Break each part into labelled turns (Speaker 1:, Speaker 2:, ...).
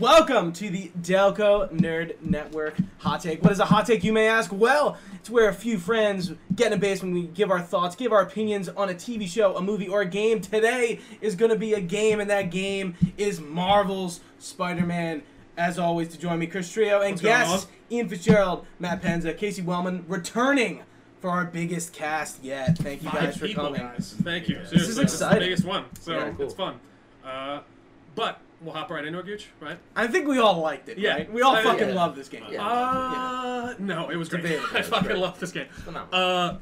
Speaker 1: Welcome to the Delco Nerd Network Hot Take. What is a hot take, you may ask? Well, it's where a few friends get in a basement, we give our thoughts, give our opinions on a TV show, a movie, or a game. Today is going to be a game, and that game is Marvel's Spider Man. As always, to join me, Chris Trio, and
Speaker 2: What's going
Speaker 1: guests Ian Fitzgerald, Matt Penza, Casey Wellman, returning for our biggest cast yet. Thank you
Speaker 2: Five
Speaker 1: guys for
Speaker 2: people,
Speaker 1: coming.
Speaker 2: guys. Thank you. Seriously,
Speaker 1: is exciting.
Speaker 2: This is the biggest one, so
Speaker 1: Yeah, cool.
Speaker 2: it's fun. Uh, but we'll hop right into it, Gooch, right?
Speaker 1: I think we all liked it,
Speaker 2: Yeah.
Speaker 1: right? We all
Speaker 2: Yeah.
Speaker 1: fucking
Speaker 3: Yeah.
Speaker 1: love this game.
Speaker 3: Yeah.
Speaker 2: Uh, no, it was great.
Speaker 1: Debatable.
Speaker 2: I
Speaker 3: It's
Speaker 2: fucking
Speaker 3: great.
Speaker 2: love this game.
Speaker 3: phenomenal.
Speaker 2: Uh,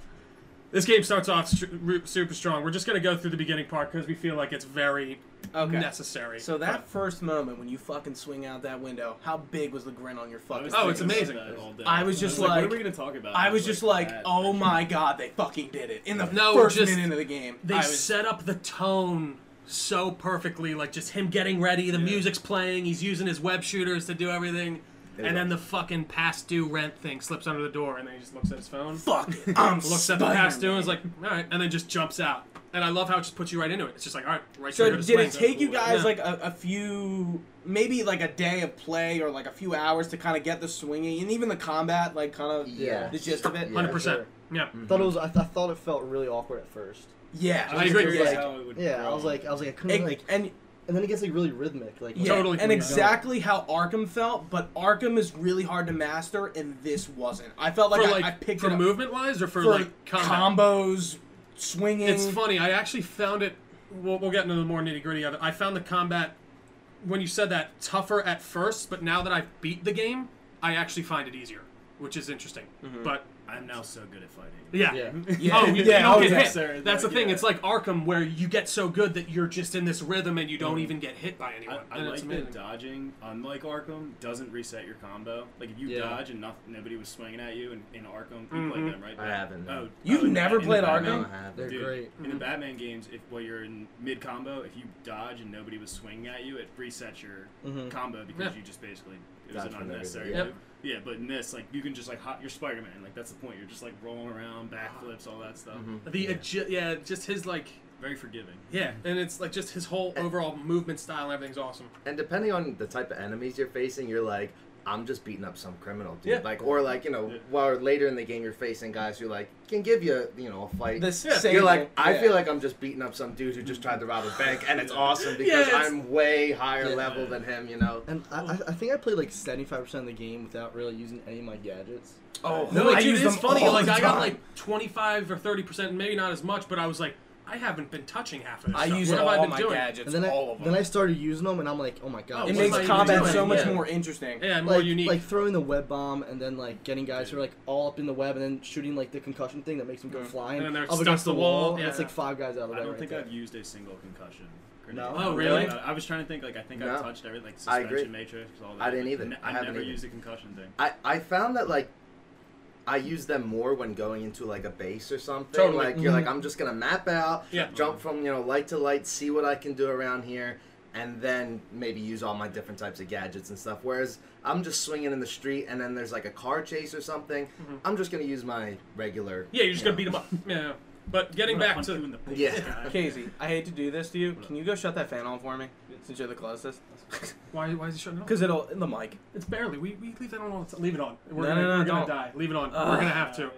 Speaker 2: this game starts off stru- ru- super strong. We're just gonna go through the beginning part because we feel like it's very
Speaker 1: Okay.
Speaker 2: necessary.
Speaker 1: So that
Speaker 2: But-
Speaker 1: first moment when you fucking swing out that window, how big was the grin on your fucking
Speaker 2: Oh, it's
Speaker 1: face?
Speaker 2: amazing.
Speaker 1: I was just
Speaker 4: what
Speaker 1: like-
Speaker 4: are we gonna talk about?
Speaker 1: I was just like, oh my god, they fucking did it in the
Speaker 2: No,
Speaker 1: first
Speaker 2: just-
Speaker 1: minute of the game.
Speaker 2: they
Speaker 1: I was-
Speaker 2: set up the tone so perfectly like just him getting ready the music's playing he's using his web shooters to do everything
Speaker 3: you
Speaker 2: and
Speaker 3: go.
Speaker 2: then the fucking past due rent thing slips under the door and then he just looks at his phone
Speaker 1: fuck. I'm
Speaker 2: looks at the past due and is like all right and then just jumps out and i love how it just puts you right into it it's just like all right right
Speaker 1: So
Speaker 2: here to
Speaker 1: did it
Speaker 2: swing.
Speaker 1: take you guys
Speaker 2: Yeah.
Speaker 1: like a, a few, maybe like a day of play or like a few hours to kind of get the swinging and even the combat, like kind of
Speaker 3: Yeah.
Speaker 1: the gist of it?
Speaker 3: Yeah.
Speaker 2: 100% yeah
Speaker 5: thought it was. I, th- I thought it felt really awkward at first.
Speaker 1: Yeah.
Speaker 2: I agree.
Speaker 5: Like,
Speaker 4: how it would
Speaker 5: Yeah, I
Speaker 4: grow.
Speaker 5: was like, I was like, I couldn't
Speaker 1: It-
Speaker 5: like,
Speaker 1: and
Speaker 5: and then it gets like really rhythmic, like
Speaker 1: yeah,
Speaker 2: Totally
Speaker 1: and
Speaker 2: can
Speaker 1: exactly how Arkham felt, but Arkham is really hard to master, and this wasn't. I felt like,
Speaker 2: for
Speaker 1: I,
Speaker 2: like
Speaker 1: I picked
Speaker 2: for
Speaker 1: it up.
Speaker 2: movement wise or for,
Speaker 1: for
Speaker 2: like combat?
Speaker 1: combos, swinging.
Speaker 2: It's funny. I actually found it. We'll, we'll get into the more nitty gritty of it. I found the combat when you said that tougher at first, but now that I've beat the game, I actually find it easier, which is interesting.
Speaker 4: Mm-hmm.
Speaker 2: But
Speaker 4: I'm now so good at fighting.
Speaker 2: yeah.
Speaker 5: Yeah.
Speaker 1: Yeah.
Speaker 2: Oh, you,
Speaker 1: Yeah,
Speaker 2: you don't
Speaker 1: oh,
Speaker 2: get
Speaker 1: yeah.
Speaker 2: hit.
Speaker 4: Sorry,
Speaker 2: That's the
Speaker 4: that-
Speaker 2: thing.
Speaker 4: yeah.
Speaker 2: It's like Arkham, where you get so good that you're just in this rhythm and you don't even get hit by anyone.
Speaker 4: I, Mm-hmm. I
Speaker 2: and
Speaker 4: like
Speaker 2: it's
Speaker 4: that
Speaker 2: amazing.
Speaker 4: dodging, unlike Arkham, doesn't reset your combo. Like if you
Speaker 3: Yeah.
Speaker 4: dodge and not, nobody was swinging at you, in, in Arkham, you
Speaker 2: Mhm.
Speaker 4: played them, right?
Speaker 3: I haven't, no.
Speaker 4: Oh,
Speaker 1: You've
Speaker 4: oh, in
Speaker 1: never
Speaker 4: Bat- in
Speaker 1: played
Speaker 4: the
Speaker 1: Arkham?
Speaker 4: Batman-
Speaker 3: No, I haven't.
Speaker 5: They're
Speaker 4: Dude,
Speaker 5: great.
Speaker 4: In the Batman games, if while you're in mid combo, if you dodge and nobody was swinging at you, it resets your combo because
Speaker 2: Yeah.
Speaker 4: you just basically it
Speaker 3: Dodge
Speaker 4: was an
Speaker 3: from
Speaker 4: unnecessary
Speaker 2: everything.
Speaker 4: move. Yeah, but in this, like you can just like hot your Spider Man, like that's the point. You're just like rolling around, backflips, all that stuff.
Speaker 3: Mm-hmm.
Speaker 2: the yeah. yeah, just his like
Speaker 4: Very forgiving.
Speaker 2: yeah, and it's like just his whole overall movement style. and Everything's awesome.
Speaker 3: And depending on the type of enemies you're facing, you're like, I'm just beating up some criminal dude.
Speaker 2: Yeah.
Speaker 3: Like, or like, you know,
Speaker 4: Yeah.
Speaker 3: while later in the game you're facing guys who like can give you, you know, a fight.
Speaker 1: This
Speaker 2: Yeah.
Speaker 1: same
Speaker 3: you're like, I
Speaker 1: yeah.
Speaker 3: feel like I'm just beating up some dude who just tried to rob a bank, and it's awesome because
Speaker 2: Yeah, it's-
Speaker 3: I'm way higher
Speaker 5: Yeah.
Speaker 3: level than him, you know.
Speaker 5: And I, I, I think I played like seventy five percent of the game without really using any of my gadgets.
Speaker 1: oh,
Speaker 2: No,
Speaker 1: I
Speaker 2: like, dude,
Speaker 1: use
Speaker 2: it's
Speaker 1: them
Speaker 2: funny.
Speaker 1: all
Speaker 2: Like
Speaker 1: the
Speaker 2: I got
Speaker 1: time.
Speaker 2: like twenty five or thirty percent, maybe not as much, but I was like, I haven't been touching half of this.
Speaker 1: I
Speaker 2: stuff.
Speaker 1: use
Speaker 2: what
Speaker 1: all
Speaker 2: have I been
Speaker 1: my
Speaker 2: doing?
Speaker 1: gadgets,
Speaker 5: and then I
Speaker 1: all of them.
Speaker 5: then I started using them, and I'm like, oh my god,
Speaker 2: Oh,
Speaker 1: it
Speaker 5: what
Speaker 2: what
Speaker 1: makes
Speaker 5: am I
Speaker 2: am
Speaker 5: even
Speaker 1: combat
Speaker 2: doing?
Speaker 1: so much
Speaker 3: Yeah.
Speaker 1: more interesting.
Speaker 2: Yeah, more
Speaker 5: like,
Speaker 2: unique.
Speaker 5: like throwing the web bomb and then like getting guys who are like all up in the web and then shooting like the concussion thing that makes them
Speaker 1: Mm.
Speaker 5: go flying
Speaker 2: And then they're
Speaker 5: up
Speaker 2: stuck
Speaker 5: against
Speaker 2: to
Speaker 5: the
Speaker 2: the wall.
Speaker 5: wall. and it's
Speaker 2: Yeah.
Speaker 5: like five guys out of the
Speaker 4: I
Speaker 5: web
Speaker 4: don't
Speaker 5: right
Speaker 4: think
Speaker 5: there.
Speaker 4: I've used a single concussion. grenade.
Speaker 5: No?
Speaker 2: Oh, really?
Speaker 4: I was trying to think. Like I think
Speaker 3: No.
Speaker 4: I touched everything, like
Speaker 3: I
Speaker 4: suspension
Speaker 3: agree.
Speaker 4: matrix, all that.
Speaker 3: I didn't
Speaker 4: but
Speaker 3: either.
Speaker 4: ne-
Speaker 3: I
Speaker 4: I
Speaker 3: haven't
Speaker 4: never
Speaker 3: either.
Speaker 4: used a concussion thing.
Speaker 3: I I found that like I use them more when going into like a base or something.
Speaker 2: Totally.
Speaker 3: Like
Speaker 5: Mm-hmm.
Speaker 3: you're like I'm just gonna map out,
Speaker 2: Yeah.
Speaker 3: jump from you know light to light, see what I can do around here, and then maybe use all my different types of gadgets and stuff. Whereas I'm just swinging in the street, and then there's like a car chase or something.
Speaker 5: Mm-hmm.
Speaker 3: I'm just gonna use my regular.
Speaker 2: yeah, you're just
Speaker 3: you
Speaker 2: gonna beat him up. Yeah, yeah. But getting
Speaker 4: I'm gonna
Speaker 2: back
Speaker 4: punch
Speaker 2: to
Speaker 4: you in the face,
Speaker 3: Yeah.
Speaker 4: guy.
Speaker 1: Casey, I hate to do this to you. Can you go shut that fan on for me since you're the closest?
Speaker 2: why, why is he shutting it off?
Speaker 1: Because it'll the mic.
Speaker 2: It's barely. We, we leave that on all the time. Leave it on. We're
Speaker 1: No,
Speaker 2: gonna,
Speaker 1: no, no,
Speaker 2: we're gonna
Speaker 1: don't.
Speaker 2: die. Leave it on.
Speaker 1: Ugh.
Speaker 2: we're gonna have to.
Speaker 4: uh,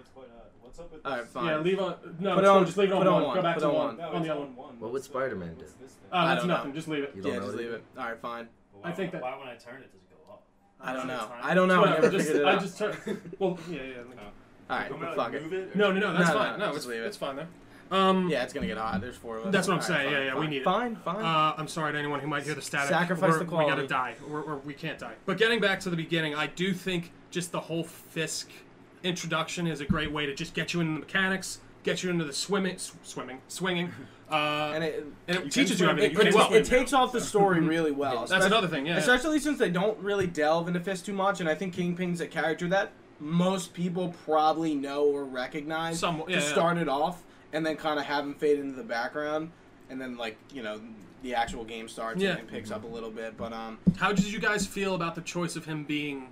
Speaker 4: What's up with
Speaker 1: All right, fine.
Speaker 2: Yeah, leave on. No,
Speaker 1: Put
Speaker 2: it's
Speaker 1: it
Speaker 2: cool.
Speaker 1: on-
Speaker 2: just leave it
Speaker 1: put
Speaker 2: on
Speaker 1: it on
Speaker 2: one.
Speaker 1: one,
Speaker 2: Go back
Speaker 1: put
Speaker 2: to
Speaker 1: it on
Speaker 2: one.
Speaker 1: one.
Speaker 2: On the other one.
Speaker 3: What would Spider-Man do?
Speaker 2: Uh,
Speaker 1: I
Speaker 2: that's
Speaker 1: don't know.
Speaker 2: nothing. Just leave it.
Speaker 3: You don't
Speaker 1: yeah,
Speaker 3: know
Speaker 1: just
Speaker 3: that
Speaker 1: leave it. All right, fine.
Speaker 2: I think that.
Speaker 4: Why when I turn it does it go up?
Speaker 1: I don't know.
Speaker 4: fine.
Speaker 1: I don't know. I
Speaker 2: Whatever,
Speaker 1: never
Speaker 2: just-
Speaker 1: figured it
Speaker 2: I
Speaker 1: out.
Speaker 2: just turn. Well, yeah, yeah. like-
Speaker 1: All right, fuck it.
Speaker 4: it?
Speaker 2: No, no, no. That's
Speaker 1: No, no,
Speaker 2: fine.
Speaker 1: no,
Speaker 2: No,
Speaker 1: just
Speaker 2: it's
Speaker 1: leave it.
Speaker 2: it's fine there. Um,
Speaker 1: Yeah, it's gonna get hot. There's four of us.
Speaker 2: That's what I'm
Speaker 1: All
Speaker 2: saying.
Speaker 1: fine,
Speaker 2: Yeah, yeah, we
Speaker 1: fine.
Speaker 2: need it.
Speaker 1: Fine, fine.
Speaker 2: Uh, I'm sorry to anyone who might hear the static.
Speaker 1: Sacrifice
Speaker 2: We're-
Speaker 1: the
Speaker 2: We
Speaker 1: quality.
Speaker 2: gotta die. We're, we're, we can't die. But getting back to the beginning, I do think just the whole Fisk introduction is a great way to just get you into the mechanics, get you into the swimming, s- swimming, swinging, uh,
Speaker 1: and it,
Speaker 2: and it
Speaker 4: can
Speaker 2: teaches you
Speaker 4: swim.
Speaker 2: everything.
Speaker 1: it,
Speaker 2: You can
Speaker 1: it,
Speaker 2: do well.
Speaker 1: it takes off the story really well.
Speaker 2: That's
Speaker 1: especially-
Speaker 2: another thing. Yeah.
Speaker 1: Especially since they don't really delve into Fist too much, and I think Kingpin's a character that most people probably know or recognize
Speaker 2: Some- yeah,
Speaker 1: to
Speaker 2: yeah.
Speaker 1: start it off, and then kind of have him fade into the background, and then like you know the actual game starts
Speaker 2: Yeah.
Speaker 1: and picks up a little bit. But um,
Speaker 2: How did you guys feel about the choice of him being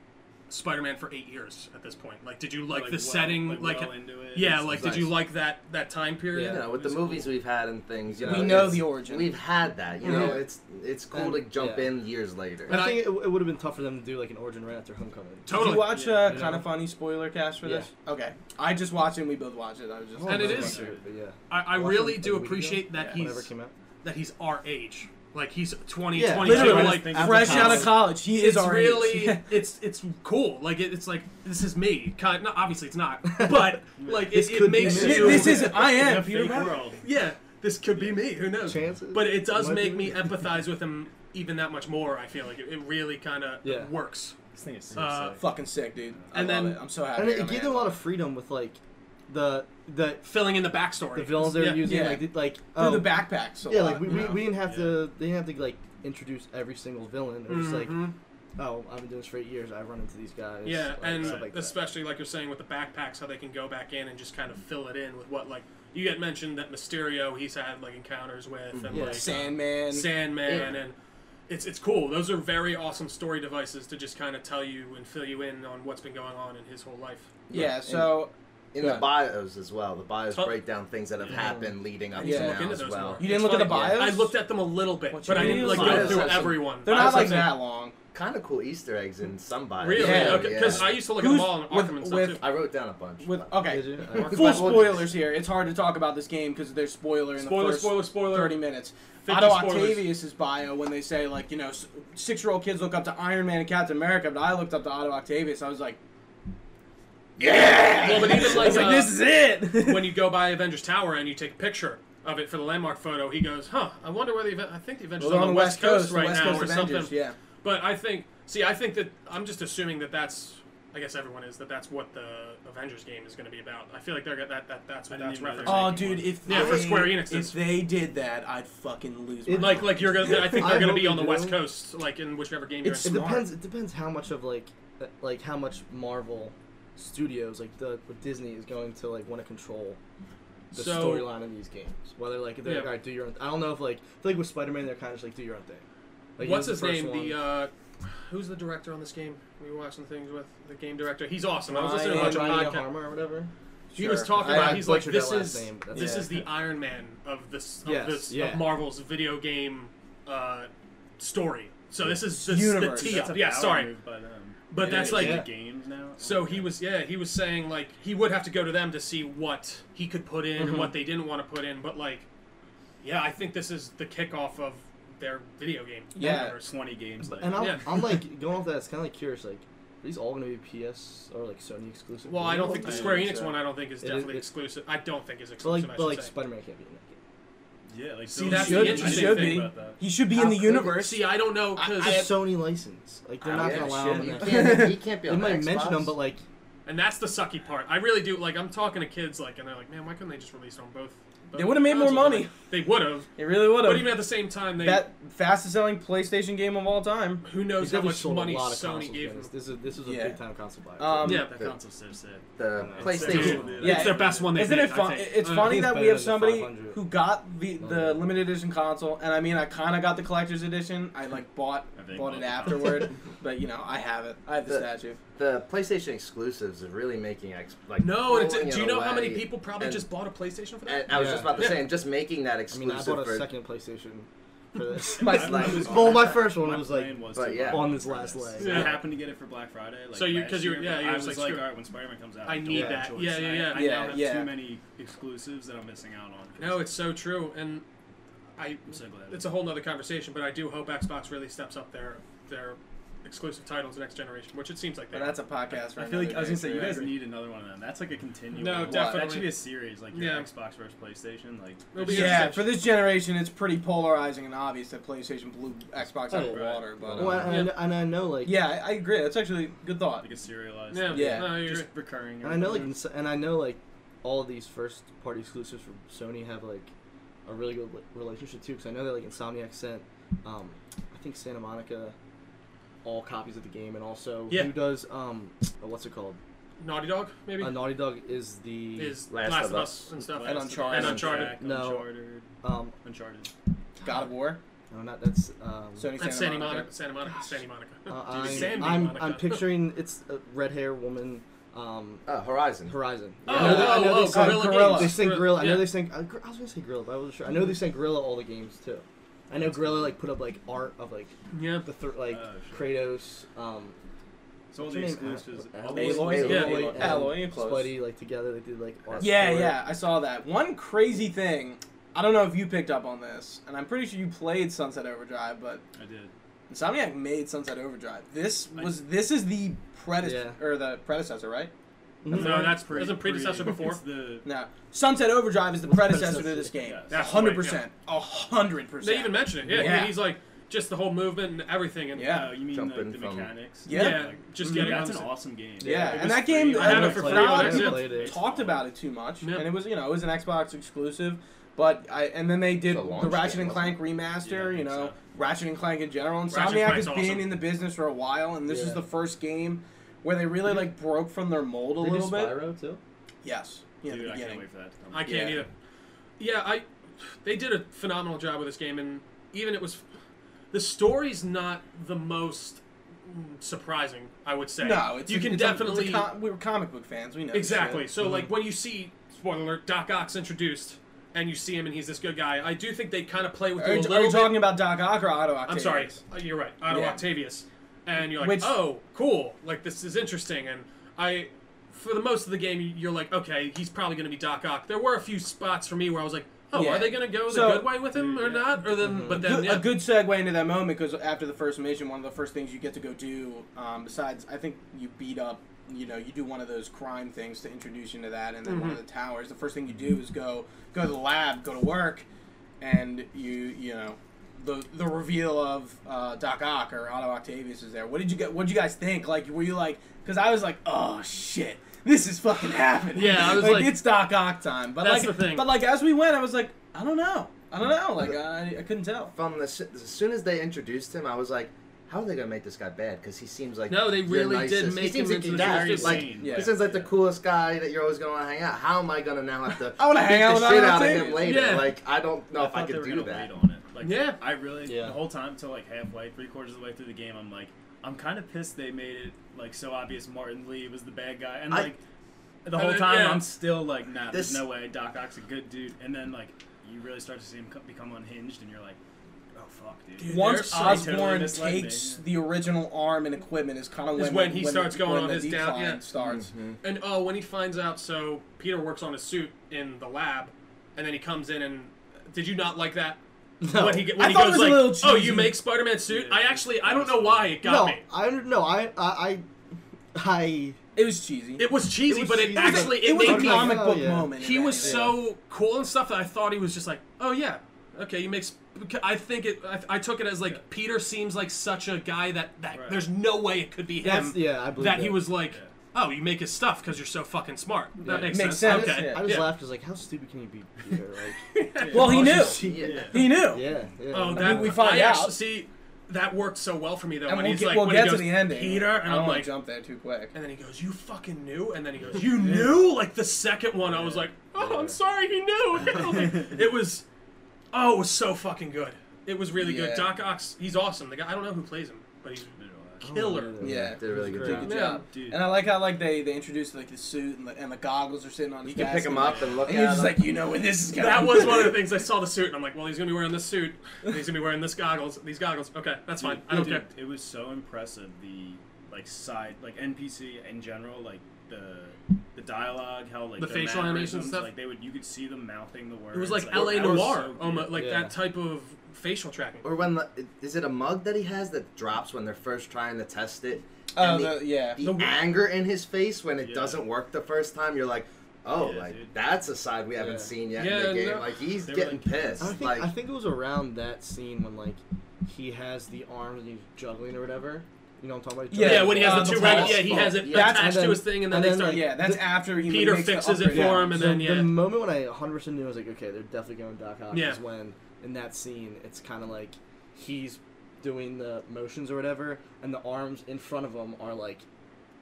Speaker 2: Spider-Man for eight years at this point? Like, did you like, the
Speaker 4: well-
Speaker 2: setting? Like,
Speaker 4: well into it.
Speaker 2: yeah,
Speaker 4: It's-
Speaker 2: like
Speaker 4: it's
Speaker 2: did you
Speaker 3: nice.
Speaker 2: like that that time period?
Speaker 3: you know, with the
Speaker 4: It's cool.
Speaker 3: movies we've had and things, you know,
Speaker 5: We know
Speaker 3: it's-
Speaker 5: the origin.
Speaker 3: We've had that, you know.
Speaker 1: Yeah.
Speaker 3: It's it's
Speaker 5: And-
Speaker 3: cool to jump
Speaker 5: yeah.
Speaker 3: in years later.
Speaker 2: And
Speaker 5: I
Speaker 2: I-
Speaker 5: think it, it would have been tough for them to do like an origin right after Homecoming.
Speaker 1: did
Speaker 2: Totally.
Speaker 1: you watch
Speaker 4: Yeah,
Speaker 1: uh,
Speaker 5: you know.
Speaker 1: kind of funny spoiler cast for this? Okay, I just watched it. and We both watched it. I was just
Speaker 2: And it
Speaker 5: Homecoming,
Speaker 2: is-
Speaker 5: but yeah,
Speaker 2: I, I
Speaker 5: Watched
Speaker 2: really
Speaker 5: it
Speaker 2: do
Speaker 5: a week ago?
Speaker 2: appreciate that
Speaker 1: Yeah.
Speaker 5: whenever it
Speaker 2: he's
Speaker 5: came out.
Speaker 2: that he's our age. Like he's 20,
Speaker 5: Yeah,
Speaker 2: 22.
Speaker 1: literally
Speaker 2: like
Speaker 4: Things
Speaker 1: fresh
Speaker 4: happen.
Speaker 1: out of college. He is
Speaker 2: it's
Speaker 1: our age.
Speaker 2: really it's it's cool. Like it, it's like this is me. Kind no, obviously it's not, but like it,
Speaker 5: This
Speaker 2: it
Speaker 5: could be
Speaker 2: makes
Speaker 5: me.
Speaker 2: you.
Speaker 1: This is I
Speaker 4: In a
Speaker 1: am
Speaker 4: fake
Speaker 1: Peter Parker.
Speaker 4: world.
Speaker 2: yeah. This could be me. Who knows?
Speaker 5: Chances?
Speaker 2: But it does
Speaker 5: Might be
Speaker 2: make me
Speaker 5: me.
Speaker 2: empathize with him even that much more. I feel like it, it really kind of
Speaker 5: Yeah.
Speaker 2: works.
Speaker 4: This thing is so
Speaker 2: Uh,
Speaker 4: sick.
Speaker 1: Fucking sick, dude. I
Speaker 2: And
Speaker 1: love
Speaker 2: then-
Speaker 1: it. I'm so happy.
Speaker 5: and it,
Speaker 1: I'm
Speaker 5: it gave
Speaker 1: happy.
Speaker 5: them a lot of freedom with like the the
Speaker 2: Filling in the backstory.
Speaker 5: the villains they were
Speaker 2: Yeah.
Speaker 5: using,
Speaker 1: Yeah.
Speaker 5: like did- like
Speaker 1: through
Speaker 5: oh,
Speaker 1: the backpacks. A
Speaker 5: yeah,
Speaker 1: lot,
Speaker 5: like we,
Speaker 1: you
Speaker 5: we,
Speaker 1: know?
Speaker 5: we didn't have
Speaker 4: Yeah.
Speaker 5: to they didn't have to like introduce every single villain. It was just like
Speaker 2: Mhm.
Speaker 5: oh I've been doing this for eight years. I've run into these guys.
Speaker 2: Yeah,
Speaker 5: like,
Speaker 2: and
Speaker 5: stuff like that.
Speaker 2: especially like you're saying with the backpacks, how they can go back in and just kind of fill it in with what like you had mentioned that Mysterio he's had like encounters with and
Speaker 5: Yeah.
Speaker 2: like
Speaker 1: Sandman.
Speaker 2: Sandman
Speaker 3: Yeah.
Speaker 2: and it's it's cool. Those are very awesome story devices to just kind of tell you and fill you in on what's been going on in his whole life.
Speaker 1: yeah. So
Speaker 3: In the
Speaker 1: Good.
Speaker 3: bios as well, the bios
Speaker 2: Oh.
Speaker 3: break down things that have happened leading up
Speaker 1: Yeah.
Speaker 3: to
Speaker 1: Look
Speaker 3: now
Speaker 2: into
Speaker 3: as
Speaker 2: those
Speaker 3: well.
Speaker 2: more.
Speaker 1: you didn't look at the
Speaker 2: It's
Speaker 1: bios.
Speaker 2: I looked at them a little bit,
Speaker 1: What
Speaker 2: but
Speaker 1: you
Speaker 2: I didn't
Speaker 1: mean?
Speaker 2: like go
Speaker 3: Bios
Speaker 2: through
Speaker 3: have some-
Speaker 2: everyone.
Speaker 1: They're not
Speaker 2: Bios
Speaker 1: like
Speaker 2: have some-
Speaker 1: that long.
Speaker 3: Kind of cool Easter eggs in some bios.
Speaker 2: Really?
Speaker 1: Yeah.
Speaker 2: Okay, because
Speaker 3: yeah.
Speaker 2: I used to look at
Speaker 1: Who's-
Speaker 2: them all in
Speaker 1: with-
Speaker 2: Arkham and stuff
Speaker 1: with-
Speaker 2: too.
Speaker 3: I wrote down a bunch.
Speaker 1: With
Speaker 5: Did
Speaker 1: okay.
Speaker 5: you?
Speaker 1: Full
Speaker 3: But we'll just-
Speaker 1: spoilers here. It's hard to talk about this game because there's spoiler in the
Speaker 2: Spoiler,
Speaker 1: first
Speaker 2: spoiler, spoiler.
Speaker 1: 30 minutes.
Speaker 2: 50
Speaker 1: Otto
Speaker 2: spoilers.
Speaker 1: Octavius' bio, when they say, like, you know, s- six year old kids look up to Iron Man and Captain America, but I looked up to Otto Octavius. I was like,
Speaker 2: Well, but even
Speaker 1: I
Speaker 2: like,
Speaker 1: was like
Speaker 2: uh,
Speaker 1: this is it!
Speaker 2: when you go by Avengers Tower and you take a picture of it for the landmark photo, he goes, "Huh? I wonder where the Aven- I think the Avengers
Speaker 1: Well,
Speaker 2: on the West Coast,
Speaker 1: the
Speaker 2: right
Speaker 1: West
Speaker 2: now
Speaker 1: Coast
Speaker 2: or
Speaker 1: Avengers,
Speaker 2: something."
Speaker 1: Yeah.
Speaker 2: But I think, see, I think that I'm just assuming that that's, I guess everyone is that that's what the Avengers game is going to be about. I feel like they're gonna- that that that's
Speaker 4: I
Speaker 2: what
Speaker 4: didn't
Speaker 2: that's
Speaker 4: even know
Speaker 2: referencing.
Speaker 1: Oh,
Speaker 4: making
Speaker 1: dude,
Speaker 4: one.
Speaker 1: if
Speaker 2: Yeah,
Speaker 1: they,
Speaker 2: for Square Enix,
Speaker 1: if
Speaker 2: it's-
Speaker 1: they did that, I'd fucking lose. My
Speaker 5: It-
Speaker 2: like like you're gonna, I think they're
Speaker 5: I
Speaker 2: gonna
Speaker 5: hope
Speaker 2: be on
Speaker 5: they
Speaker 2: the West
Speaker 5: do.
Speaker 2: Coast, like in whichever game
Speaker 5: It
Speaker 2: you're in.
Speaker 1: smart.
Speaker 5: depends. It depends how much of like, uh, like how much Marvel Studios, like the with Disney, is going to like want to control the
Speaker 2: So-
Speaker 5: storyline of these games. Whether like if they're like,
Speaker 2: Yeah.
Speaker 5: all right, do your own. I don't know if like I feel like with Spider Man, they're kind of just like do your own thing. Like,
Speaker 2: What's
Speaker 5: here's
Speaker 2: his
Speaker 5: the first
Speaker 2: name?
Speaker 5: one.
Speaker 2: The uh, who's the director on this game? We were watching things with the game director. He's awesome. I was
Speaker 5: Ryan,
Speaker 2: listening to a bunch of
Speaker 5: Ryan
Speaker 2: podcasts.
Speaker 5: Harmer or whatever.
Speaker 2: He
Speaker 1: Sure.
Speaker 2: was talking
Speaker 5: I-
Speaker 2: about
Speaker 5: I
Speaker 2: he's like
Speaker 5: butchered that
Speaker 2: this
Speaker 5: last
Speaker 2: is
Speaker 5: name, but that's
Speaker 2: this
Speaker 5: okay.
Speaker 2: is the Iron Man of this of
Speaker 5: Yes,
Speaker 2: this
Speaker 5: yeah.
Speaker 2: of Marvel's video game uh, story. So this is this
Speaker 1: Universe.
Speaker 2: the tee
Speaker 1: That's
Speaker 2: up.
Speaker 4: a
Speaker 2: Yeah,
Speaker 4: power
Speaker 2: sorry.
Speaker 4: move by them.
Speaker 2: But
Speaker 4: They
Speaker 2: that's
Speaker 4: make
Speaker 5: like-
Speaker 4: games now.
Speaker 2: So he was yeah, he was saying like he would have to go to them to see what he could put in and
Speaker 5: Mm-hmm.
Speaker 2: what they didn't want to put in, but like yeah, I think this is the kickoff of their video game
Speaker 1: Yeah.
Speaker 2: universe.
Speaker 4: twenty games.
Speaker 5: But,
Speaker 4: Later.
Speaker 5: and I'm,
Speaker 2: Yeah.
Speaker 5: I'm like going off that. It's kind of like curious. Like, are these all going to be PS or like Sony exclusive?
Speaker 2: Well, I don't think the
Speaker 4: Yeah.
Speaker 2: Square Enix one I don't think is
Speaker 5: It is-
Speaker 2: definitely
Speaker 5: it-
Speaker 2: exclusive. I don't think is
Speaker 5: But
Speaker 2: exclusive,
Speaker 5: like,
Speaker 2: I
Speaker 5: but
Speaker 2: should
Speaker 5: like
Speaker 2: say.
Speaker 5: Spider Man can't be in that game.
Speaker 4: yeah, like
Speaker 2: See,
Speaker 4: those-
Speaker 2: that's
Speaker 1: the
Speaker 4: I
Speaker 1: interesting
Speaker 4: didn't
Speaker 1: thing.
Speaker 4: think about that.
Speaker 1: He should be
Speaker 5: How
Speaker 1: in the
Speaker 5: could they-
Speaker 1: universe.
Speaker 2: See, I don't know
Speaker 5: It's
Speaker 2: because
Speaker 5: a Sony license. Like they're
Speaker 3: Oh,
Speaker 5: not
Speaker 3: yeah,
Speaker 5: going to allow
Speaker 3: shit.
Speaker 5: him. in
Speaker 3: You
Speaker 5: that
Speaker 3: can't- He can't be
Speaker 5: They
Speaker 3: on
Speaker 5: might
Speaker 3: Xbox.
Speaker 5: mention them, but like
Speaker 2: And that's the sucky part. I really do like. I'm talking to kids like, and they're like, "Man, why couldn't they just release it on both?" both
Speaker 1: They would've made more
Speaker 2: consoles?" I'm
Speaker 1: money.
Speaker 2: like, They would have,
Speaker 1: it really would
Speaker 2: but even at the same time, they
Speaker 1: that fastest selling PlayStation game of all time.
Speaker 2: who knows
Speaker 5: They
Speaker 2: how
Speaker 5: definitely
Speaker 2: much
Speaker 5: sold a
Speaker 2: money
Speaker 5: lot of
Speaker 2: Sony
Speaker 5: consoles,
Speaker 2: gave
Speaker 5: man.
Speaker 2: them.
Speaker 5: This- This is this is a
Speaker 1: Yeah.
Speaker 5: big time console buyer.
Speaker 1: Um,
Speaker 2: yeah, that
Speaker 3: the-
Speaker 2: console's
Speaker 4: so sick.
Speaker 3: the
Speaker 5: It's
Speaker 3: PlayStation.
Speaker 2: Dude,
Speaker 1: Yeah.
Speaker 2: it's their best one. They've
Speaker 1: Isn't
Speaker 2: made,
Speaker 1: it
Speaker 2: I
Speaker 1: fun?
Speaker 2: think.
Speaker 1: It's
Speaker 2: Uh,
Speaker 1: funny
Speaker 5: it's
Speaker 1: that
Speaker 5: better
Speaker 1: we have
Speaker 5: than
Speaker 1: somebody
Speaker 5: 500.
Speaker 1: who got the the limited edition console, and I mean, I kind of got the collector's edition. I like bought
Speaker 4: I think
Speaker 1: bought
Speaker 4: both
Speaker 1: it
Speaker 4: the
Speaker 1: afterward, but you know, I have it. I have the
Speaker 3: The-
Speaker 1: statue.
Speaker 3: The PlayStation exclusives are really making ex- like
Speaker 2: No, and
Speaker 3: pulling
Speaker 2: it's, do you
Speaker 3: it
Speaker 2: know how many
Speaker 3: away.
Speaker 2: people probably
Speaker 3: And-
Speaker 2: just bought a PlayStation for that?
Speaker 3: And I was
Speaker 5: Yeah.
Speaker 3: just about to
Speaker 2: Yeah.
Speaker 3: say, and just making
Speaker 5: I
Speaker 3: that
Speaker 5: mean, I
Speaker 3: exclusive
Speaker 5: bought a
Speaker 3: for
Speaker 5: second PlayStation for this.
Speaker 1: My-
Speaker 4: I- I
Speaker 3: like-
Speaker 4: was-
Speaker 5: well, my first one
Speaker 4: my
Speaker 5: was like
Speaker 4: plan was
Speaker 3: But
Speaker 4: to
Speaker 3: yeah.
Speaker 4: buy
Speaker 5: On
Speaker 4: it
Speaker 5: this
Speaker 4: for
Speaker 5: last
Speaker 4: this.
Speaker 5: leg.
Speaker 2: Yeah.
Speaker 4: I happened to get it for Black Friday. Like
Speaker 2: So you- 'cause
Speaker 4: last
Speaker 2: you were-
Speaker 4: year,
Speaker 2: yeah,
Speaker 4: but
Speaker 2: you
Speaker 4: I
Speaker 2: were
Speaker 4: was
Speaker 2: just
Speaker 4: like,
Speaker 2: like,
Speaker 4: all right, when Spider Man comes out,
Speaker 2: I
Speaker 4: don't
Speaker 2: need
Speaker 4: have a
Speaker 2: that.
Speaker 4: choice.
Speaker 2: Yeah, yeah,
Speaker 4: I-
Speaker 2: yeah.
Speaker 4: I,
Speaker 1: Yeah,
Speaker 4: now have
Speaker 1: yeah.
Speaker 4: too many exclusives that I'm missing out on.
Speaker 2: No, it's so true, and I.
Speaker 4: I'm so glad.
Speaker 2: It's a whole nother conversation, but I do hope Xbox really steps up their their exclusive titles next generation, which it seems like they.
Speaker 1: But that's a podcast. For
Speaker 4: I feel like I
Speaker 1: another
Speaker 4: was
Speaker 1: day,
Speaker 4: gonna say you
Speaker 1: so I
Speaker 4: guys
Speaker 1: agree.
Speaker 4: need another one of them. That's like a continuum.
Speaker 2: No,
Speaker 4: That
Speaker 2: definitely.
Speaker 4: should be a series, like your
Speaker 2: Yeah.
Speaker 4: Xbox versus PlayStation. Like
Speaker 2: It'll be
Speaker 1: Yeah,
Speaker 2: interesting.
Speaker 1: for this generation, it's pretty polarizing and obvious that PlayStation blew Xbox out of the
Speaker 4: Right.
Speaker 1: water.
Speaker 2: Oh,
Speaker 1: But
Speaker 5: Well,
Speaker 1: uh,
Speaker 5: and, and, and I know like
Speaker 1: yeah, I, I agree. That's actually a good thought.
Speaker 4: like a serialized.
Speaker 2: Yeah,
Speaker 4: thing.
Speaker 1: Yeah.
Speaker 2: No, you're
Speaker 4: just
Speaker 2: right.
Speaker 4: recurring.
Speaker 5: and I know like ins- and I know like all of these first party exclusives from Sony have like a really good li- relationship too because I know that like Insomniac sent um, I think Santa Monica all copies of the game and also
Speaker 2: Yeah.
Speaker 5: who does um uh, what's it called
Speaker 2: Naughty Dog, maybe
Speaker 5: uh, Naughty Dog is the
Speaker 2: is Last,
Speaker 3: Last
Speaker 2: of,
Speaker 3: of
Speaker 2: Us and stuff.
Speaker 1: And
Speaker 4: Last of
Speaker 1: Uncharted.
Speaker 4: Us,
Speaker 2: And Uncharted.
Speaker 4: Jack,
Speaker 5: No.
Speaker 4: Uncharted.
Speaker 5: um
Speaker 4: Uncharted.
Speaker 1: God of War.
Speaker 5: No, not that's. Um,
Speaker 1: Sony
Speaker 2: That's
Speaker 1: Santa
Speaker 2: Santa
Speaker 1: Monica.
Speaker 2: Monica. Santa Monica. Santa Monica.
Speaker 5: uh,
Speaker 2: Dude,
Speaker 5: I'm,
Speaker 2: Sandy
Speaker 5: I'm,
Speaker 2: Monica.
Speaker 5: I'm picturing it's a red hair woman. Um,
Speaker 3: Uh, Horizon.
Speaker 5: Horizon.
Speaker 2: Oh,
Speaker 5: I know they- I know
Speaker 2: oh,
Speaker 5: they
Speaker 2: oh,
Speaker 5: sang-
Speaker 2: Gorilla
Speaker 1: Gorilla.
Speaker 5: They
Speaker 2: Games.
Speaker 5: sing
Speaker 2: Gorilla-
Speaker 5: Gorilla. I know
Speaker 2: yeah.
Speaker 5: they sing. I gr- I was gonna say Gorilla, but I wasn't sure. I know they sang Gorilla all the games too. I know Gorilla like put up like art of like
Speaker 2: yeah.
Speaker 5: the thir- like
Speaker 4: Oh, shit.
Speaker 5: Kratos, um,
Speaker 4: So all the
Speaker 5: What's her name?
Speaker 4: exclusives.
Speaker 5: Al-
Speaker 4: all the-
Speaker 1: Aloy.
Speaker 2: Yeah.
Speaker 5: Aloy,
Speaker 1: Aloy.
Speaker 5: and
Speaker 1: Aloy, you're close.
Speaker 5: Spidey like together. They did like art.
Speaker 1: Yeah,
Speaker 5: for it.
Speaker 1: yeah, I saw that. One crazy thing. I don't know if you picked up on this, and I'm pretty sure you played Sunset Overdrive, but
Speaker 4: I did.
Speaker 1: Insomniac made Sunset Overdrive. This
Speaker 4: I-
Speaker 1: was this is the predecessor
Speaker 5: Yeah.
Speaker 1: or the predecessor, right?
Speaker 5: Mhm.
Speaker 2: No, that's
Speaker 4: pretty.
Speaker 2: wasn't predecessor before?
Speaker 4: It's the
Speaker 1: No. Sunset Overdrive is the
Speaker 5: Was
Speaker 1: predecessor to
Speaker 5: predecessor,
Speaker 1: this game.
Speaker 4: yes.
Speaker 1: A
Speaker 2: That's
Speaker 1: hundred
Speaker 2: right, yeah.
Speaker 1: percent. A hundred percent.
Speaker 2: They even mention it.
Speaker 1: Yeah.
Speaker 2: Yeah. yeah. He's like just the whole movement and everything. And
Speaker 1: Yeah.
Speaker 4: Oh, you mean
Speaker 3: Jumping
Speaker 4: like, the
Speaker 3: from-
Speaker 4: mechanics?
Speaker 1: Yeah. Mm-hmm.
Speaker 2: Yeah, just
Speaker 4: mm,
Speaker 2: getting
Speaker 4: That's
Speaker 2: on
Speaker 4: an
Speaker 2: the-
Speaker 4: awesome game.
Speaker 1: Yeah,
Speaker 4: It
Speaker 1: and
Speaker 4: was
Speaker 1: that game-
Speaker 4: free.
Speaker 1: I had
Speaker 5: never
Speaker 1: it for
Speaker 5: played
Speaker 1: free,
Speaker 5: I
Speaker 1: but
Speaker 5: never
Speaker 1: it's-
Speaker 5: played it.
Speaker 1: talked about it too much,
Speaker 2: Yeah.
Speaker 1: and it was you know it was an Xbox exclusive, but I and then they did
Speaker 3: It's a launch
Speaker 1: the Ratchet
Speaker 3: game,
Speaker 1: and
Speaker 3: wasn't
Speaker 1: Clank remaster.
Speaker 4: Yeah, I
Speaker 1: you
Speaker 4: think
Speaker 1: know,
Speaker 4: so.
Speaker 1: Ratchet and Clank in general. And
Speaker 2: Ratchet
Speaker 1: Insomniac has
Speaker 2: Clank's
Speaker 1: been
Speaker 2: awesome.
Speaker 1: in the business for a while, and this is
Speaker 5: Yeah.
Speaker 1: the first game where they really like broke from their mold a
Speaker 5: They do
Speaker 1: little bit.
Speaker 5: Spyro too.
Speaker 1: Yes, yeah,
Speaker 4: Dude,
Speaker 1: the
Speaker 4: I can't
Speaker 1: beginning.
Speaker 4: wait for that to come.
Speaker 2: I
Speaker 1: Yeah.
Speaker 2: can't either. Yeah, I. They did a phenomenal job with this game, and even it was. The story's not the most mm, surprising, I would say.
Speaker 1: No, it's
Speaker 2: you
Speaker 1: a-
Speaker 2: can
Speaker 1: it's a- Mm-hmm. it's a
Speaker 2: definitely
Speaker 1: com- we were comic book fans. We know this
Speaker 2: exactly.
Speaker 1: shit.
Speaker 2: So like when you see spoiler alert, Doc Ock's introduced, and you see him, and he's this good guy. I do think they kind of play with it
Speaker 1: Are
Speaker 2: a
Speaker 1: you,
Speaker 2: little
Speaker 1: are you
Speaker 2: bit.
Speaker 1: talking about Doc Ock or Otto
Speaker 2: I'm
Speaker 1: Octavius?
Speaker 2: sorry, uh, you're right, Otto
Speaker 1: Yeah.
Speaker 2: Octavius, and you're like,
Speaker 1: Which-
Speaker 2: oh, cool, like this is interesting, and I, for the most of the game, you're like, okay, he's probably going to be Doc Ock. There were a few spots for me where I was like, oh,
Speaker 1: Yeah.
Speaker 2: are they going to go the
Speaker 1: So- Mm-hmm.
Speaker 2: good way with him or
Speaker 4: Mm, Yeah.
Speaker 2: not? Or then, but then,
Speaker 1: Good-
Speaker 2: yeah.
Speaker 1: a good segue into that moment because after the first mission, one of the first things you get to go do, um, besides, I think you beat up, you know, you do one of those crime things to introduce you to that, and then one of the towers. The first thing you do is go go to the lab, go to work, and you you know, the the reveal of uh, Doc Ock or Otto Octavius is there. What did you get? What did you guys think? Like, were you like? Because I was like, oh shit. This is fucking happening.
Speaker 2: Yeah, I was like-
Speaker 1: it's Doc Ock time. But
Speaker 2: That's
Speaker 1: like,
Speaker 2: the thing.
Speaker 1: But like, as we went, I was like, I don't know, I don't know. Like, I, I couldn't tell.
Speaker 3: From the s- as soon as they introduced him, I was like, how are they gonna make this guy bad? Because he seems like
Speaker 2: No, they
Speaker 3: the
Speaker 2: really did
Speaker 3: nicest-
Speaker 2: make
Speaker 3: he seems
Speaker 2: him
Speaker 3: like
Speaker 2: into
Speaker 3: the
Speaker 2: the
Speaker 3: guy,
Speaker 2: darkest
Speaker 3: like
Speaker 2: scene.
Speaker 1: Yeah.
Speaker 3: he seems like the coolest guy that you're always gonna want to hang out. How am I gonna now have to
Speaker 1: I wanna
Speaker 3: beat
Speaker 1: hang out
Speaker 3: the
Speaker 1: with
Speaker 3: shit
Speaker 1: Iron
Speaker 3: out of
Speaker 1: Man.
Speaker 3: him later?
Speaker 2: Yeah.
Speaker 3: Like I don't know if I
Speaker 4: thought they
Speaker 3: could
Speaker 4: were
Speaker 3: do
Speaker 4: gonna
Speaker 3: that.
Speaker 4: wait on it. Like,
Speaker 2: Yeah.
Speaker 4: I really
Speaker 5: Yeah.
Speaker 4: the whole time till like halfway, three quarters of the way through the game, I'm like, I'm kind of pissed they made it like so obvious Martin Lee was the bad guy, and
Speaker 3: I-
Speaker 4: like the
Speaker 2: I
Speaker 4: whole
Speaker 2: mean,
Speaker 4: time
Speaker 2: yeah.
Speaker 4: I'm still like, nah,
Speaker 3: This-
Speaker 4: there's no way Doc Ock's a good dude, and then like you really start to see him co- become unhinged, and you're like, oh fuck, dude.
Speaker 1: Once
Speaker 2: Their eyes
Speaker 4: totally
Speaker 1: Osborne
Speaker 4: misled me.
Speaker 1: takes the original arm and equipment is kind of when,
Speaker 2: Is when he starts going
Speaker 1: when
Speaker 2: on
Speaker 1: the
Speaker 2: his down-
Speaker 1: decline
Speaker 2: yeah.
Speaker 1: starts.
Speaker 2: And oh, when he finds out, so Peter works on a suit in the lab, and then he comes in and did you not like that?
Speaker 5: No.
Speaker 2: When he when
Speaker 1: I
Speaker 2: he
Speaker 1: thought it
Speaker 2: goes
Speaker 1: was a
Speaker 2: like,
Speaker 1: little
Speaker 2: oh,
Speaker 1: cheesy."
Speaker 2: you make Spider-Man suit?
Speaker 4: Yeah.
Speaker 2: I actually I don't know why it got
Speaker 5: no,
Speaker 2: me.
Speaker 5: I no, I I I,
Speaker 1: It was cheesy.
Speaker 2: It was cheesy,
Speaker 5: was
Speaker 2: but it
Speaker 5: cheesy, but
Speaker 2: actually it,
Speaker 1: It was
Speaker 2: made
Speaker 1: a
Speaker 2: me.
Speaker 1: comic
Speaker 5: Oh,
Speaker 1: book
Speaker 5: yeah.
Speaker 1: moment.
Speaker 2: he
Speaker 1: in
Speaker 2: was
Speaker 1: that, yeah.
Speaker 2: so cool and stuff that I thought he was just like, oh yeah, okay, he makes. I think it. I, I took it as like Peter seems like such a guy that that
Speaker 4: Right.
Speaker 2: there's no way it could be him.
Speaker 5: That's- yeah, I believe
Speaker 2: that he
Speaker 5: that.
Speaker 2: was like,
Speaker 4: Yeah.
Speaker 2: oh, you make his stuff because you're so fucking smart. That
Speaker 1: Yeah.
Speaker 2: makes,
Speaker 1: Makes
Speaker 2: sense.
Speaker 1: sense,
Speaker 2: Okay.
Speaker 1: yeah.
Speaker 5: I just
Speaker 2: yeah.
Speaker 5: laughed. I was like, how stupid can you be, Peter? Like,
Speaker 1: Well, he knew.
Speaker 5: Yeah.
Speaker 3: Yeah.
Speaker 1: He knew.
Speaker 5: Yeah. yeah.
Speaker 2: Oh,
Speaker 1: mean,
Speaker 2: that
Speaker 1: we find
Speaker 2: I
Speaker 1: out.
Speaker 2: Actually, see, that worked so well for me though.
Speaker 1: And
Speaker 2: when
Speaker 1: we'll
Speaker 2: he's
Speaker 1: get,
Speaker 2: like,
Speaker 1: we'll
Speaker 2: when
Speaker 1: get
Speaker 2: he
Speaker 1: to
Speaker 2: goes,
Speaker 1: the ending.
Speaker 2: Peter, and
Speaker 1: I
Speaker 2: I'm
Speaker 1: don't wanna
Speaker 2: like,
Speaker 1: jump there too quick.
Speaker 2: and then he goes, "You fucking knew," and then he goes, "You knew." Like the second one, I was like, "Oh, I'm sorry, he knew." it was, oh, it was so fucking good. It was really
Speaker 1: Yeah.
Speaker 2: good. Doc Ock's, he's awesome. The guy, I don't know who plays him, but he's
Speaker 4: Oh,
Speaker 2: killer.
Speaker 1: Yeah,
Speaker 3: Did a really good
Speaker 5: Great.
Speaker 1: Good
Speaker 3: job.
Speaker 2: Yeah.
Speaker 1: job.
Speaker 4: Dude.
Speaker 1: And I like how like they they introduced like the suit and the, and the goggles are sitting on his
Speaker 3: You can pick
Speaker 1: desk
Speaker 3: him
Speaker 1: and-
Speaker 3: up and look
Speaker 1: And
Speaker 3: at
Speaker 1: you're just
Speaker 3: him.
Speaker 1: like, you know when this is going.
Speaker 2: That was one of the things I saw the suit, and I'm like, "Well, he's gonna be wearing this suit. and he's gonna be wearing this goggles. These goggles. Okay, that's fine. I don't
Speaker 4: Dude,
Speaker 2: care."
Speaker 4: It was so impressive the like side like NPC in general like the the dialogue how like
Speaker 2: The
Speaker 4: their
Speaker 2: facial animation
Speaker 4: mannerisms,
Speaker 2: stuff?
Speaker 4: like they would you could see them mouthing the words.
Speaker 2: It was like
Speaker 4: that
Speaker 2: L.A.
Speaker 4: was
Speaker 2: Noir,
Speaker 4: so
Speaker 2: almost
Speaker 4: good.
Speaker 2: like
Speaker 5: Yeah.
Speaker 2: that type of facial tracking.
Speaker 3: Or when the, is it a mug that he has that drops when they're first trying to test it?
Speaker 1: Oh
Speaker 3: And the-
Speaker 1: the- yeah.
Speaker 3: the
Speaker 2: The-
Speaker 3: anger in his face when it
Speaker 4: Yeah.
Speaker 3: doesn't work the first time, you're like, oh,
Speaker 4: Yeah,
Speaker 3: like
Speaker 4: dude.
Speaker 3: that's a side we
Speaker 5: Yeah.
Speaker 3: haven't seen yet in
Speaker 2: Yeah,
Speaker 3: the game.
Speaker 2: no.
Speaker 3: Like he's
Speaker 4: They were
Speaker 3: getting
Speaker 4: like-
Speaker 3: pissed.
Speaker 5: I think
Speaker 3: like
Speaker 5: I think it was around that scene when like he has the arms and he's juggling or whatever. You know what I'm talking about?
Speaker 1: Yeah,
Speaker 2: Yeah, when he has
Speaker 1: uh,
Speaker 2: the
Speaker 1: the
Speaker 2: two rabbits,
Speaker 1: false
Speaker 2: yeah, he has it
Speaker 3: Yeah. That's-
Speaker 2: attached
Speaker 5: and
Speaker 2: to his
Speaker 5: then-
Speaker 2: thing, and then
Speaker 5: and
Speaker 2: they
Speaker 5: then,
Speaker 2: start.
Speaker 5: like,
Speaker 1: yeah, that's
Speaker 2: the-
Speaker 1: after he
Speaker 2: Peter
Speaker 1: makes the
Speaker 2: fixes it
Speaker 1: upgrade.
Speaker 2: for him, and
Speaker 5: So
Speaker 2: then yeah,
Speaker 5: the moment when I 100 percent knew I was like, okay, they're definitely going Doc Ock.
Speaker 2: Yeah.
Speaker 5: Is when in that scene it's kind of like he's doing the motions or whatever, and the arms in front of him are like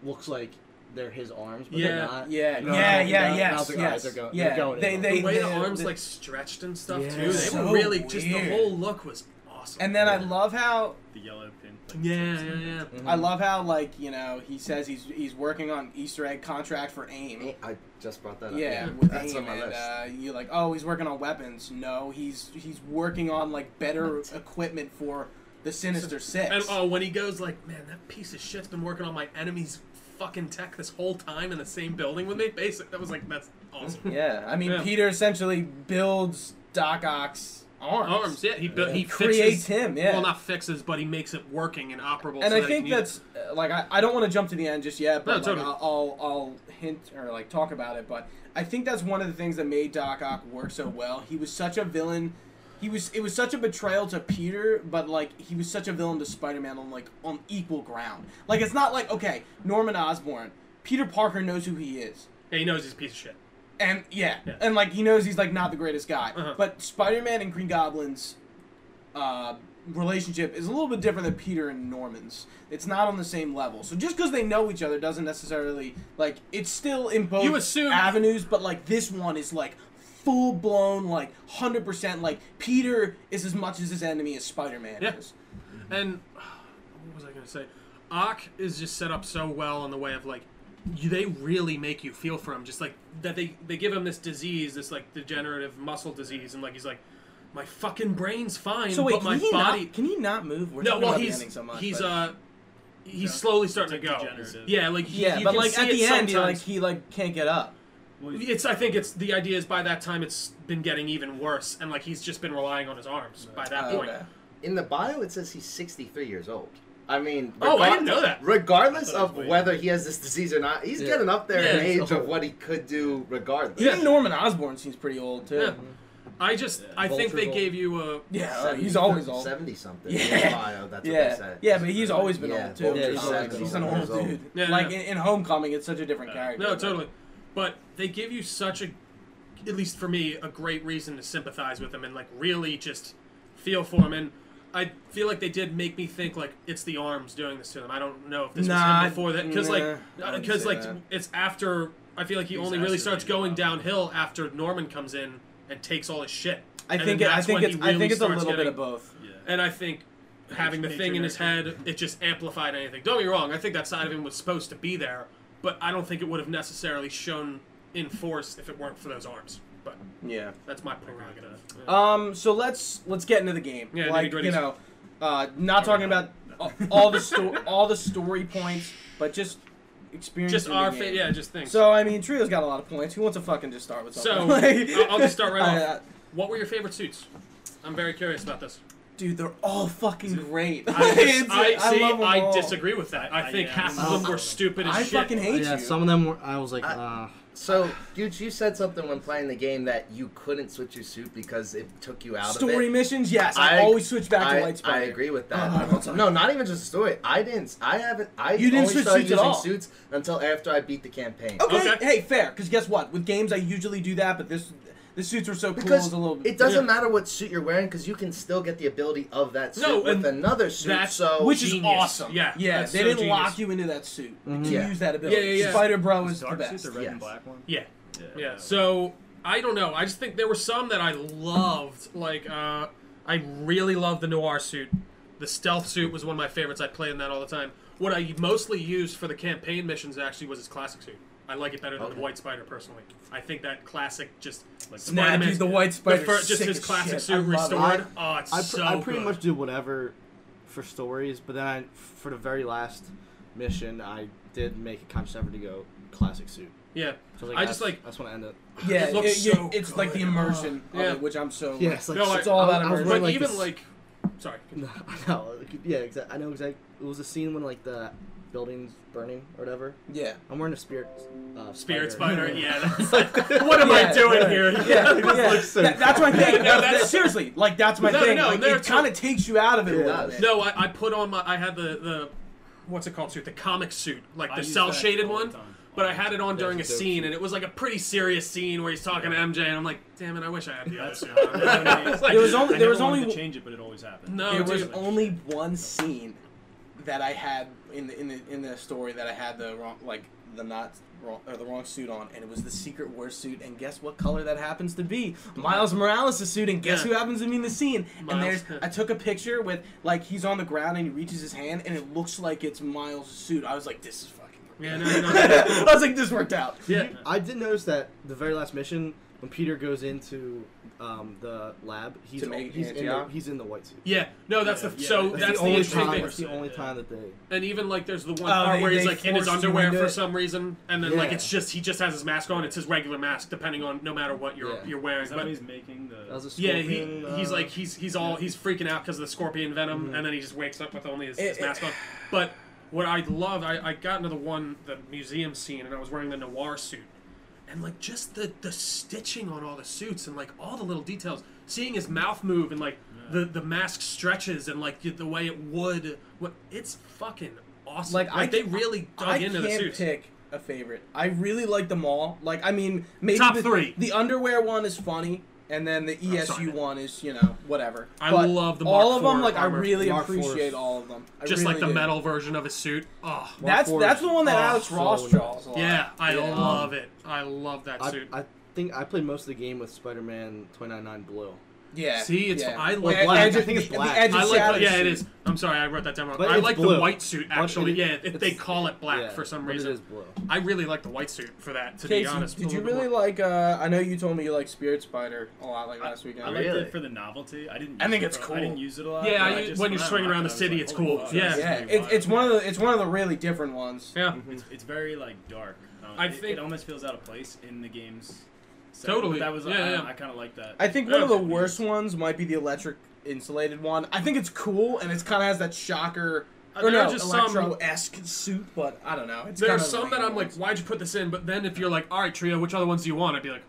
Speaker 5: looks like they're his arms, but
Speaker 2: Yeah,
Speaker 5: they're not.
Speaker 1: Yeah,
Speaker 5: You know what
Speaker 1: yeah,
Speaker 5: I'm talking
Speaker 1: yeah,
Speaker 5: about? Now
Speaker 1: yes,
Speaker 5: they're-
Speaker 1: yes.
Speaker 5: they're going-
Speaker 1: yeah.
Speaker 5: they're going
Speaker 1: they,
Speaker 5: in.
Speaker 1: they,
Speaker 2: the way the
Speaker 1: they-
Speaker 2: arms
Speaker 1: they-
Speaker 2: like stretched and stuff
Speaker 5: Yeah.
Speaker 2: too. They
Speaker 1: So
Speaker 2: were really just the
Speaker 1: weird.
Speaker 2: whole look was awesome.
Speaker 1: And then I
Speaker 2: Yeah.
Speaker 1: love how
Speaker 4: The yellow pin.
Speaker 2: Yeah, yeah, yeah.
Speaker 3: mm-hmm.
Speaker 1: I love how like you know he says he's he's working on Easter egg contract for AIM.
Speaker 3: I just brought that up.
Speaker 1: Yeah, with
Speaker 3: that's
Speaker 1: AIM,
Speaker 3: on my
Speaker 1: and
Speaker 3: list.
Speaker 1: uh, you're like, oh, he's working on weapons. No, he's he's working on like better equipment for the Sinister Six.
Speaker 2: And oh, when he goes like, man, that piece of shit's been working on my enemy's fucking tech this whole time in the same building with me. Basic. That was like, that's awesome.
Speaker 1: yeah, I mean,
Speaker 2: Yeah.
Speaker 1: Peter essentially builds Doc Ock's arms.
Speaker 2: Arms. Yeah. He bu- he
Speaker 1: creates
Speaker 2: fixes.
Speaker 1: him. Yeah.
Speaker 2: Well, not fixes, but he makes it working and operable.
Speaker 1: and
Speaker 2: so
Speaker 1: I
Speaker 2: that
Speaker 1: think
Speaker 2: he can
Speaker 1: that's uh, like I, I don't want to jump to the end just yet, but
Speaker 2: No,
Speaker 1: like,
Speaker 2: totally.
Speaker 1: I'll, I'll I'll hint or like talk about it. But I think that's one of the things that made Doc Ock work so well. He was such a villain. He was it was such a betrayal to Peter, but like he was such a villain to Spider Man on like on equal ground. Like it's not like okay, Norman Osborn, Peter Parker knows who he is.
Speaker 2: Yeah, he knows he's a piece of shit.
Speaker 1: And yeah,
Speaker 2: Yeah.
Speaker 1: and like he knows he's like not the greatest guy,
Speaker 2: Uh-huh.
Speaker 1: but Spider-Man and Green Goblin's uh, relationship is a little bit different than Peter and Norman's. It's not on the same level. So just because they know each other doesn't necessarily like it's still in both
Speaker 2: You assume-
Speaker 1: avenues, but like this one is like full blown like hundred percent like Peter is as much as his enemy as Spider-Man
Speaker 2: Yeah.
Speaker 1: is. Mm-hmm.
Speaker 2: And what was I going to say? Ock is just set up so well in the way of like, you, they really make you feel for him. Just like that they they give him this disease, this like degenerative muscle disease, and like he's like, my fucking brain's fine,
Speaker 1: So wait,
Speaker 2: but
Speaker 1: can
Speaker 2: my
Speaker 1: he
Speaker 2: body.
Speaker 1: not? Can he not move? We're
Speaker 2: no,
Speaker 1: talking
Speaker 2: well
Speaker 1: about the
Speaker 2: he's
Speaker 1: ending so much,
Speaker 2: he's
Speaker 1: but-
Speaker 2: uh he's
Speaker 4: Yeah.
Speaker 2: slowly starting
Speaker 4: It's
Speaker 2: to
Speaker 4: like
Speaker 2: go.
Speaker 4: degenerative.
Speaker 2: Yeah, like he-
Speaker 1: yeah,
Speaker 2: you
Speaker 1: but
Speaker 2: can
Speaker 1: like
Speaker 2: see
Speaker 1: at the
Speaker 2: it
Speaker 1: end, he like
Speaker 2: sometimes.
Speaker 1: he like can't get up.
Speaker 4: Well,
Speaker 2: It's. I think it's the idea is by that time it's been getting even worse, and like he's just been relying on his arms by that
Speaker 1: Oh,
Speaker 2: point.
Speaker 1: okay.
Speaker 3: In the bio, it says he's 63 years old. I mean,
Speaker 2: Oh, I
Speaker 3: regar-
Speaker 2: didn't know that.
Speaker 3: Regardless
Speaker 4: I thought it
Speaker 3: of
Speaker 4: was way-
Speaker 3: whether he has this disease or not, he's
Speaker 5: Yeah.
Speaker 3: getting up there in
Speaker 2: Yeah,
Speaker 3: age
Speaker 5: so-
Speaker 3: of what he could do regardless.
Speaker 2: Yeah.
Speaker 1: Even Norman Osborn seems pretty old too.
Speaker 2: Yeah. I just. I think they
Speaker 5: Vulture's
Speaker 2: gave you a.
Speaker 1: Yeah,
Speaker 4: Oh,
Speaker 3: Seventy-
Speaker 1: he's always old.
Speaker 3: 70 something.
Speaker 1: Yeah.
Speaker 3: in the bio, that's what they
Speaker 1: Yeah,
Speaker 3: said.
Speaker 1: yeah, but he's always been
Speaker 3: Yeah,
Speaker 1: old too.
Speaker 5: Vulture's
Speaker 1: He's,
Speaker 5: seven
Speaker 1: he's an old
Speaker 3: years old.
Speaker 1: dude.
Speaker 2: Yeah,
Speaker 1: like
Speaker 2: yeah.
Speaker 1: In, in Homecoming, it's such a different
Speaker 4: Uh,
Speaker 1: character.
Speaker 2: No, totally. But they give you such a, at least for me, a great reason to sympathize with him and like really just feel for him. And I feel like they did make me think like it's the arms doing this to him. I don't know if this
Speaker 1: Nah,
Speaker 2: was him before that because
Speaker 1: nah, I
Speaker 2: like
Speaker 1: wouldn't
Speaker 2: because
Speaker 1: say
Speaker 2: like
Speaker 1: that.
Speaker 2: it's after I feel like he
Speaker 4: He's
Speaker 2: only really starts
Speaker 4: isolated.
Speaker 2: going downhill after Norman comes in and takes all his shit.
Speaker 1: I
Speaker 2: And
Speaker 1: think
Speaker 2: then
Speaker 1: it, I
Speaker 2: that's
Speaker 1: think
Speaker 2: when
Speaker 1: it's
Speaker 2: he
Speaker 1: I
Speaker 2: really
Speaker 1: think it's a
Speaker 2: starts
Speaker 1: little bit
Speaker 2: getting-
Speaker 1: of both.
Speaker 4: yeah.
Speaker 2: and I think having the
Speaker 4: Nature
Speaker 2: thing in his
Speaker 4: nurture.
Speaker 2: head, it just amplified anything. Don't get me wrong, I think that side of him was supposed to be there, but I don't think it would have necessarily shown in force if it weren't for those arms. But
Speaker 1: Yeah.
Speaker 2: that's Oh my prerogative.
Speaker 1: Um. So let's let's get into the game.
Speaker 2: Yeah,
Speaker 1: like
Speaker 2: nitty-gritties.
Speaker 1: you know, uh, not talking about all, all the sto- all the story points, but just experience.
Speaker 2: Just
Speaker 1: in the
Speaker 2: our
Speaker 1: game.
Speaker 2: fa- yeah, just things.
Speaker 1: So I mean, Trio's got a lot of points. Who wants to fucking just start with
Speaker 2: So,
Speaker 1: something? Like-
Speaker 2: I'll- I'll just start right
Speaker 1: I-
Speaker 2: off.
Speaker 1: I-
Speaker 2: what were your favorite suits? I'm very curious about this.
Speaker 1: dude, they're all fucking great.
Speaker 2: I,
Speaker 1: It's-
Speaker 2: dis- I,
Speaker 1: I
Speaker 2: see,
Speaker 1: love 'em
Speaker 2: I
Speaker 1: all.
Speaker 2: disagree with that. I
Speaker 4: I-
Speaker 2: think
Speaker 4: yeah,
Speaker 2: half
Speaker 4: I'm-
Speaker 2: of them were stupid as
Speaker 1: I
Speaker 2: shit.
Speaker 1: fucking hate
Speaker 5: Yeah,
Speaker 1: you.
Speaker 5: some of them were. I was like,
Speaker 3: I-
Speaker 5: uh,
Speaker 3: So, dude, you said something when playing the game that you couldn't switch your suit because it took you out of
Speaker 1: story
Speaker 3: it.
Speaker 1: missions. Yes, I,
Speaker 3: I-
Speaker 1: always switch back
Speaker 3: I,
Speaker 1: to Light Spider.
Speaker 3: I agree with
Speaker 1: Oh, I
Speaker 3: that.
Speaker 1: don't know.
Speaker 3: no, not even just the story. I didn't. I haven't. I
Speaker 1: You didn't
Speaker 3: only
Speaker 1: switch
Speaker 3: started
Speaker 1: suits at
Speaker 3: using
Speaker 1: all.
Speaker 3: suits until after I beat the campaign.
Speaker 1: Okay.
Speaker 2: Okay.
Speaker 1: Hey, fair. Because guess what? With games, I usually do that, but this the suits were so cool. It
Speaker 3: Because
Speaker 1: was a little bit.
Speaker 3: it doesn't matter what suit you're wearing, because you can still get the ability of that suit
Speaker 2: No, and
Speaker 3: with another suit.
Speaker 2: that's-
Speaker 3: so
Speaker 1: which is
Speaker 2: Genius.
Speaker 1: awesome.
Speaker 2: Yeah,
Speaker 1: Yeah.
Speaker 2: that's
Speaker 1: They
Speaker 2: so
Speaker 1: didn't
Speaker 2: genius.
Speaker 1: lock you into that suit. You
Speaker 3: Mm-hmm. Yeah.
Speaker 1: use that ability.
Speaker 2: Yeah, yeah, yeah.
Speaker 1: Spider Bro is the
Speaker 4: dark suit,
Speaker 1: best.
Speaker 4: the red
Speaker 3: Yes.
Speaker 4: and black one.
Speaker 2: Yeah.
Speaker 4: Yeah.
Speaker 2: Yeah. So I don't know. I just think there were some that I loved. Like uh, I really loved the noir suit. The stealth suit was one of my favorites. I play in that all the time. What I mostly used for the campaign missions actually was his classic suit. I like it better than the
Speaker 3: Okay.
Speaker 2: White Spider personally. I think that classic just like
Speaker 1: Nah, dude,
Speaker 2: Spider-Man's
Speaker 1: the White Spider.
Speaker 2: fir- just his classic suit restored.
Speaker 5: I-
Speaker 2: oh, it's
Speaker 5: I, pr-
Speaker 2: so
Speaker 5: I pretty
Speaker 2: good.
Speaker 5: much do whatever for stories, but then I, for the very last mission, I did make a conscious effort to go classic suit.
Speaker 2: yeah.
Speaker 5: So
Speaker 2: I just like
Speaker 5: I just want to end it.
Speaker 1: Yeah.
Speaker 2: It looks
Speaker 1: it- you-
Speaker 2: so
Speaker 1: it's like the
Speaker 2: good.
Speaker 1: immersion.
Speaker 2: Oh,
Speaker 1: of
Speaker 2: yeah.
Speaker 1: it, which I'm so.
Speaker 5: Yeah, it's like
Speaker 2: No, I-
Speaker 5: it's
Speaker 1: all
Speaker 5: all
Speaker 1: about
Speaker 5: about. I, was
Speaker 1: immersion.
Speaker 2: but
Speaker 5: wearing, like,
Speaker 2: even
Speaker 5: this-
Speaker 2: like sorry.
Speaker 5: No, no, yeah, exactly. I know exactly. It was a scene when like the building's burning or whatever.
Speaker 1: Yeah.
Speaker 5: I'm wearing a spirit. Uh,
Speaker 2: Spirit Spider, yeah. That's what am I
Speaker 1: Yeah,
Speaker 2: doing
Speaker 1: yeah.
Speaker 2: here?
Speaker 1: Yeah,
Speaker 5: It just
Speaker 1: yeah.
Speaker 5: looks so
Speaker 1: That- that's my thing.
Speaker 2: No,
Speaker 1: That-
Speaker 2: that's-
Speaker 1: that- seriously, like that's my
Speaker 2: No,
Speaker 1: thing.
Speaker 2: no,
Speaker 1: like,
Speaker 2: they're
Speaker 1: it kind of takes you out of it. a
Speaker 5: Yeah.
Speaker 1: little bit.
Speaker 2: No, I, I put on my. I had the the, what's it called suit? The comic suit, like
Speaker 4: I
Speaker 2: the
Speaker 4: use
Speaker 2: cell
Speaker 4: that
Speaker 2: shaded
Speaker 4: all the
Speaker 2: one.
Speaker 4: time.
Speaker 2: But I had it on
Speaker 5: That's
Speaker 2: during a
Speaker 5: a dope
Speaker 2: scene,
Speaker 5: suit.
Speaker 2: and it was like a pretty serious scene where he's talking to MJ, and I'm like, damn it, I wish I had the other
Speaker 4: That's-
Speaker 2: suit.
Speaker 4: I
Speaker 2: It's like-
Speaker 1: It was only-
Speaker 4: I
Speaker 1: there
Speaker 4: never
Speaker 1: was
Speaker 4: wanted
Speaker 1: only
Speaker 4: to
Speaker 1: w-
Speaker 4: change it, but it always happened.
Speaker 2: No,
Speaker 1: there
Speaker 2: dude.
Speaker 1: was only one scene that I had in the in the in the story that I had the wrong like the not wrong, or the wrong suit on, and it was the Secret War suit. And guess what color that happens to be? Miles Morales' suit. And guess
Speaker 2: Yeah.
Speaker 1: who happens to be in the scene? And
Speaker 2: Miles.
Speaker 1: there's I took a picture with like he's on the ground and he reaches his hand and it looks like it's Miles' suit. I was like, this is fucking.
Speaker 2: Yeah,
Speaker 1: perfect.
Speaker 2: no, no, no.
Speaker 1: I was like, this worked out.
Speaker 2: Yeah.
Speaker 5: I did notice that the very last mission when Peter goes into um, the lab, he's
Speaker 1: To make
Speaker 5: he's, in the,
Speaker 1: Antioch?
Speaker 5: he's in the white suit.
Speaker 2: Yeah, no, that's the
Speaker 4: Yeah.
Speaker 2: so
Speaker 4: That's
Speaker 2: that's,
Speaker 4: the
Speaker 2: the,
Speaker 5: only
Speaker 2: interesting
Speaker 5: time.
Speaker 2: thing.
Speaker 5: That's the only time that they.
Speaker 2: And even like there's the one
Speaker 1: Oh,
Speaker 2: part
Speaker 1: they-
Speaker 2: where he's
Speaker 1: they
Speaker 2: like in his
Speaker 1: forced you
Speaker 2: underwear
Speaker 1: into
Speaker 2: for
Speaker 1: it.
Speaker 2: some reason, and then like
Speaker 1: Yeah.
Speaker 2: it's just he just has his mask on. It's his regular mask, depending on no matter what you're
Speaker 5: Yeah.
Speaker 2: you're wearing.
Speaker 4: Is that
Speaker 2: but
Speaker 4: when he's making the?
Speaker 5: That was a
Speaker 2: yeah,
Speaker 5: scorpion,
Speaker 2: he, he's
Speaker 5: uh, Mm-hmm.
Speaker 2: like he's he's all he's freaking out because of the scorpion venom, and then he just wakes up with only his, his
Speaker 1: It- it-
Speaker 2: mask on. But what I love, I, I got into the one the museum scene, and I was wearing the noir suit, and like just the the stitching on all the suits and like all the little details, seeing his mouth move and like the the mask stretches and like the way it would, what it's fucking awesome.
Speaker 1: Like,
Speaker 2: Like,
Speaker 1: I-
Speaker 2: they really dug
Speaker 1: I
Speaker 2: into
Speaker 1: can't
Speaker 2: the suits.
Speaker 1: pick a favorite. I really like them all. Like, I mean, maybe
Speaker 2: Top
Speaker 1: the,
Speaker 2: three.
Speaker 1: The underwear one is funny, and then the ESU
Speaker 2: sorry, man.
Speaker 1: one is you know whatever.
Speaker 2: I
Speaker 1: But
Speaker 2: love the
Speaker 1: all
Speaker 2: Mark
Speaker 1: of them.
Speaker 2: IV
Speaker 1: Like, I
Speaker 2: armor.
Speaker 1: really
Speaker 5: Mark IV.
Speaker 1: appreciate all of them. I
Speaker 2: Just like
Speaker 1: really do.
Speaker 2: the metal version of his suit. Oh,
Speaker 5: Mark
Speaker 1: That's
Speaker 5: IV
Speaker 1: that's the one that
Speaker 2: Oh,
Speaker 1: Alex
Speaker 5: so
Speaker 1: Ross
Speaker 5: nice.
Speaker 1: draws. A lot.
Speaker 2: yeah, I
Speaker 1: Yeah.
Speaker 2: love it. I love that
Speaker 5: I,
Speaker 2: suit.
Speaker 5: I think I played most of the game with Spider-Man 29.9 Blue.
Speaker 1: Yeah.
Speaker 2: See, it's-
Speaker 1: yeah.
Speaker 2: I
Speaker 1: Well,
Speaker 2: like black.
Speaker 1: Edge,
Speaker 2: I
Speaker 5: think it's
Speaker 1: the-
Speaker 5: black.
Speaker 1: The edge
Speaker 5: It's
Speaker 2: I
Speaker 1: of
Speaker 2: like,
Speaker 1: Shadow
Speaker 2: yeah, it
Speaker 1: suit.
Speaker 2: is. I'm sorry, I wrote that down wrong.
Speaker 5: But
Speaker 2: I
Speaker 5: it's
Speaker 2: like
Speaker 5: blue.
Speaker 2: the white suit
Speaker 5: But
Speaker 2: actually.
Speaker 5: it-
Speaker 2: yeah, if they
Speaker 5: it's-
Speaker 2: call it black
Speaker 5: Yeah,
Speaker 2: for some
Speaker 5: but
Speaker 2: reason.
Speaker 5: It is blue.
Speaker 2: I really like the white suit for that. To
Speaker 1: Casey,
Speaker 2: be honest,
Speaker 1: did
Speaker 2: a
Speaker 1: you
Speaker 2: little bit
Speaker 1: really
Speaker 2: more.
Speaker 1: like? uh I know you told me you like Spirit Spider a lot, like last weekend.
Speaker 4: I
Speaker 1: right?
Speaker 4: liked
Speaker 3: Really?
Speaker 4: it for the novelty. I didn't. Use
Speaker 1: I think
Speaker 4: it
Speaker 1: it's
Speaker 4: for-
Speaker 1: cool.
Speaker 4: I didn't use it a lot.
Speaker 2: Yeah,
Speaker 4: but
Speaker 2: I
Speaker 4: I
Speaker 2: use-
Speaker 4: just-
Speaker 2: when you're
Speaker 4: I
Speaker 2: swinging
Speaker 4: unlocked
Speaker 2: around
Speaker 4: it,
Speaker 2: the
Speaker 4: I was
Speaker 2: city,
Speaker 4: like,
Speaker 2: it's
Speaker 4: holy
Speaker 2: cool.
Speaker 4: fuck,
Speaker 2: Yeah.
Speaker 4: this is
Speaker 1: yeah,
Speaker 4: pretty
Speaker 1: it,
Speaker 4: wild.
Speaker 1: it's one of the it's one of the really different ones.
Speaker 2: Yeah,
Speaker 4: It's, it's very like dark. Um,
Speaker 2: I
Speaker 4: it,
Speaker 2: think-
Speaker 4: it almost feels out of place in the games. So
Speaker 2: Totally.
Speaker 4: That was.
Speaker 2: Yeah,
Speaker 4: I,
Speaker 2: yeah.
Speaker 4: I kind of like that.
Speaker 1: I think
Speaker 2: Yeah,
Speaker 1: one of the
Speaker 4: it's-
Speaker 1: worst ones might be the electric insulated one. I think it's cool and it's kind of has that shocker
Speaker 2: Uh,
Speaker 1: or
Speaker 2: there
Speaker 1: no
Speaker 2: are just some-
Speaker 1: electro esque suit, but I don't know. It's
Speaker 2: there are
Speaker 1: kinda
Speaker 2: some that
Speaker 1: lame
Speaker 2: I'm like,
Speaker 1: ones.
Speaker 2: why'd you put this in? But then if you're like, all right, trio, which other ones do you want? I'd be like,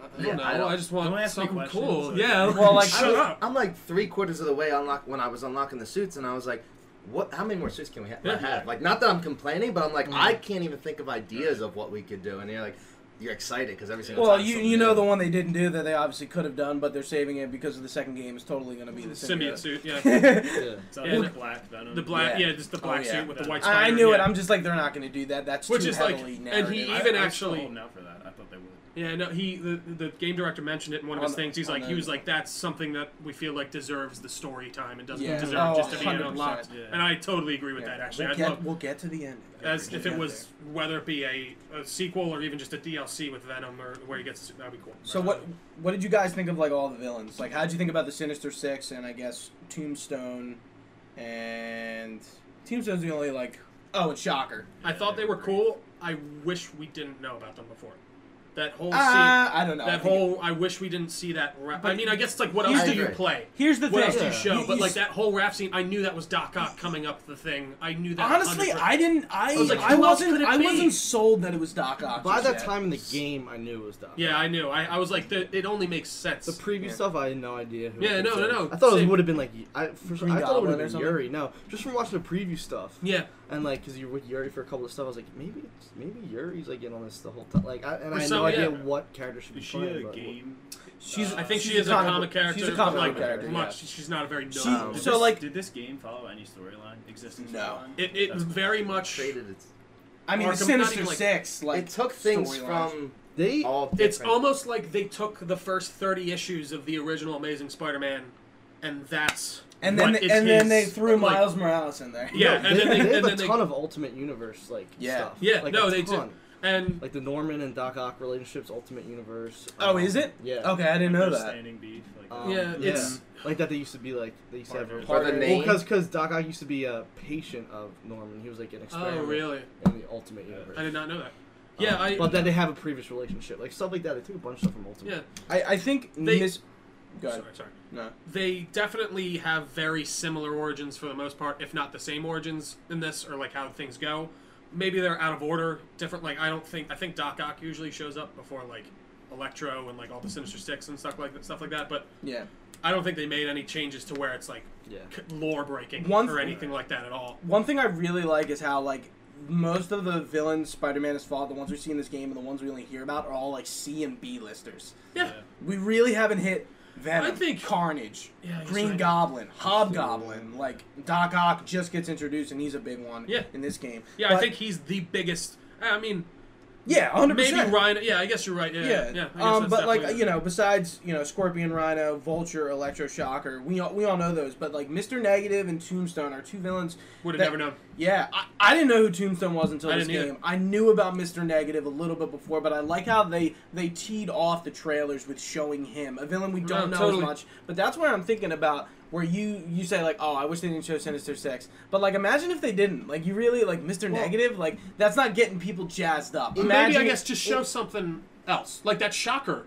Speaker 2: I don't
Speaker 3: Yeah,
Speaker 2: know.
Speaker 3: I
Speaker 2: I,
Speaker 3: don't-
Speaker 2: just
Speaker 4: don't
Speaker 2: want
Speaker 4: ask me
Speaker 2: something
Speaker 4: questions,
Speaker 2: cool.
Speaker 4: like-
Speaker 2: yeah.
Speaker 1: Well, like,
Speaker 2: shut
Speaker 1: I-
Speaker 2: up.
Speaker 3: I'm like three quarters of the way unlock when I was unlocking the suits, and I was like, "What? How many more suits can we ha-
Speaker 2: Yeah. Mm.
Speaker 3: have?" Like, not that I'm complaining, but I'm like, I can't even think of ideas of what we could do. And you're like, you're excited because every single
Speaker 1: Well,
Speaker 3: time
Speaker 1: you
Speaker 3: something
Speaker 1: you know
Speaker 3: new.
Speaker 1: the one they didn't do that they obviously could have done, but they're saving it because of the second game is totally going to be the
Speaker 2: Symbiote
Speaker 1: symbiote.
Speaker 2: suit. Yeah.
Speaker 1: I
Speaker 5: Yeah.
Speaker 4: So
Speaker 2: Yeah,
Speaker 4: the
Speaker 2: the-
Speaker 4: black venom.
Speaker 2: The black,
Speaker 1: Yeah.
Speaker 2: yeah, just the black
Speaker 1: Oh, yeah.
Speaker 2: suit with
Speaker 4: I-
Speaker 2: the white.
Speaker 1: I
Speaker 2: spider,
Speaker 1: knew it.
Speaker 2: yeah.
Speaker 1: I'm just like they're not going to do that. That's
Speaker 2: Which
Speaker 1: too
Speaker 2: is like-
Speaker 1: heavily
Speaker 2: and he
Speaker 1: narrative.
Speaker 4: I-
Speaker 2: even
Speaker 4: I was
Speaker 2: actually-
Speaker 4: holding out for that. I thought they would.
Speaker 2: Yeah, no, he the, the game director mentioned it in one of
Speaker 1: On
Speaker 2: his
Speaker 1: the-
Speaker 2: things. He's
Speaker 1: on
Speaker 2: like,
Speaker 1: the-
Speaker 2: he was like, that's something that we feel like deserves the story time and doesn't
Speaker 1: Yeah.
Speaker 2: deserve
Speaker 1: Oh,
Speaker 2: just to be
Speaker 1: 100%.
Speaker 2: unlocked.
Speaker 4: Yeah.
Speaker 2: And I totally agree with
Speaker 1: Yeah.
Speaker 2: that. Actually,
Speaker 1: we'll
Speaker 2: I'd
Speaker 1: get,
Speaker 2: love
Speaker 1: we'll get to the end.
Speaker 2: as if
Speaker 1: Yeah.
Speaker 2: it was whether it be a, a sequel or even just a DLC with Venom or where he gets that'd be cool.
Speaker 1: So what what did you guys think of like all the villains? Like how did you think about the Sinister Six and I guess Tombstone and Tombstone's the only like oh and Shocker.
Speaker 2: I thought they were cool. I wish we didn't know about them before. That whole scene,
Speaker 1: Uh, I don't know. I
Speaker 2: that
Speaker 1: think-
Speaker 2: whole. I wish we didn't see that. Rap. I
Speaker 1: But-
Speaker 2: mean, I guess like what
Speaker 1: I
Speaker 2: else do you
Speaker 3: agree.
Speaker 2: play?
Speaker 1: here's the
Speaker 2: What
Speaker 1: thing.
Speaker 2: else do you show?
Speaker 1: You-
Speaker 2: But
Speaker 1: you
Speaker 2: like
Speaker 1: s-
Speaker 2: that whole rap scene, I knew that was Doc Ock coming up the thing. I knew that.
Speaker 1: Honestly,
Speaker 2: 100%.
Speaker 1: I didn't. I I,
Speaker 2: I was like, who else
Speaker 1: wasn't.
Speaker 2: could it
Speaker 1: I
Speaker 2: be?
Speaker 1: wasn't sold that it was Doc Ock.
Speaker 5: By
Speaker 1: just
Speaker 5: that
Speaker 1: yet.
Speaker 5: time in the game, I knew it was Doc.
Speaker 2: Yeah, I knew. I, I was like, the, it only makes sense.
Speaker 5: The preview
Speaker 1: Yeah.
Speaker 5: stuff, I had no idea. Who
Speaker 2: Yeah,
Speaker 5: it
Speaker 2: no,
Speaker 5: was.
Speaker 2: no, no.
Speaker 5: I thought it
Speaker 2: Same.
Speaker 5: would have been like I, for sure,
Speaker 1: Green
Speaker 5: I thought it
Speaker 1: Goblin
Speaker 5: would
Speaker 1: or
Speaker 5: have been
Speaker 1: something?
Speaker 5: Yuri. No, just from watching the preview stuff.
Speaker 2: yeah,
Speaker 5: And like, cause you were with Yuri for a couple of stuff, I was like, maybe it's maybe Yuri's like in on this the whole time. Like, I, and I
Speaker 2: Or
Speaker 5: had
Speaker 2: some-
Speaker 5: no idea
Speaker 2: yeah.
Speaker 5: what character should be
Speaker 4: Is she
Speaker 5: playing.
Speaker 4: a
Speaker 5: but-
Speaker 4: game?
Speaker 1: she's.
Speaker 4: Uh,
Speaker 2: I think
Speaker 1: she's
Speaker 2: she is a
Speaker 1: comic
Speaker 2: comic,
Speaker 1: book-
Speaker 2: character.
Speaker 1: She's a
Speaker 2: but,
Speaker 1: comic
Speaker 2: like,
Speaker 1: book character.
Speaker 2: Much.
Speaker 1: yeah.
Speaker 2: She's not a very known.
Speaker 1: She- so
Speaker 5: Um,
Speaker 4: Did this-
Speaker 1: like
Speaker 4: did this game follow any storyline? Existing
Speaker 1: No.
Speaker 4: storyline?
Speaker 2: it it
Speaker 4: That's-
Speaker 2: very much.
Speaker 3: Traded it's-
Speaker 1: I mean, the
Speaker 2: Arkham- not
Speaker 1: Sinister
Speaker 2: even, like-
Speaker 1: Six. Like
Speaker 3: it took things
Speaker 1: storylines.
Speaker 3: from
Speaker 5: They
Speaker 3: all.
Speaker 2: It's
Speaker 3: different-
Speaker 2: almost like they took the first thirty issues of the original Amazing Spider-Man, and that's
Speaker 1: and then
Speaker 2: what
Speaker 1: they,
Speaker 2: is
Speaker 1: and then
Speaker 2: his-
Speaker 1: they threw
Speaker 2: like,
Speaker 1: Miles Morales in there.
Speaker 2: Yeah,
Speaker 5: they,
Speaker 2: and then they,
Speaker 5: they have
Speaker 2: and
Speaker 5: a
Speaker 2: then they,
Speaker 5: ton of Ultimate Universe like
Speaker 1: Yeah.
Speaker 5: stuff.
Speaker 2: yeah,
Speaker 5: like,
Speaker 2: no,
Speaker 5: a
Speaker 2: they
Speaker 5: ton.
Speaker 2: did. And
Speaker 5: Like the Norman and Doc Ock relationships, Ultimate Universe.
Speaker 1: Oh,
Speaker 5: um,
Speaker 1: is it?
Speaker 5: Yeah.
Speaker 1: Okay, I didn't know
Speaker 4: There's
Speaker 1: that.
Speaker 4: Standing beef. Like
Speaker 5: Um,
Speaker 2: yeah,
Speaker 5: yeah.
Speaker 2: it's
Speaker 5: Like that they used to be like they used to have.
Speaker 4: Partners.
Speaker 5: Well,
Speaker 3: Or the
Speaker 1: Partners.
Speaker 3: name.
Speaker 5: because because Doc Ock used to be a patient of Norman. He was like an experiment
Speaker 2: oh really?
Speaker 5: in the Ultimate Universe.
Speaker 2: I did not know that. Yeah,
Speaker 1: Uh,
Speaker 5: Um,
Speaker 2: I
Speaker 5: But then they have a previous relationship, like stuff like that. They took a bunch of stuff from Ultimate.
Speaker 2: yeah.
Speaker 1: I, I think
Speaker 2: They-
Speaker 1: Miss. Go ahead.
Speaker 2: Sorry, sorry.
Speaker 1: No.
Speaker 2: they definitely have very similar origins for the most part, if not the same origins in this, or like how things go. Maybe they're out of order, different. Like I don't think I think Doc Ock usually shows up before like Electro and like all the Sinister Six and stuff like that, stuff like that. But
Speaker 1: Yeah.
Speaker 2: I don't think they made any changes to where it's like
Speaker 5: Yeah.
Speaker 2: c- lore breaking
Speaker 1: One
Speaker 2: or
Speaker 1: th-
Speaker 2: anything like that at all.
Speaker 1: One thing I really like is how like most of the villains Spider-Man has fought, the ones we see in this game and the ones we only hear about, are all like C and B listers.
Speaker 2: Yeah,
Speaker 1: We really haven't hit Venom,
Speaker 2: I think-
Speaker 1: Carnage,
Speaker 2: Yeah, I guess
Speaker 1: Green
Speaker 2: right.
Speaker 1: Goblin, Hobgoblin. Like Doc Ock just gets introduced and he's a big one.
Speaker 2: Yeah.
Speaker 1: in this game.
Speaker 2: yeah. I
Speaker 1: But-
Speaker 2: think he's the biggest. I mean,
Speaker 1: Yeah, 100%.
Speaker 2: maybe Rhino. Yeah, I guess you're right. Yeah, yeah.
Speaker 1: Yeah.
Speaker 2: yeah I guess
Speaker 1: um,
Speaker 2: that's
Speaker 1: but like
Speaker 2: definitely-
Speaker 1: you know, besides you know, Scorpion, Rhino, Vulture, Electro Shocker, we all, we all know those. But like Mister Negative and Tombstone are two villains.
Speaker 2: would have
Speaker 1: that-
Speaker 2: never known.
Speaker 1: Yeah, I, I didn't know who Tombstone was until
Speaker 2: I
Speaker 1: this
Speaker 2: didn't either.
Speaker 1: game. I knew about Mister Negative a little bit before, but I like how they they teed off the trailers with showing him a villain we don't
Speaker 2: No,
Speaker 1: know
Speaker 2: totally.
Speaker 1: as much. But that's where I'm thinking about where you you say like, oh, I wish they didn't show Sinister Six. But like, imagine if they didn't. Like, you really like Mister Negative. Like, that's not getting people jazzed up. Imagine
Speaker 2: maybe I guess just show
Speaker 1: it-
Speaker 2: something else. Like that shocker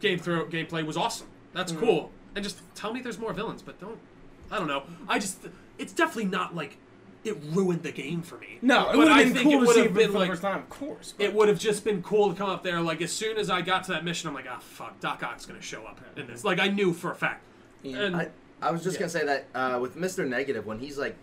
Speaker 2: game throw gameplay was awesome. That's
Speaker 1: Mm-hmm.
Speaker 2: cool. And just tell me there's more villains, but don't. I don't know. I just it's definitely not like it ruined the game for me.
Speaker 1: No, it
Speaker 2: But
Speaker 1: would
Speaker 2: I
Speaker 1: have been
Speaker 2: think
Speaker 1: cool
Speaker 2: it
Speaker 1: to see
Speaker 2: would've
Speaker 1: it
Speaker 2: been
Speaker 1: for the
Speaker 2: like-
Speaker 1: first time, of course. but-
Speaker 2: It would have just been cool to come up there. Like as soon as I got to that mission, I'm like, ah, fuck, Doc Ock's gonna show up in this. Like I knew for a fact.
Speaker 1: Yeah.
Speaker 2: And
Speaker 3: I, I was just gonna say that uh, with Mister Negative, when he's like,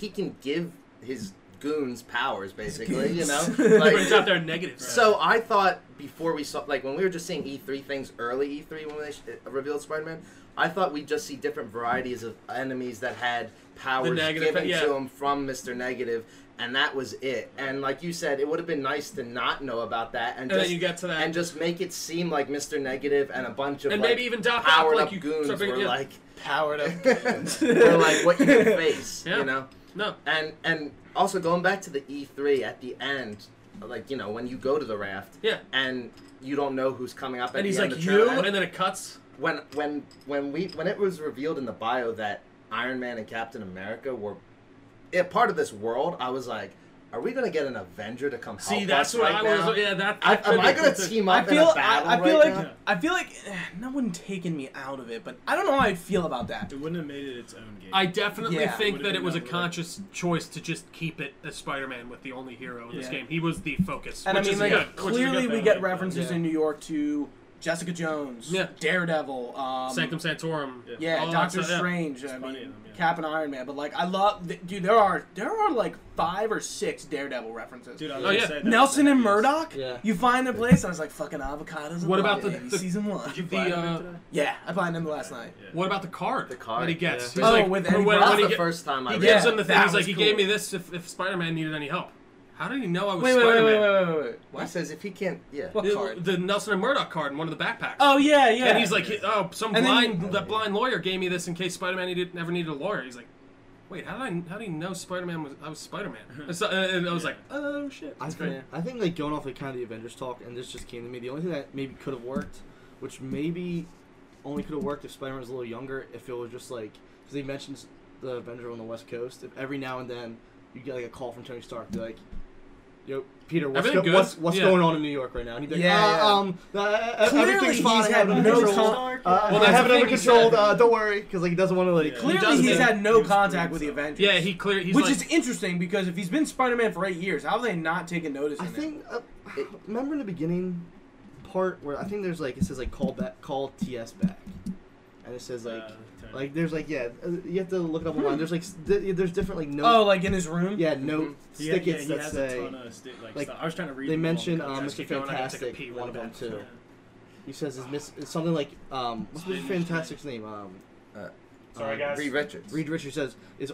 Speaker 3: he can give his goons powers, basically. You know,
Speaker 1: goons.
Speaker 2: but it's out
Speaker 3: like,
Speaker 2: there negative.
Speaker 3: so I thought before we saw, like, when we were just seeing E three things early E three when they sh- uh, revealed Spider Man, I thought we'd just see different varieties of enemies that had powers
Speaker 2: negative,
Speaker 3: given
Speaker 2: yeah.
Speaker 3: to them from Mister Negative, and that was it. And like you said, it would have been nice to not know about that, and,
Speaker 2: and
Speaker 3: just
Speaker 2: then you get to that,
Speaker 3: and just make it seem like Mister Negative and a bunch of
Speaker 2: And
Speaker 3: like,
Speaker 2: maybe even Doc Ock,
Speaker 3: powered
Speaker 2: like
Speaker 3: up
Speaker 2: you-
Speaker 3: goons
Speaker 2: something-
Speaker 3: were
Speaker 2: yeah.
Speaker 3: like
Speaker 1: powered up.
Speaker 3: or like what you can face,
Speaker 2: Yeah.
Speaker 3: you know.
Speaker 2: no.
Speaker 3: And and also going back to the E3 at the end, like you know when you go to the raft,
Speaker 2: Yeah.
Speaker 3: and you don't know who's coming up. At
Speaker 2: And
Speaker 3: the
Speaker 2: he's
Speaker 3: end
Speaker 2: like
Speaker 3: of
Speaker 2: you,
Speaker 3: Trailer,
Speaker 2: and then it cuts.
Speaker 3: when when when we when it was revealed in the bio that Iron Man and Captain America were a part of this world, I was like, are we gonna get an Avenger to come
Speaker 2: See,
Speaker 3: help
Speaker 2: that's
Speaker 3: us
Speaker 2: what
Speaker 3: Oh, right
Speaker 2: I
Speaker 3: now?
Speaker 2: was. Yeah, that.
Speaker 3: I,
Speaker 2: that could
Speaker 3: am I
Speaker 2: be
Speaker 3: gonna
Speaker 2: cool too.
Speaker 3: team
Speaker 1: I
Speaker 3: up
Speaker 1: feel
Speaker 3: in a battle
Speaker 1: I, I feel
Speaker 3: right
Speaker 1: like
Speaker 3: now?
Speaker 1: I feel like eh, no one taking me out of it, but I don't know how I'd feel about that.
Speaker 4: It wouldn't have made it its own game.
Speaker 2: I definitely
Speaker 1: Yeah.
Speaker 2: think
Speaker 4: Would've
Speaker 2: that
Speaker 4: been
Speaker 2: it was a
Speaker 4: another way.
Speaker 2: conscious choice to just keep it as Spider-Man with the only hero in this
Speaker 4: Yeah.
Speaker 2: game. He was the focus,
Speaker 1: And I
Speaker 2: which
Speaker 1: mean,
Speaker 2: is
Speaker 1: like,
Speaker 2: good. which is a good
Speaker 1: clearly we
Speaker 2: thing.
Speaker 1: get references
Speaker 2: Yeah.
Speaker 1: in New York to Jessica Jones,
Speaker 2: Yeah.
Speaker 1: Daredevil, um,
Speaker 2: Sanctum Santorum.
Speaker 1: yeah,
Speaker 2: all that
Speaker 1: Doctor
Speaker 2: stuff, yeah.
Speaker 1: Strange. I
Speaker 4: plenty
Speaker 1: mean,
Speaker 4: of them, yeah.
Speaker 1: Cap and Iron Man. But like, I love, th- dude. There are there are like five or six Daredevil references.
Speaker 4: Dude, I was
Speaker 2: Oh,
Speaker 4: gonna
Speaker 2: yeah.
Speaker 4: say that.
Speaker 1: Nelson and Murdoch.
Speaker 5: Yeah.
Speaker 1: You find a place. I was like, fucking avocados. and
Speaker 2: What about
Speaker 1: broccoli,
Speaker 2: the- the-
Speaker 1: season one?
Speaker 4: Did you
Speaker 2: The,
Speaker 4: buy them
Speaker 2: uh,
Speaker 4: today?
Speaker 1: Yeah, I found them last night.
Speaker 4: Yeah.
Speaker 2: What about the card?
Speaker 3: The card,
Speaker 2: that he gets.
Speaker 5: yeah.
Speaker 2: He's
Speaker 1: Oh,
Speaker 2: like,
Speaker 1: with
Speaker 2: or
Speaker 1: Eddie
Speaker 2: when,
Speaker 1: Brown.
Speaker 3: That's
Speaker 2: when he,
Speaker 3: the
Speaker 2: get-
Speaker 3: first time I
Speaker 2: he
Speaker 3: read
Speaker 2: gives
Speaker 1: Yeah,
Speaker 2: him the thing.
Speaker 1: that
Speaker 2: He's like,
Speaker 1: was
Speaker 2: he
Speaker 1: cool.
Speaker 2: gave me this if, if Spider-Man needed any help. How did he know I was
Speaker 1: Wait, wait, wait,
Speaker 2: Spider-Man?
Speaker 1: wait, wait, wait, wait.
Speaker 3: He says if he can't, yeah.
Speaker 1: What
Speaker 2: The-
Speaker 1: card?
Speaker 2: The Nelson and Murdoch card in one of the backpacks.
Speaker 1: Oh yeah, yeah.
Speaker 2: And he's like, he- oh, some
Speaker 1: And then-
Speaker 2: blind that blind lawyer gave me this in case Spider Man needed never needed a lawyer. He's like, wait, how did I how do you know Spider Man was I was Spider Man? And, so, and and I was like, oh shit,
Speaker 5: I
Speaker 2: that's
Speaker 5: think,
Speaker 2: great.
Speaker 5: I think like going off like kind of the Avengers talk, and this just came to me. The only thing that maybe could have worked, which maybe only could have worked if Spider Man was a little younger, if it was just like because they mentioned the Avenger on the West Coast. If every now and then you get like a call from Tony Stark, be like, "Yo, Peter, what's
Speaker 2: Everything
Speaker 5: go-
Speaker 2: good?
Speaker 5: what's, what's
Speaker 2: Yeah.
Speaker 5: going on in New York right now?" And he'd be like,
Speaker 1: Yeah,
Speaker 5: "Uh,
Speaker 1: yeah.
Speaker 5: um, uh, uh,
Speaker 1: Clearly
Speaker 5: everything's
Speaker 1: he's
Speaker 5: fine. I have
Speaker 1: had
Speaker 5: it under
Speaker 1: no
Speaker 5: control.
Speaker 1: con-
Speaker 5: Uh,
Speaker 2: Well,
Speaker 5: I
Speaker 2: that's
Speaker 5: have it
Speaker 2: the
Speaker 5: under
Speaker 2: thing, he
Speaker 5: control.
Speaker 2: said-
Speaker 5: Uh, don't worry, because like he doesn't want to like.
Speaker 4: Yeah.
Speaker 5: he
Speaker 1: Clearly,
Speaker 2: does
Speaker 5: doesn't-
Speaker 1: he's
Speaker 2: it.
Speaker 1: had
Speaker 4: He
Speaker 1: no
Speaker 4: was
Speaker 1: contact
Speaker 4: pretty
Speaker 1: with the
Speaker 4: solid.
Speaker 1: Avengers.
Speaker 2: Yeah, he clearly he's
Speaker 1: which
Speaker 2: like,
Speaker 1: is interesting because if he's been Spider-Man for eight years, how have they not taken notice?
Speaker 5: I
Speaker 1: of him?
Speaker 5: think. Uh, remember in the beginning part where I think there's like it says like call back, call TS back, and it says like
Speaker 4: Uh, Hmm. Tony.
Speaker 5: like there's like yeah uh, you have to look it up online. There's like s- th- there's different like
Speaker 1: Oh,
Speaker 5: no
Speaker 1: like in his room.
Speaker 5: yeah no
Speaker 3: Mhm.
Speaker 4: He had-
Speaker 5: stickets
Speaker 4: hmm, yeah, he
Speaker 5: that
Speaker 4: has
Speaker 5: say
Speaker 4: a ton of sti- like,
Speaker 5: like,
Speaker 4: stuff. I was trying to read.
Speaker 5: they
Speaker 4: them all
Speaker 5: mentioned
Speaker 4: because-
Speaker 5: um,
Speaker 2: guys,
Speaker 5: Mr.
Speaker 2: keep going, I gotta take a
Speaker 5: Fantastic
Speaker 2: pee really
Speaker 5: one of them
Speaker 2: bad.
Speaker 5: too.
Speaker 4: Yeah.
Speaker 5: He says is miss it's something like um what's Mr.
Speaker 4: Spanish
Speaker 5: Fantastic's name um
Speaker 3: Uh,
Speaker 5: um,
Speaker 3: Reed Richards.
Speaker 5: Reed Richards says is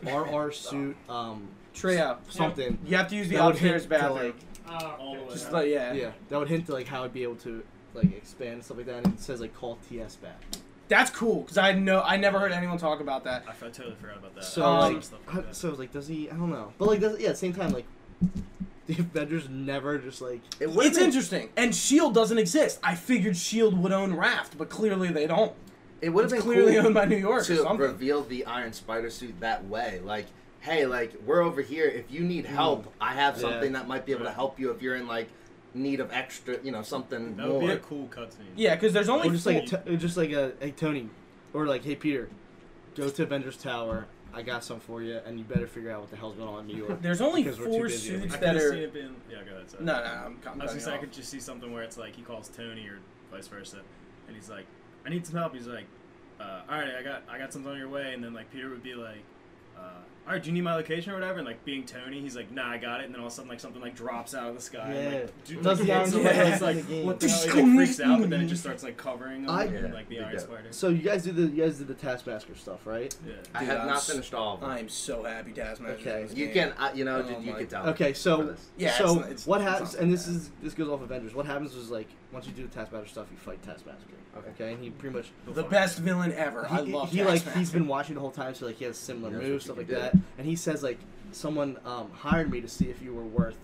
Speaker 5: RR suit um
Speaker 1: Trio.
Speaker 5: something
Speaker 1: You have to use the
Speaker 5: that would
Speaker 1: upstairs
Speaker 5: hint to,
Speaker 1: bathroom.
Speaker 5: like,
Speaker 4: All the way
Speaker 1: Just
Speaker 4: up.
Speaker 1: like yeah.
Speaker 5: yeah that would hint to like how I'd be able to like expand and stuff like that and it says like call TS back.
Speaker 1: That's cool because I know I never heard anyone talk about that.
Speaker 4: I, f- I totally forgot about that.
Speaker 5: So
Speaker 4: I was
Speaker 1: Um,
Speaker 4: doing
Speaker 5: like,
Speaker 4: stuff
Speaker 5: I-
Speaker 4: like that.
Speaker 5: so like, does he? I don't know. But like, does, yeah, at the same time, like, the Avengers never just like.
Speaker 3: It would've
Speaker 1: It's
Speaker 3: been-
Speaker 1: interesting. And Shield E doesn't exist. I figured Shield would own Raft, but clearly they don't.
Speaker 3: It would have
Speaker 1: It's
Speaker 3: been
Speaker 1: clearly
Speaker 3: cool
Speaker 1: owned by New York or
Speaker 3: to
Speaker 1: something.
Speaker 3: reveal the Iron Spider suit that way. Like, hey, like we're over here. If you need help, I have
Speaker 5: Yeah.
Speaker 3: something that might be able to
Speaker 4: Right.
Speaker 3: help you. If you're in like need of extra, you know, something
Speaker 4: that
Speaker 3: more.
Speaker 4: would be a cool cutscene.
Speaker 1: yeah, because there's only
Speaker 5: Or just
Speaker 1: four.
Speaker 5: like, a t- or just like a hey Tony, or like hey Peter, go to Avengers Tower. I got some for you, and you better figure out what the hell's going on in New York.
Speaker 1: there's only
Speaker 5: because we're too
Speaker 1: four
Speaker 5: busy over
Speaker 1: suits
Speaker 4: I
Speaker 5: here.
Speaker 4: could
Speaker 1: that
Speaker 4: have
Speaker 1: are.
Speaker 4: seen it being. Yeah, go ahead. Sorry.
Speaker 1: No, no, no, I'm, I'm
Speaker 4: I was gonna say I
Speaker 1: cutting
Speaker 4: could just see something where it's like he calls Tony or vice versa, and he's like, "I need some help." He's like, uh, "All right, I got I got something on your way," and then like Peter would be like, uh, all right, do you need my location or whatever? And like being Tony, he's like, nah, I got it. And then all of a sudden, like something like drops out of the sky. and,
Speaker 5: Yeah.
Speaker 4: like, dude,
Speaker 5: Doesn't
Speaker 4: like,
Speaker 5: sound
Speaker 4: hits him, and
Speaker 1: good.
Speaker 4: he's like,
Speaker 5: Yeah.
Speaker 4: what the hell? He like, freaks out, but then it just starts like covering him
Speaker 5: I-
Speaker 4: and like the
Speaker 3: Yeah.
Speaker 4: iron spider.
Speaker 5: So you guys do the you guys did the Taskmaster stuff, right?
Speaker 4: Yeah.
Speaker 3: I
Speaker 1: Dude,
Speaker 3: have
Speaker 1: I'm
Speaker 3: not
Speaker 1: s-
Speaker 3: finished all of them.
Speaker 1: I am so happy Taskmaster.
Speaker 5: Okay.
Speaker 3: you can, uh, you know,
Speaker 1: Oh
Speaker 3: dude, you
Speaker 1: my-
Speaker 3: could tell.
Speaker 5: Okay,
Speaker 3: For
Speaker 5: so
Speaker 3: this.
Speaker 1: Yeah,
Speaker 5: so
Speaker 1: it's- it's-
Speaker 5: what
Speaker 1: it's
Speaker 5: happens?
Speaker 1: not
Speaker 5: And
Speaker 1: like
Speaker 5: this
Speaker 1: that.
Speaker 5: is this goes off Avengers. What happens is like once you do the Taskmaster stuff, you fight Taskmaster.
Speaker 3: Okay.
Speaker 5: Okay, and he pretty much
Speaker 1: The best villain ever. I
Speaker 5: he,
Speaker 1: love
Speaker 5: he like
Speaker 1: Taskmaster.
Speaker 5: he's been watching the whole time, so like he has similar
Speaker 3: He knows
Speaker 5: moves, stuff
Speaker 3: what you
Speaker 5: like
Speaker 3: can
Speaker 5: that.
Speaker 3: do.
Speaker 5: And he says like someone um, hired me to see if you were worth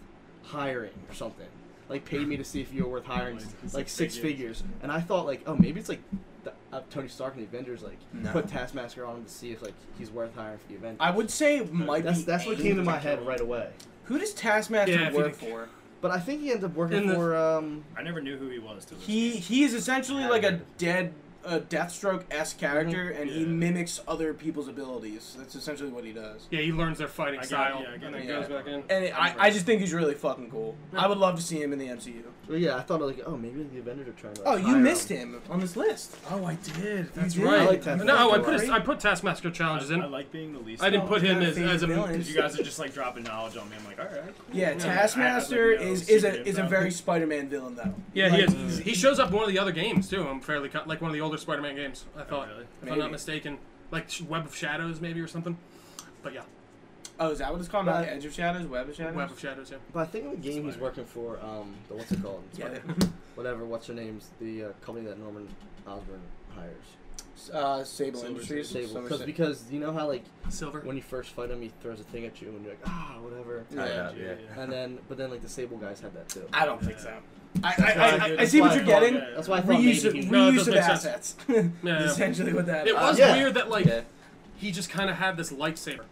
Speaker 5: hiring or something. Like paid me to see if you were worth hiring,
Speaker 4: Like, six
Speaker 5: like six
Speaker 4: figures.
Speaker 5: figures. And I thought like, oh, maybe it's like the, uh, Tony Stark and the Avengers like
Speaker 1: No.
Speaker 5: put Taskmaster on him to see if like he's worth hiring for the Avengers.
Speaker 1: I would say might
Speaker 5: that's
Speaker 1: be.
Speaker 5: that's what
Speaker 1: Aang.
Speaker 5: came to my head right away.
Speaker 1: Who does Taskmaster
Speaker 2: Yeah, if you
Speaker 1: work
Speaker 2: think-
Speaker 1: for?
Speaker 5: But I think he ends up working
Speaker 2: In the-
Speaker 5: for um
Speaker 4: I never knew who he was. Till this
Speaker 1: He
Speaker 4: game.
Speaker 1: he is essentially
Speaker 3: Yeah,
Speaker 1: like a
Speaker 3: dude.
Speaker 1: dead, a Deathstroke s character, and he
Speaker 4: Yeah.
Speaker 1: mimics other people's abilities. That's essentially what he does.
Speaker 2: Yeah, he learns their fighting
Speaker 4: I get it,
Speaker 2: style
Speaker 4: yeah, I get
Speaker 2: and
Speaker 4: it.
Speaker 2: then
Speaker 1: Yeah.
Speaker 2: goes back in.
Speaker 1: And it, I, I just think he's really fucking cool.
Speaker 2: Yeah.
Speaker 1: I would love to see him in the MCU.
Speaker 5: well, yeah, I thought like, oh maybe the Avengers are trying to like,
Speaker 1: Oh, you
Speaker 5: hire
Speaker 1: missed
Speaker 5: him.
Speaker 1: him on this list.
Speaker 2: Oh, I did. That's
Speaker 1: did.
Speaker 2: right.
Speaker 5: I like Taskmaster.
Speaker 2: no, I put
Speaker 1: Right?
Speaker 2: a, I put Taskmaster challenges
Speaker 4: I, I
Speaker 2: in.
Speaker 4: like being the least.
Speaker 2: I didn't put him
Speaker 1: Not
Speaker 2: as,
Speaker 1: favorite
Speaker 2: as a.
Speaker 1: villain.
Speaker 4: Because you guys are just like dropping knowledge on me. I'm like, all right.
Speaker 1: Yeah,
Speaker 2: Yeah.
Speaker 1: Taskmaster
Speaker 4: I- I have, like, no
Speaker 1: is is a
Speaker 4: secret
Speaker 1: is a
Speaker 4: info.
Speaker 1: very Spider-Man villain though.
Speaker 2: Yeah,
Speaker 1: Like,
Speaker 2: he is. He shows up one of the other games too. I'm fairly co- like one of the older Spider-Man games. I thought,
Speaker 4: really?
Speaker 2: if I'm
Speaker 1: Maybe.
Speaker 2: not mistaken, like Sh- Web of Shadows maybe or something. But yeah,
Speaker 1: Oh, is that what it's called? Not
Speaker 5: Right.
Speaker 1: Edge of Shadows, Web of Shadows.
Speaker 2: Web of Shadows. Yeah.
Speaker 5: But I think in the game he's
Speaker 4: Spider.
Speaker 5: working for um the what's it called?
Speaker 1: Yeah.
Speaker 5: whatever, what's her name's the uh, company that Norman Osborn hires.
Speaker 1: Uh, Sable
Speaker 4: Silver
Speaker 1: Industries.
Speaker 5: Sable.
Speaker 1: Silver
Speaker 5: Because
Speaker 1: Sa-
Speaker 5: because you know how like
Speaker 2: Silver.
Speaker 5: when you first fight him, he throws a thing at you and you're like ah whatever,
Speaker 1: Yeah.
Speaker 3: I know, Oh, yeah.
Speaker 5: and then but then like the Sable guys had that too.
Speaker 1: I don't think so. I,
Speaker 4: That's why
Speaker 1: I, I,
Speaker 4: I did-
Speaker 1: I see what you're
Speaker 4: that's why I
Speaker 1: getting.
Speaker 4: called
Speaker 5: That's why I thought
Speaker 1: Reuse of,
Speaker 5: maybe he,
Speaker 2: No, it
Speaker 1: reuse
Speaker 2: does
Speaker 1: of
Speaker 2: make sense.
Speaker 1: assets.
Speaker 2: yeah.
Speaker 1: That's essentially what that
Speaker 2: It
Speaker 1: is.
Speaker 2: was
Speaker 5: yeah.
Speaker 2: weird that like
Speaker 5: Yeah.
Speaker 2: he just kind of had this lightsaber,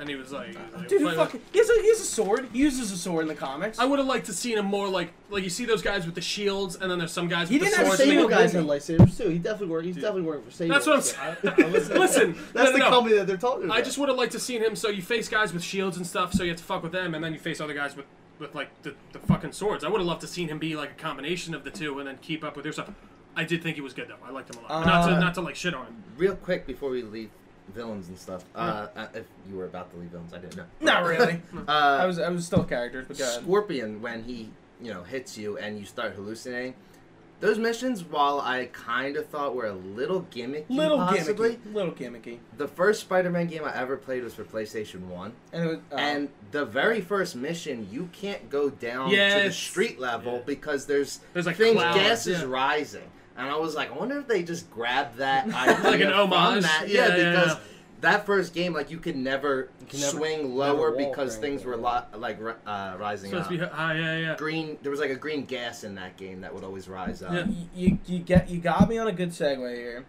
Speaker 2: and he was like, he was like,
Speaker 1: Uh, Dude, who
Speaker 2: like-
Speaker 1: fucking, he, has a, he has a sword. He uses a sword in the comics.
Speaker 2: I would have liked to seen him more like like you see those guys with the shields, and then there's some guys
Speaker 1: He
Speaker 2: with
Speaker 1: didn't have
Speaker 2: the
Speaker 5: the
Speaker 1: Or
Speaker 2: swords.
Speaker 1: Sable
Speaker 5: Sable
Speaker 1: Sable
Speaker 5: guys
Speaker 1: guys
Speaker 5: had
Speaker 1: didn't.
Speaker 5: lightsabers too. He definitely worked. He's definitely working for Sable.
Speaker 2: That's what I'm
Speaker 5: so-
Speaker 2: saying.
Speaker 4: I, I listen.
Speaker 2: Listen,
Speaker 5: That's
Speaker 2: no,
Speaker 5: the
Speaker 2: no, no.
Speaker 5: company that they're talking about.
Speaker 2: I just would have liked to seen him. So you face guys with shields and stuff, so you have to fuck with them, and then you face other guys with with like the, the fucking swords. I would have loved to seen him be like a combination of the two, and then keep up with their stuff. I did think he was good though. I liked him a lot. not to
Speaker 1: Uh,
Speaker 2: not to like shit on him.
Speaker 3: Real quick before we leave villains and stuff, uh, uh, if you were about to leave villains, I didn't know.
Speaker 1: Not really. I
Speaker 3: Uh,
Speaker 1: was I was still characters, but go ahead.
Speaker 3: Scorpion, when he you know hits you and you start hallucinating, those missions, while I kind of thought were a little gimmicky,
Speaker 1: Little
Speaker 3: possibly,
Speaker 1: gimmicky. Little gimmicky.
Speaker 3: the first Spider-Man game I ever played was for PlayStation One.
Speaker 1: And it was.
Speaker 2: Uh-huh.
Speaker 1: Uh,
Speaker 3: and the very first mission, you can't go down to the
Speaker 2: Yes.
Speaker 3: street level
Speaker 4: Yeah.
Speaker 3: because there's,
Speaker 2: There's, like,
Speaker 3: things,
Speaker 2: clouds,
Speaker 3: gas is
Speaker 2: yeah.
Speaker 3: rising. And I was like, I wonder if they just grabbed that idea
Speaker 2: Like an
Speaker 3: from
Speaker 2: homage.
Speaker 3: that.
Speaker 2: Yeah,
Speaker 3: Yeah,
Speaker 2: yeah,
Speaker 3: because
Speaker 2: yeah.
Speaker 3: that first game, like you could never
Speaker 5: can never-
Speaker 3: swing
Speaker 5: never
Speaker 3: lower
Speaker 5: walk
Speaker 3: because
Speaker 5: or
Speaker 3: things were
Speaker 5: anything,
Speaker 3: lo- like ri- uh, rising
Speaker 2: Supposed
Speaker 3: up.
Speaker 2: to be ah yeah yeah.
Speaker 3: green, there was like a green gas in that game that would always rise up.
Speaker 2: Yeah.
Speaker 1: y- you, you get you got me on a good segue here.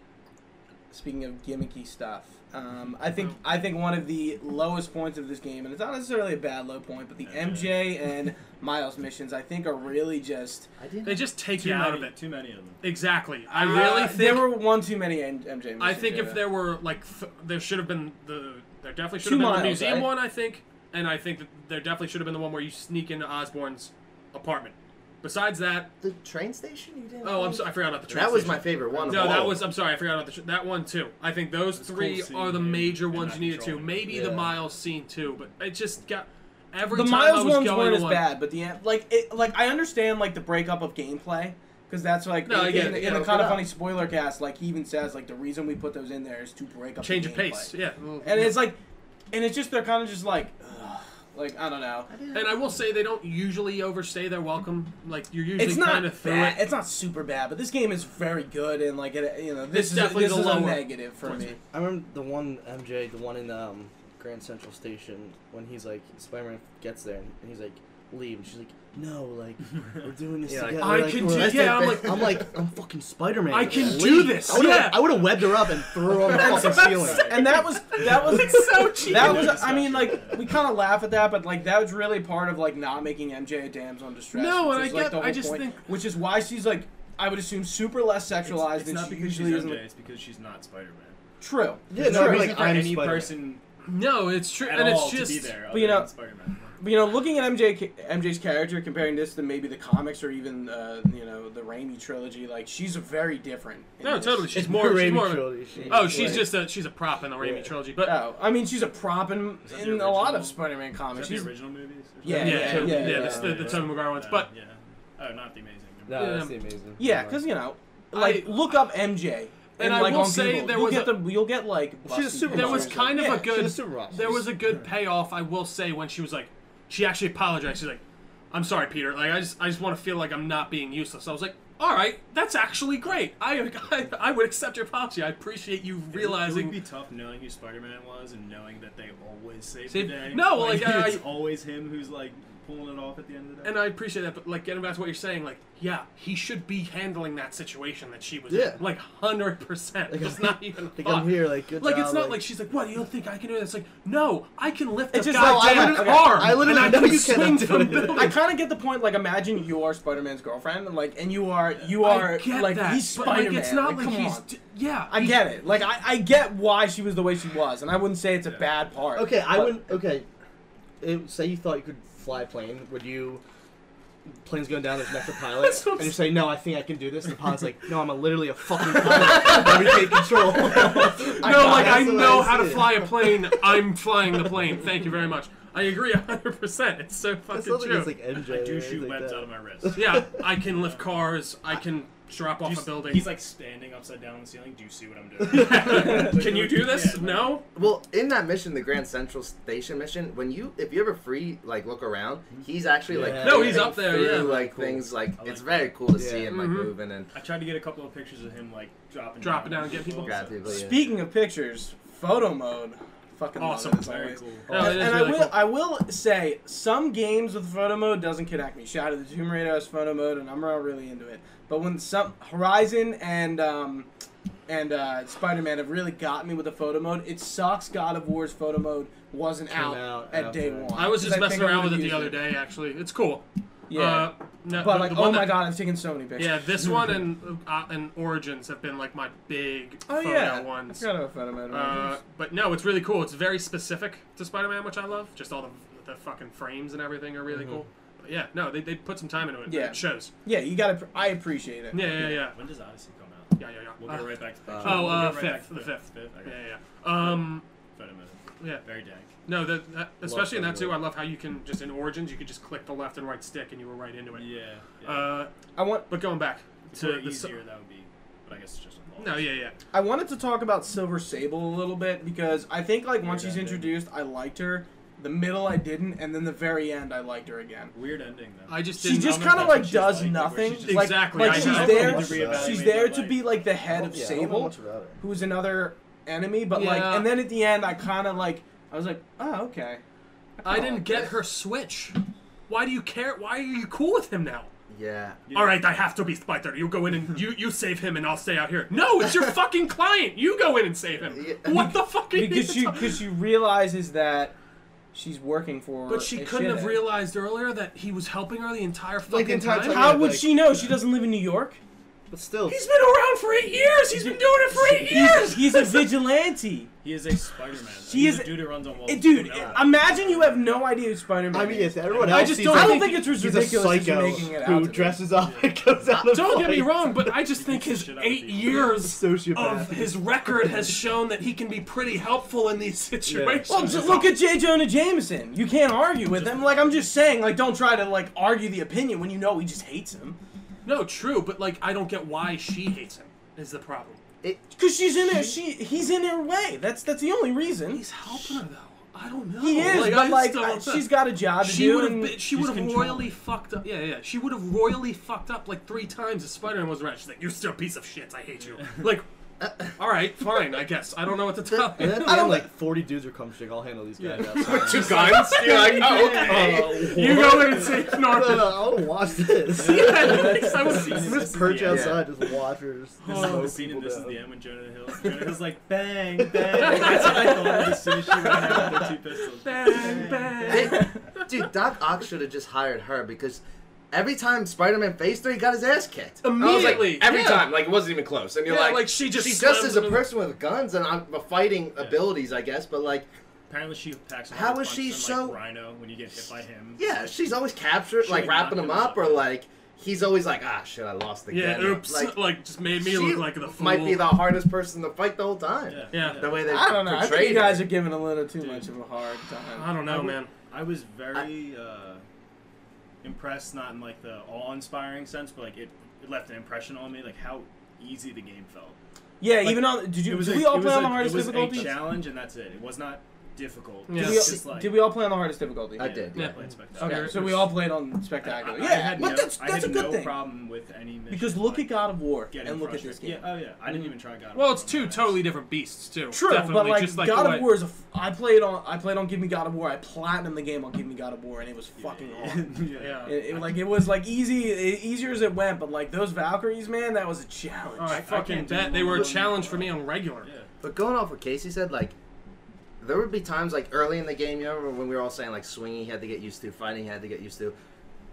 Speaker 1: Speaking of gimmicky stuff, um, I think I think one of the lowest points of this game, and it's not necessarily a bad low point, but the MJ and Miles missions, I think, are really just
Speaker 3: I didn't.
Speaker 2: They just take
Speaker 4: Too
Speaker 2: you out
Speaker 4: many,
Speaker 2: of it.
Speaker 4: Too many of them.
Speaker 2: Exactly. I
Speaker 1: Uh,
Speaker 2: really
Speaker 1: there
Speaker 2: think
Speaker 1: were one too many M- MJ. Missions,
Speaker 2: I think
Speaker 1: yeah.
Speaker 2: if there were like th- there should have been the there definitely should
Speaker 1: Two
Speaker 2: have been
Speaker 1: miles, eh?
Speaker 2: the museum
Speaker 1: right?
Speaker 2: one I think and I think that there definitely should have been the one where you sneak into Osborne's apartment. Besides that,
Speaker 3: the train station? You didn't.
Speaker 2: oh I'm sorry I forgot about the train
Speaker 3: That was
Speaker 2: station.
Speaker 3: my favorite one. of
Speaker 2: No, that
Speaker 3: all.
Speaker 2: was I'm sorry I forgot about the tr- that one too. I think those
Speaker 4: It's
Speaker 2: three
Speaker 4: cool seeing
Speaker 2: are the
Speaker 4: you
Speaker 2: major
Speaker 4: and
Speaker 2: ones
Speaker 4: not
Speaker 2: you needed to.
Speaker 4: controlling it.
Speaker 2: Maybe the
Speaker 5: Yeah.
Speaker 2: Miles scene too, but it just got every
Speaker 1: the
Speaker 2: time I
Speaker 1: Miles
Speaker 2: was
Speaker 1: ones
Speaker 2: going
Speaker 1: weren't
Speaker 2: to
Speaker 1: as
Speaker 2: one-
Speaker 1: bad, but the M- like it, like I understand like the breakup of gameplay because that's like
Speaker 2: No,
Speaker 1: in,
Speaker 2: I get
Speaker 1: in,
Speaker 2: it.
Speaker 1: in
Speaker 2: Yeah,
Speaker 1: the
Speaker 2: look
Speaker 1: kind
Speaker 2: it
Speaker 1: of
Speaker 2: up.
Speaker 1: funny spoiler cast. Like he even says like the reason we put those in there is to break up
Speaker 2: change
Speaker 1: the
Speaker 2: of pace.
Speaker 1: gameplay.
Speaker 2: Yeah,
Speaker 1: and it's like, and it's just they're kind of just like, ugh, like I don't know.
Speaker 2: and I will say they don't usually overstay their welcome. Like you're usually
Speaker 1: It's
Speaker 2: kind
Speaker 1: not
Speaker 2: of through
Speaker 1: bad.
Speaker 2: it.
Speaker 1: It's not super bad, but this game is very good, and like it, you know, this
Speaker 2: It's
Speaker 1: is
Speaker 2: definitely
Speaker 1: this
Speaker 2: the
Speaker 1: is a
Speaker 2: lower
Speaker 1: negative for
Speaker 2: points.
Speaker 1: me.
Speaker 5: I remember the one MJ, the one in um, Grand Central Station when he's like Spider-Man gets there and he's like leave and she's like no like we're doing this
Speaker 3: Yeah, like,
Speaker 5: together.
Speaker 2: I
Speaker 5: like,
Speaker 2: can
Speaker 5: we're-
Speaker 2: do.
Speaker 3: That's
Speaker 2: Yeah,
Speaker 3: the
Speaker 2: I'm like
Speaker 5: I'm like I'm fucking Spider-Man.
Speaker 2: I can
Speaker 5: Leave.
Speaker 2: do this.
Speaker 5: I would have
Speaker 2: yeah.
Speaker 5: I would have webbed her up and threw her on the fucking ceiling.
Speaker 1: And that was that was
Speaker 2: so cheap.
Speaker 1: That
Speaker 4: Yeah,
Speaker 1: was,
Speaker 4: discussion.
Speaker 1: I mean, like we kind of laugh at that, but like that was really part of like not making MJ a damsel in distress.
Speaker 2: No,
Speaker 1: which
Speaker 2: and
Speaker 1: is,
Speaker 2: I
Speaker 1: like,
Speaker 2: get-
Speaker 1: the whole
Speaker 2: I just
Speaker 1: point,
Speaker 2: think-
Speaker 1: which is why she's like, I would assume, super less
Speaker 4: It's,
Speaker 1: sexualized
Speaker 4: it's
Speaker 1: than
Speaker 4: not
Speaker 1: she
Speaker 4: because she's
Speaker 1: usually is. in
Speaker 4: MJ.
Speaker 1: the-
Speaker 4: It's because she's not Spider-Man.
Speaker 1: True,
Speaker 5: Yeah,
Speaker 4: There's no
Speaker 5: no,
Speaker 4: reason
Speaker 5: like
Speaker 4: for
Speaker 5: I'm
Speaker 4: any
Speaker 5: Spider-Man.
Speaker 4: person
Speaker 2: No, it's true,
Speaker 4: at
Speaker 2: and
Speaker 4: all
Speaker 2: it's just
Speaker 4: to be there.
Speaker 1: you
Speaker 4: other
Speaker 1: know-
Speaker 4: than Spider-Man.
Speaker 1: you know, looking at MJ ca- MJ's character, comparing this to maybe the comics or even uh, you know the Raimi trilogy, like she's very different. in
Speaker 2: No,
Speaker 1: this.
Speaker 2: totally. She's more. She's
Speaker 5: Raimi
Speaker 2: more of a-
Speaker 5: trilogy, she-
Speaker 2: oh, she's
Speaker 1: Right.
Speaker 2: just a she's a prop in the Raimi
Speaker 5: Yeah.
Speaker 2: trilogy. But
Speaker 1: Oh, I mean, she's a prop in,
Speaker 4: Is that the
Speaker 1: in a lot
Speaker 4: original-
Speaker 1: of Spider-Man
Speaker 4: Is
Speaker 1: comics.
Speaker 4: that
Speaker 1: She's-
Speaker 4: the original movies? or
Speaker 1: Yeah,
Speaker 4: something?
Speaker 1: yeah, yeah, yeah,
Speaker 2: the- the- the
Speaker 4: yeah.
Speaker 2: Tobey Maguire ones,
Speaker 4: Uh,
Speaker 2: but-
Speaker 4: yeah. Oh, not the amazing.
Speaker 5: No,
Speaker 2: Yeah.
Speaker 5: that's the amazing.
Speaker 1: yeah, because you know,
Speaker 2: I-
Speaker 1: like look up MJ.
Speaker 2: And I
Speaker 1: like,
Speaker 2: will
Speaker 1: on
Speaker 2: say
Speaker 1: Google,
Speaker 2: there
Speaker 1: you'll
Speaker 2: was
Speaker 1: get
Speaker 2: a-
Speaker 1: the, you'll get like
Speaker 5: She's a
Speaker 1: Busty
Speaker 5: super
Speaker 2: there
Speaker 1: Bumps
Speaker 2: was
Speaker 1: or
Speaker 2: kind of
Speaker 1: something.
Speaker 2: a good.
Speaker 5: She's a super boss.
Speaker 2: There was a good payoff. I will say when she was like, she actually apologized. She's like, "I'm sorry, Peter. Like, I just I just want to feel like I'm not being useless." I was like, "All right, that's actually great. I I, I would accept your apology. I appreciate you
Speaker 4: it
Speaker 2: realizing."
Speaker 4: would be tough knowing who Spider-Man was and knowing that they always save
Speaker 2: Save-
Speaker 4: the day.
Speaker 2: No, well, like, I-
Speaker 4: it's always him who's like pulling it off at the end of the day.
Speaker 2: and I appreciate that, but like getting back to what you're saying, like yeah, he should be handling that situation that she was
Speaker 5: Yeah.
Speaker 2: in, like hundred percent.
Speaker 5: Like,
Speaker 2: It's
Speaker 5: I'm-
Speaker 2: not even
Speaker 5: Like
Speaker 2: thought.
Speaker 5: I'm here, like good
Speaker 2: Like
Speaker 5: job,
Speaker 2: it's not like, she's like, what? You don't think I can do this? Like, no, I can lift
Speaker 1: It's
Speaker 2: a
Speaker 1: just like, I
Speaker 2: goddamn
Speaker 1: literally-
Speaker 2: car.
Speaker 5: I literally
Speaker 2: and I
Speaker 5: know
Speaker 2: can
Speaker 5: you cannot
Speaker 2: swing
Speaker 5: do
Speaker 2: from
Speaker 5: it.
Speaker 2: buildings.
Speaker 1: I kind of get the point. Like, imagine you are Spider-Man's girlfriend, and like, and you are you
Speaker 2: I
Speaker 1: are
Speaker 2: get
Speaker 1: like
Speaker 2: that,
Speaker 1: he's
Speaker 2: but, like,
Speaker 1: Spider-Man.
Speaker 2: it's not like,
Speaker 1: come
Speaker 2: he's.
Speaker 1: on.
Speaker 2: d- yeah,
Speaker 1: I
Speaker 2: he-
Speaker 1: get it. Like, I, I get why she was the way she was, and I wouldn't say it's a bad part.
Speaker 5: Okay, I
Speaker 1: but-
Speaker 5: wouldn't. Okay, it, say you thought you could fly a plane. Would you? Plane's going down. There's an extra pilot,
Speaker 2: That's what I'm
Speaker 5: and you say, "No, I think I can do this." And the pilot's like, "No, I'm a, literally a fucking pilot. Let me take control."
Speaker 2: No, like I
Speaker 5: That's what
Speaker 2: know
Speaker 5: I
Speaker 2: how to
Speaker 5: said.
Speaker 2: fly a plane. I'm flying the plane. Thank you very much. I agree 100. percent It's so
Speaker 5: That's
Speaker 2: fucking
Speaker 5: something
Speaker 2: true.
Speaker 5: that's like MJ.
Speaker 4: I
Speaker 5: or
Speaker 4: do shoot
Speaker 5: anything like
Speaker 4: webs
Speaker 5: that.
Speaker 4: out of my wrist.
Speaker 2: yeah, I can lift cars. I can drop
Speaker 4: Do
Speaker 2: off
Speaker 4: you
Speaker 2: a
Speaker 4: s-
Speaker 2: building.
Speaker 4: He's like standing upside down on the ceiling. Do you see what I'm doing? Like,
Speaker 2: can you do this?
Speaker 4: yeah, like,
Speaker 2: no.
Speaker 3: Well, in that mission, the Grand Central Station mission, when you if you ever free like look around, he's actually
Speaker 5: Yeah.
Speaker 3: like
Speaker 5: No,
Speaker 2: he's
Speaker 3: peering
Speaker 2: up there,
Speaker 3: through,
Speaker 2: yeah.
Speaker 3: like
Speaker 5: Cool.
Speaker 3: things like
Speaker 4: I
Speaker 3: it's
Speaker 4: like
Speaker 3: very cool to
Speaker 5: Yeah.
Speaker 3: see him like
Speaker 2: Mhm.
Speaker 3: moving and
Speaker 4: I tried to get a couple of pictures of him like dropping
Speaker 2: Dropping down and get
Speaker 4: getting
Speaker 2: people.
Speaker 3: grab people. yeah.
Speaker 1: Speaking of pictures, photo mode, fucking love
Speaker 2: Awesome.
Speaker 1: it as
Speaker 4: Very
Speaker 1: always.
Speaker 4: cool.
Speaker 2: No, it
Speaker 1: and
Speaker 2: is
Speaker 1: and
Speaker 2: really
Speaker 1: I will,
Speaker 2: cool.
Speaker 1: I will say, some games with photo mode doesn't connect me. Shadow of the Tomb Raider has photo mode, and I'm not really into it. But when some Horizon and um, and uh, Spider Man have really got me with the photo mode, it sucks. God of War's photo mode wasn't
Speaker 5: Came
Speaker 1: out,
Speaker 5: out
Speaker 1: at day
Speaker 5: after.
Speaker 1: one.
Speaker 2: I was
Speaker 1: 'cause
Speaker 2: just messing
Speaker 1: think I'm
Speaker 2: around with
Speaker 1: gonna
Speaker 2: it the
Speaker 1: use
Speaker 2: other day. Actually, it's cool.
Speaker 1: Yeah,
Speaker 2: Uh, no,
Speaker 1: but
Speaker 2: the-
Speaker 1: like,
Speaker 2: the
Speaker 1: oh
Speaker 2: one
Speaker 1: my
Speaker 2: that-
Speaker 1: god, Hmm. I've taken so many pictures.
Speaker 2: Yeah, this one and uh, and Origins have been like my big
Speaker 1: Oh
Speaker 2: photo
Speaker 1: yeah,
Speaker 2: ones.
Speaker 1: I forgot about photo mode.
Speaker 2: Uh, but no, it's really cool. It's very specific to Spider-Man, which I love. Just all the, the fucking frames and everything are really cool. But yeah, no, they, they put some time into it.
Speaker 1: Mm-hmm. Yeah.
Speaker 2: It shows.
Speaker 1: yeah, you gotta. I appreciate it.
Speaker 2: Yeah, yeah, yeah,
Speaker 4: When does Odyssey come out?
Speaker 2: yeah, yeah, yeah.
Speaker 4: We'll
Speaker 2: Uh,
Speaker 4: get right back to pictures.
Speaker 2: oh,
Speaker 4: We'll
Speaker 2: uh,
Speaker 4: get right back
Speaker 2: fifth,
Speaker 4: to
Speaker 2: the fifth.
Speaker 4: Fifth.
Speaker 2: yeah,
Speaker 4: Okay.
Speaker 2: yeah, yeah. Um,
Speaker 4: Photo mode.
Speaker 2: yeah.
Speaker 4: Very dank.
Speaker 2: No, that, that especially in that
Speaker 5: photo.
Speaker 2: too. I love how you can just in Origins you could just click the left and right stick and you were right into it.
Speaker 4: Yeah. yeah.
Speaker 2: Uh,
Speaker 1: I want.
Speaker 2: but going back
Speaker 4: If it were
Speaker 2: to the
Speaker 4: easier, that would be. But I guess it's just a ball.
Speaker 2: no, yeah, yeah.
Speaker 1: I wanted to talk about Silver Sable a little bit because I think like once
Speaker 4: Weird
Speaker 1: she's
Speaker 4: ending.
Speaker 1: introduced, I liked her. The middle, I didn't, and then the very end, I liked her again.
Speaker 4: Weird ending though.
Speaker 2: I just
Speaker 1: She
Speaker 2: didn't-
Speaker 1: just
Speaker 2: I'm
Speaker 4: know if
Speaker 1: kind of
Speaker 4: that's
Speaker 1: like
Speaker 4: what
Speaker 1: does
Speaker 4: she's like, like, where
Speaker 1: nothing.
Speaker 4: she's
Speaker 2: just-
Speaker 1: like,
Speaker 2: Exactly,
Speaker 1: Like
Speaker 2: I
Speaker 1: she's
Speaker 2: know.
Speaker 1: there.
Speaker 3: Need to reevaluate
Speaker 1: She's
Speaker 4: their
Speaker 1: there to
Speaker 4: life.
Speaker 1: be like the head of
Speaker 5: Yeah, I don't know
Speaker 1: Sable,
Speaker 5: much about it.
Speaker 1: who's another enemy. But like,
Speaker 2: Yeah.
Speaker 1: and then at the end, I kind of like. I was like, oh okay.
Speaker 2: I
Speaker 1: kinda
Speaker 2: didn't
Speaker 1: like
Speaker 2: get
Speaker 1: this.
Speaker 2: her switch. Why do you care? Why are you cool with him now?
Speaker 3: Yeah.
Speaker 4: Yeah.
Speaker 2: All right, I have to be Spider. You go in and you you save him, and I'll stay out here. No, it's your fucking client. You go in and save him.
Speaker 3: Yeah.
Speaker 2: What the fuck? Are you
Speaker 1: Because she because she realizes that she's working for.
Speaker 2: but she
Speaker 1: a
Speaker 2: couldn't have
Speaker 1: shithead.
Speaker 2: realized earlier that he was helping her the entire fucking
Speaker 5: Like the entire
Speaker 2: time.
Speaker 5: time,
Speaker 1: How
Speaker 5: Yeah,
Speaker 1: would
Speaker 5: like-
Speaker 1: she know? She doesn't live in New York.
Speaker 5: But still,
Speaker 2: He's been around for eight years. He's been doing it for eight years.
Speaker 1: He's, he's a vigilante.
Speaker 4: He is a Spider-Man.
Speaker 1: She
Speaker 4: He's
Speaker 1: is-
Speaker 4: a dude who runs on walls.
Speaker 1: Eh, dude,
Speaker 4: No.
Speaker 1: eh, imagine you have no idea who Spider Man
Speaker 5: I mean,
Speaker 1: is.
Speaker 5: yes, everyone
Speaker 4: I
Speaker 5: else.
Speaker 1: just
Speaker 5: sees
Speaker 1: don't- I
Speaker 5: him.
Speaker 1: don't think it's as
Speaker 5: he's
Speaker 1: ridiculous
Speaker 5: a
Speaker 1: as you're
Speaker 5: psycho
Speaker 1: making it out to
Speaker 5: who
Speaker 1: be.
Speaker 5: dresses up and goes out of
Speaker 2: Don't get me
Speaker 5: fights.
Speaker 2: wrong, Oh, but I just think
Speaker 4: beat the
Speaker 2: his
Speaker 4: shit out of
Speaker 2: eight
Speaker 4: people.
Speaker 2: years
Speaker 5: Sociopath.
Speaker 2: of his record has shown that he can be pretty helpful in these situations.
Speaker 1: Well, just look at J. Jonah Jameson. You can't argue with him. Like, I'm just saying, like, don't try to, like, argue the opinion when you know he just hates him.
Speaker 2: no, true, but like I don't get why she hates him. Is the problem?
Speaker 1: Because she's in her, she, he's in her way. That's that's the only reason.
Speaker 2: He's helping her though. I don't know.
Speaker 1: He is,
Speaker 2: Like, I
Speaker 1: but, like,
Speaker 2: still-
Speaker 1: I- she's got a job to
Speaker 2: She
Speaker 1: do.
Speaker 2: would have.
Speaker 1: and-
Speaker 2: been- She
Speaker 4: She's
Speaker 2: would have
Speaker 4: controlling.
Speaker 2: royally fucked up. Yeah, yeah. She would have royally fucked up like three times if Spider-Man was around. She's like, "You're still a piece of shit. I hate you." Like, all right, fine. I guess I don't know what to tell
Speaker 5: And
Speaker 2: you.
Speaker 5: then
Speaker 1: I
Speaker 5: I
Speaker 1: don't
Speaker 5: don't like forty dudes are come shake. I'll handle these guys. outside.
Speaker 3: Two guns? You're like, oh, okay.
Speaker 2: You go in and save
Speaker 5: No, no,
Speaker 2: Norman.
Speaker 5: no, I'll watch this.
Speaker 2: Yeah, I was-
Speaker 5: I'm just perch outside, just watch her. Just
Speaker 4: This is
Speaker 5: slow
Speaker 4: the scene
Speaker 5: people
Speaker 4: in This Is
Speaker 5: down.
Speaker 4: the End when Jonah Hill. Jonah Hill's like, bang, bang. That's what I thought of as soon as she ran out with the two pistols.
Speaker 2: Bang, bang.
Speaker 3: They- Dude, Doc Ock should have just hired her because every time Spider-Man faced her, he got his ass kicked. And I was like,
Speaker 2: Immediately,
Speaker 3: every
Speaker 2: yeah.
Speaker 3: time, like it wasn't even close. And you're
Speaker 2: Yeah,
Speaker 3: like,
Speaker 2: like, she just
Speaker 3: she just
Speaker 2: slams
Speaker 3: is a
Speaker 2: into-
Speaker 3: person with guns and um, fighting abilities, I guess. But like,
Speaker 4: Apparently, she packs. a
Speaker 3: How
Speaker 4: lot of
Speaker 3: is she
Speaker 4: punch than,
Speaker 3: so-
Speaker 4: Like Rhino when you get hit by him.
Speaker 3: Yeah, she's always captured,
Speaker 4: She
Speaker 3: like
Speaker 4: knocked
Speaker 3: wrapping him
Speaker 4: him
Speaker 3: up,
Speaker 4: up.
Speaker 3: or like he's always like, ah, shit, I lost
Speaker 2: Yeah,
Speaker 3: again.
Speaker 2: oops. Like, just made me
Speaker 3: she
Speaker 2: look like the fool.
Speaker 3: might be the hardest person to fight the whole time.
Speaker 4: Yeah.
Speaker 2: Yeah.
Speaker 3: The way they
Speaker 1: I don't know. I think
Speaker 3: portrayed
Speaker 1: you guys
Speaker 3: her.
Speaker 1: are giving a little too
Speaker 4: Dude.
Speaker 1: much of a hard time.
Speaker 2: I don't know,
Speaker 4: would-
Speaker 2: man.
Speaker 4: I was very uh, impressed, not in like the awe-inspiring sense, but like it, it left an impression on me, like how easy the game felt.
Speaker 1: Yeah,
Speaker 4: Like,
Speaker 1: even on did you
Speaker 4: it was
Speaker 1: did
Speaker 4: a,
Speaker 1: we all
Speaker 4: it
Speaker 1: play
Speaker 4: was
Speaker 1: on the
Speaker 4: a-
Speaker 1: hardest
Speaker 4: it was
Speaker 1: difficulty?
Speaker 4: A challenge, and that's it. It was not difficult.
Speaker 1: Did,
Speaker 2: Yeah.
Speaker 4: It's
Speaker 1: we all,
Speaker 4: just like,
Speaker 1: did we all play on the hardest difficulty?
Speaker 3: I did.
Speaker 4: yeah,
Speaker 3: Yeah.
Speaker 2: Yeah.
Speaker 4: played Spectre.
Speaker 1: Okay,
Speaker 2: Yeah.
Speaker 1: so we all played on spectacular.
Speaker 4: I, I,
Speaker 1: yeah,
Speaker 4: I had
Speaker 1: but
Speaker 4: no,
Speaker 1: that's
Speaker 4: I
Speaker 1: that's
Speaker 4: had
Speaker 1: a good
Speaker 4: no
Speaker 1: thing
Speaker 4: problem with any mission.
Speaker 1: because look at
Speaker 4: like,
Speaker 1: God of War
Speaker 4: getting
Speaker 1: and look at this game. Uh,
Speaker 4: frustrated. Yeah, oh yeah, I didn't even try God. of
Speaker 2: Well,
Speaker 4: War
Speaker 2: it's
Speaker 4: on
Speaker 2: two
Speaker 4: my
Speaker 2: totally
Speaker 4: list.
Speaker 2: different beasts, too.
Speaker 1: True,
Speaker 2: Definitely,
Speaker 1: but like,
Speaker 2: just like
Speaker 1: God
Speaker 2: the
Speaker 1: of
Speaker 2: way-
Speaker 1: War is a. F- I played on. I played on Give Me God of War. I platinum the game on Give Me God of War, and it was fucking hard.
Speaker 2: Yeah.
Speaker 1: It, it- like it was like easy, i easier as it went, but like those Valkyries, man, that was a challenge.
Speaker 2: Oh, I
Speaker 4: I
Speaker 2: fucking
Speaker 4: can't do
Speaker 2: bet they
Speaker 4: one
Speaker 2: were a
Speaker 4: of them.
Speaker 2: challenge for me on regular.
Speaker 4: Yeah.
Speaker 3: But going off what Casey said, like there would be times like early in the game, you know, when we were all saying like swinging he had to get used to, fighting he had to get used to.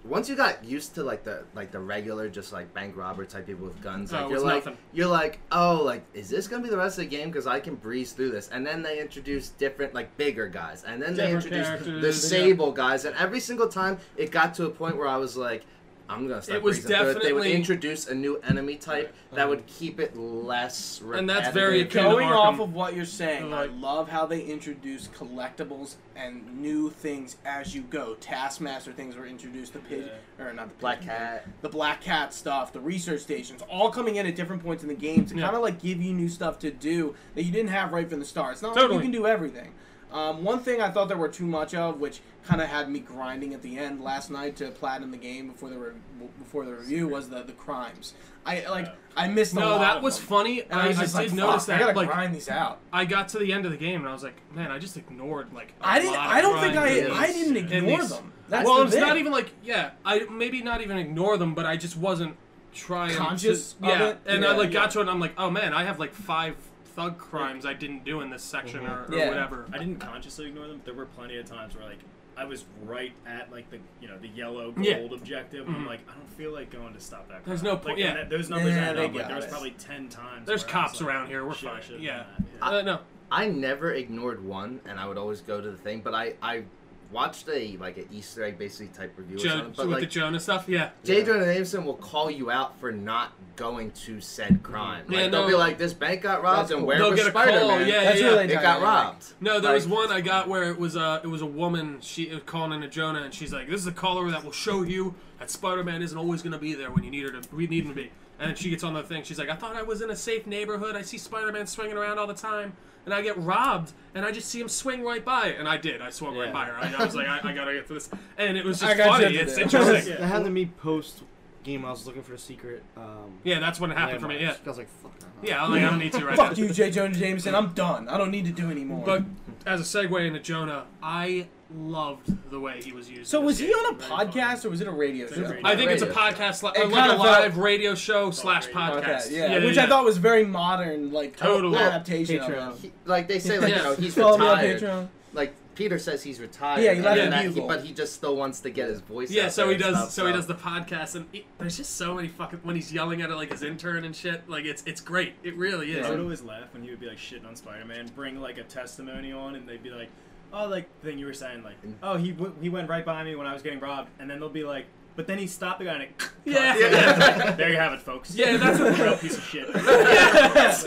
Speaker 3: Once you got used to like the like the regular just like bank robber type people with guns,
Speaker 2: Oh,
Speaker 3: like
Speaker 2: it
Speaker 3: you're
Speaker 2: was
Speaker 3: like
Speaker 2: nothing.
Speaker 3: you're like oh like is this gonna be the rest of the game because I can breeze through this. And then they introduce different like bigger guys, and then
Speaker 2: Different
Speaker 3: they introduce the
Speaker 2: characters, yeah.
Speaker 3: sable guys, and every single time it got to a point where I was like. I'm gonna start
Speaker 2: It was
Speaker 3: breezing through They would
Speaker 2: definitely-
Speaker 3: introduce a new enemy type that would keep it less. Repetitive.
Speaker 2: And that's very akin to
Speaker 1: Going off
Speaker 2: Arkham.
Speaker 1: of what you're saying, I
Speaker 2: Like-
Speaker 1: love how they introduce collectibles and new things as you go. Taskmaster things were introduced, the pigeon, or not the
Speaker 3: Black
Speaker 1: pigeon,
Speaker 3: Cat.
Speaker 1: the black cat stuff, the research stations, all coming in at different points in the game to
Speaker 2: Yeah.
Speaker 1: kind of like give you new stuff to do that you didn't have right from the start. It's not
Speaker 2: Totally.
Speaker 1: like you can do everything. Um, one thing I thought there were too much of, which kind of had me grinding at the end last night to platinum the game before the re- before the review, was the the crimes. I like I missed a
Speaker 2: No,
Speaker 1: lot
Speaker 2: that
Speaker 1: of
Speaker 2: was
Speaker 1: them.
Speaker 2: funny.
Speaker 1: And
Speaker 2: I,
Speaker 1: I was
Speaker 2: I
Speaker 1: just like,
Speaker 2: did notice
Speaker 1: "Fuck,
Speaker 2: that.
Speaker 1: I gotta
Speaker 2: like,
Speaker 1: grind these out.
Speaker 2: I got to the end of the game and I was like, man, I just ignored like. I
Speaker 1: I didn't. I don't think I. I didn't
Speaker 2: And
Speaker 1: ignore
Speaker 2: these-
Speaker 1: them. That's
Speaker 2: well,
Speaker 1: the
Speaker 2: it's
Speaker 1: thing.
Speaker 2: not even like yeah. I maybe not even ignore them, but I just wasn't trying
Speaker 1: Conscious
Speaker 2: To,
Speaker 1: of
Speaker 2: yeah,
Speaker 1: it?
Speaker 2: and
Speaker 1: Yeah,
Speaker 2: I like
Speaker 1: yeah.
Speaker 2: got to it. and I'm like, oh man, I have like five thug crimes I didn't do in this section
Speaker 3: Mm-hmm.
Speaker 2: or, or
Speaker 1: Yeah.
Speaker 2: whatever.
Speaker 4: I didn't consciously ignore them. But there were plenty of times where like I was right at like the you know the yellow gold
Speaker 2: Yeah.
Speaker 4: objective. And
Speaker 2: Mhm.
Speaker 4: I'm like I don't feel like going to stop that.
Speaker 2: There's
Speaker 4: crime.
Speaker 2: no point-
Speaker 4: Like,
Speaker 2: yeah.
Speaker 4: that- those numbers
Speaker 1: Yeah,
Speaker 4: add
Speaker 1: they
Speaker 4: up. Like
Speaker 1: got
Speaker 4: there was
Speaker 1: it.
Speaker 4: probably ten times.
Speaker 2: There's
Speaker 4: where I was
Speaker 2: cops
Speaker 4: like,
Speaker 2: around here. We're
Speaker 4: "Shit, I
Speaker 2: fine.
Speaker 4: should've
Speaker 2: Yeah.
Speaker 4: done that."
Speaker 2: Uh, no.
Speaker 3: I never ignored one, and I would always go to the thing. But I, I watched a like an Easter egg basically type review. or
Speaker 2: Jo-
Speaker 3: something, but
Speaker 2: with the
Speaker 3: like
Speaker 2: Jonah stuff, yeah.
Speaker 3: J. Jonah Jameson will call you out for not going to said crime. Like,
Speaker 2: Yeah,
Speaker 3: they'll
Speaker 2: no.
Speaker 3: be like, "This bank got
Speaker 1: Mm-hmm.
Speaker 3: robbed,
Speaker 1: That's
Speaker 3: and
Speaker 1: cool.
Speaker 3: where
Speaker 2: They'll
Speaker 3: was
Speaker 2: get a call,
Speaker 3: Spider Man?
Speaker 2: yeah,
Speaker 1: That's
Speaker 2: yeah,
Speaker 1: really
Speaker 3: It
Speaker 1: dynamic.
Speaker 3: got robbed."
Speaker 2: No, there
Speaker 3: Like,
Speaker 2: was one I got where it was a it was a woman. She was calling in a Jonah, and she's like, "This is a caller that will show you that Spider Man isn't always going to be there when you need her to. We need him to be." And then she gets on the thing. She's like, "I thought I was in a safe neighborhood. I see Spider Man swinging around all the time, and I get robbed, and I just see him swing right by." And I did. I swung right
Speaker 4: Yeah.
Speaker 2: by her. I, I was like, I, "I gotta get to this," and it was
Speaker 1: I
Speaker 2: just
Speaker 1: got
Speaker 2: funny.
Speaker 1: you to
Speaker 2: It's
Speaker 1: do.
Speaker 2: interesting.
Speaker 4: Yeah.
Speaker 5: That happened to me post game. I was looking for a secret. Um,
Speaker 2: Yeah, that's when it happened for me. Yeah,
Speaker 5: landmark. I was like, fuck. I'm not-
Speaker 2: yeah. I'm like, I don't need to right now.
Speaker 1: Fuck you, J. Jonah Jameson. I'm done. I don't need to do anymore.
Speaker 2: But as a segue into Jonah, I loved the way he was used.
Speaker 1: so
Speaker 2: in
Speaker 1: was
Speaker 2: this
Speaker 1: he
Speaker 2: game.
Speaker 1: on a
Speaker 4: Very
Speaker 1: podcast or was it a radio
Speaker 4: It's a
Speaker 1: show?
Speaker 4: radio
Speaker 2: I think it's a
Speaker 3: Radio.
Speaker 2: podcast, sla-
Speaker 1: It
Speaker 2: or like
Speaker 1: kinda
Speaker 2: a
Speaker 1: felt-
Speaker 2: live radio show slash
Speaker 4: radio.
Speaker 1: Okay,
Speaker 2: podcast.
Speaker 1: yeah, which I
Speaker 2: yeah.
Speaker 1: thought was very modern, like
Speaker 2: Totally.
Speaker 1: adaptation.
Speaker 5: Patreon.
Speaker 1: Of it.
Speaker 3: He- like they say, like
Speaker 2: Yeah.
Speaker 3: you know, he's
Speaker 1: Follow me on
Speaker 3: retired.
Speaker 1: Patreon.
Speaker 3: Like Peter says, he's retired.
Speaker 1: Yeah, he left
Speaker 3: and
Speaker 2: it
Speaker 3: that-
Speaker 1: bugle.
Speaker 3: but he just still wants to get his voice.
Speaker 2: Yeah,
Speaker 3: out
Speaker 2: so
Speaker 3: there
Speaker 2: he
Speaker 3: and
Speaker 2: does.
Speaker 3: stuff,
Speaker 2: so he does the podcast, and it, there's just so many fucking when he's yelling at it like his intern and shit. Like it's it's great. It really is.
Speaker 4: I would always laugh when he would be like shitting on Spider-Man, bring like a testimony on, and they'd be like, "Oh, like the thing you were saying, like,
Speaker 5: Mm.
Speaker 4: oh, he w- he went right by me when I was getting robbed," and then they'll be like, "But then he stopped the guy and it."
Speaker 2: Yeah.
Speaker 4: cuts."
Speaker 3: Yeah.
Speaker 4: there you have it, folks.
Speaker 2: Yeah, that's a-
Speaker 4: real piece of shit.
Speaker 2: yes.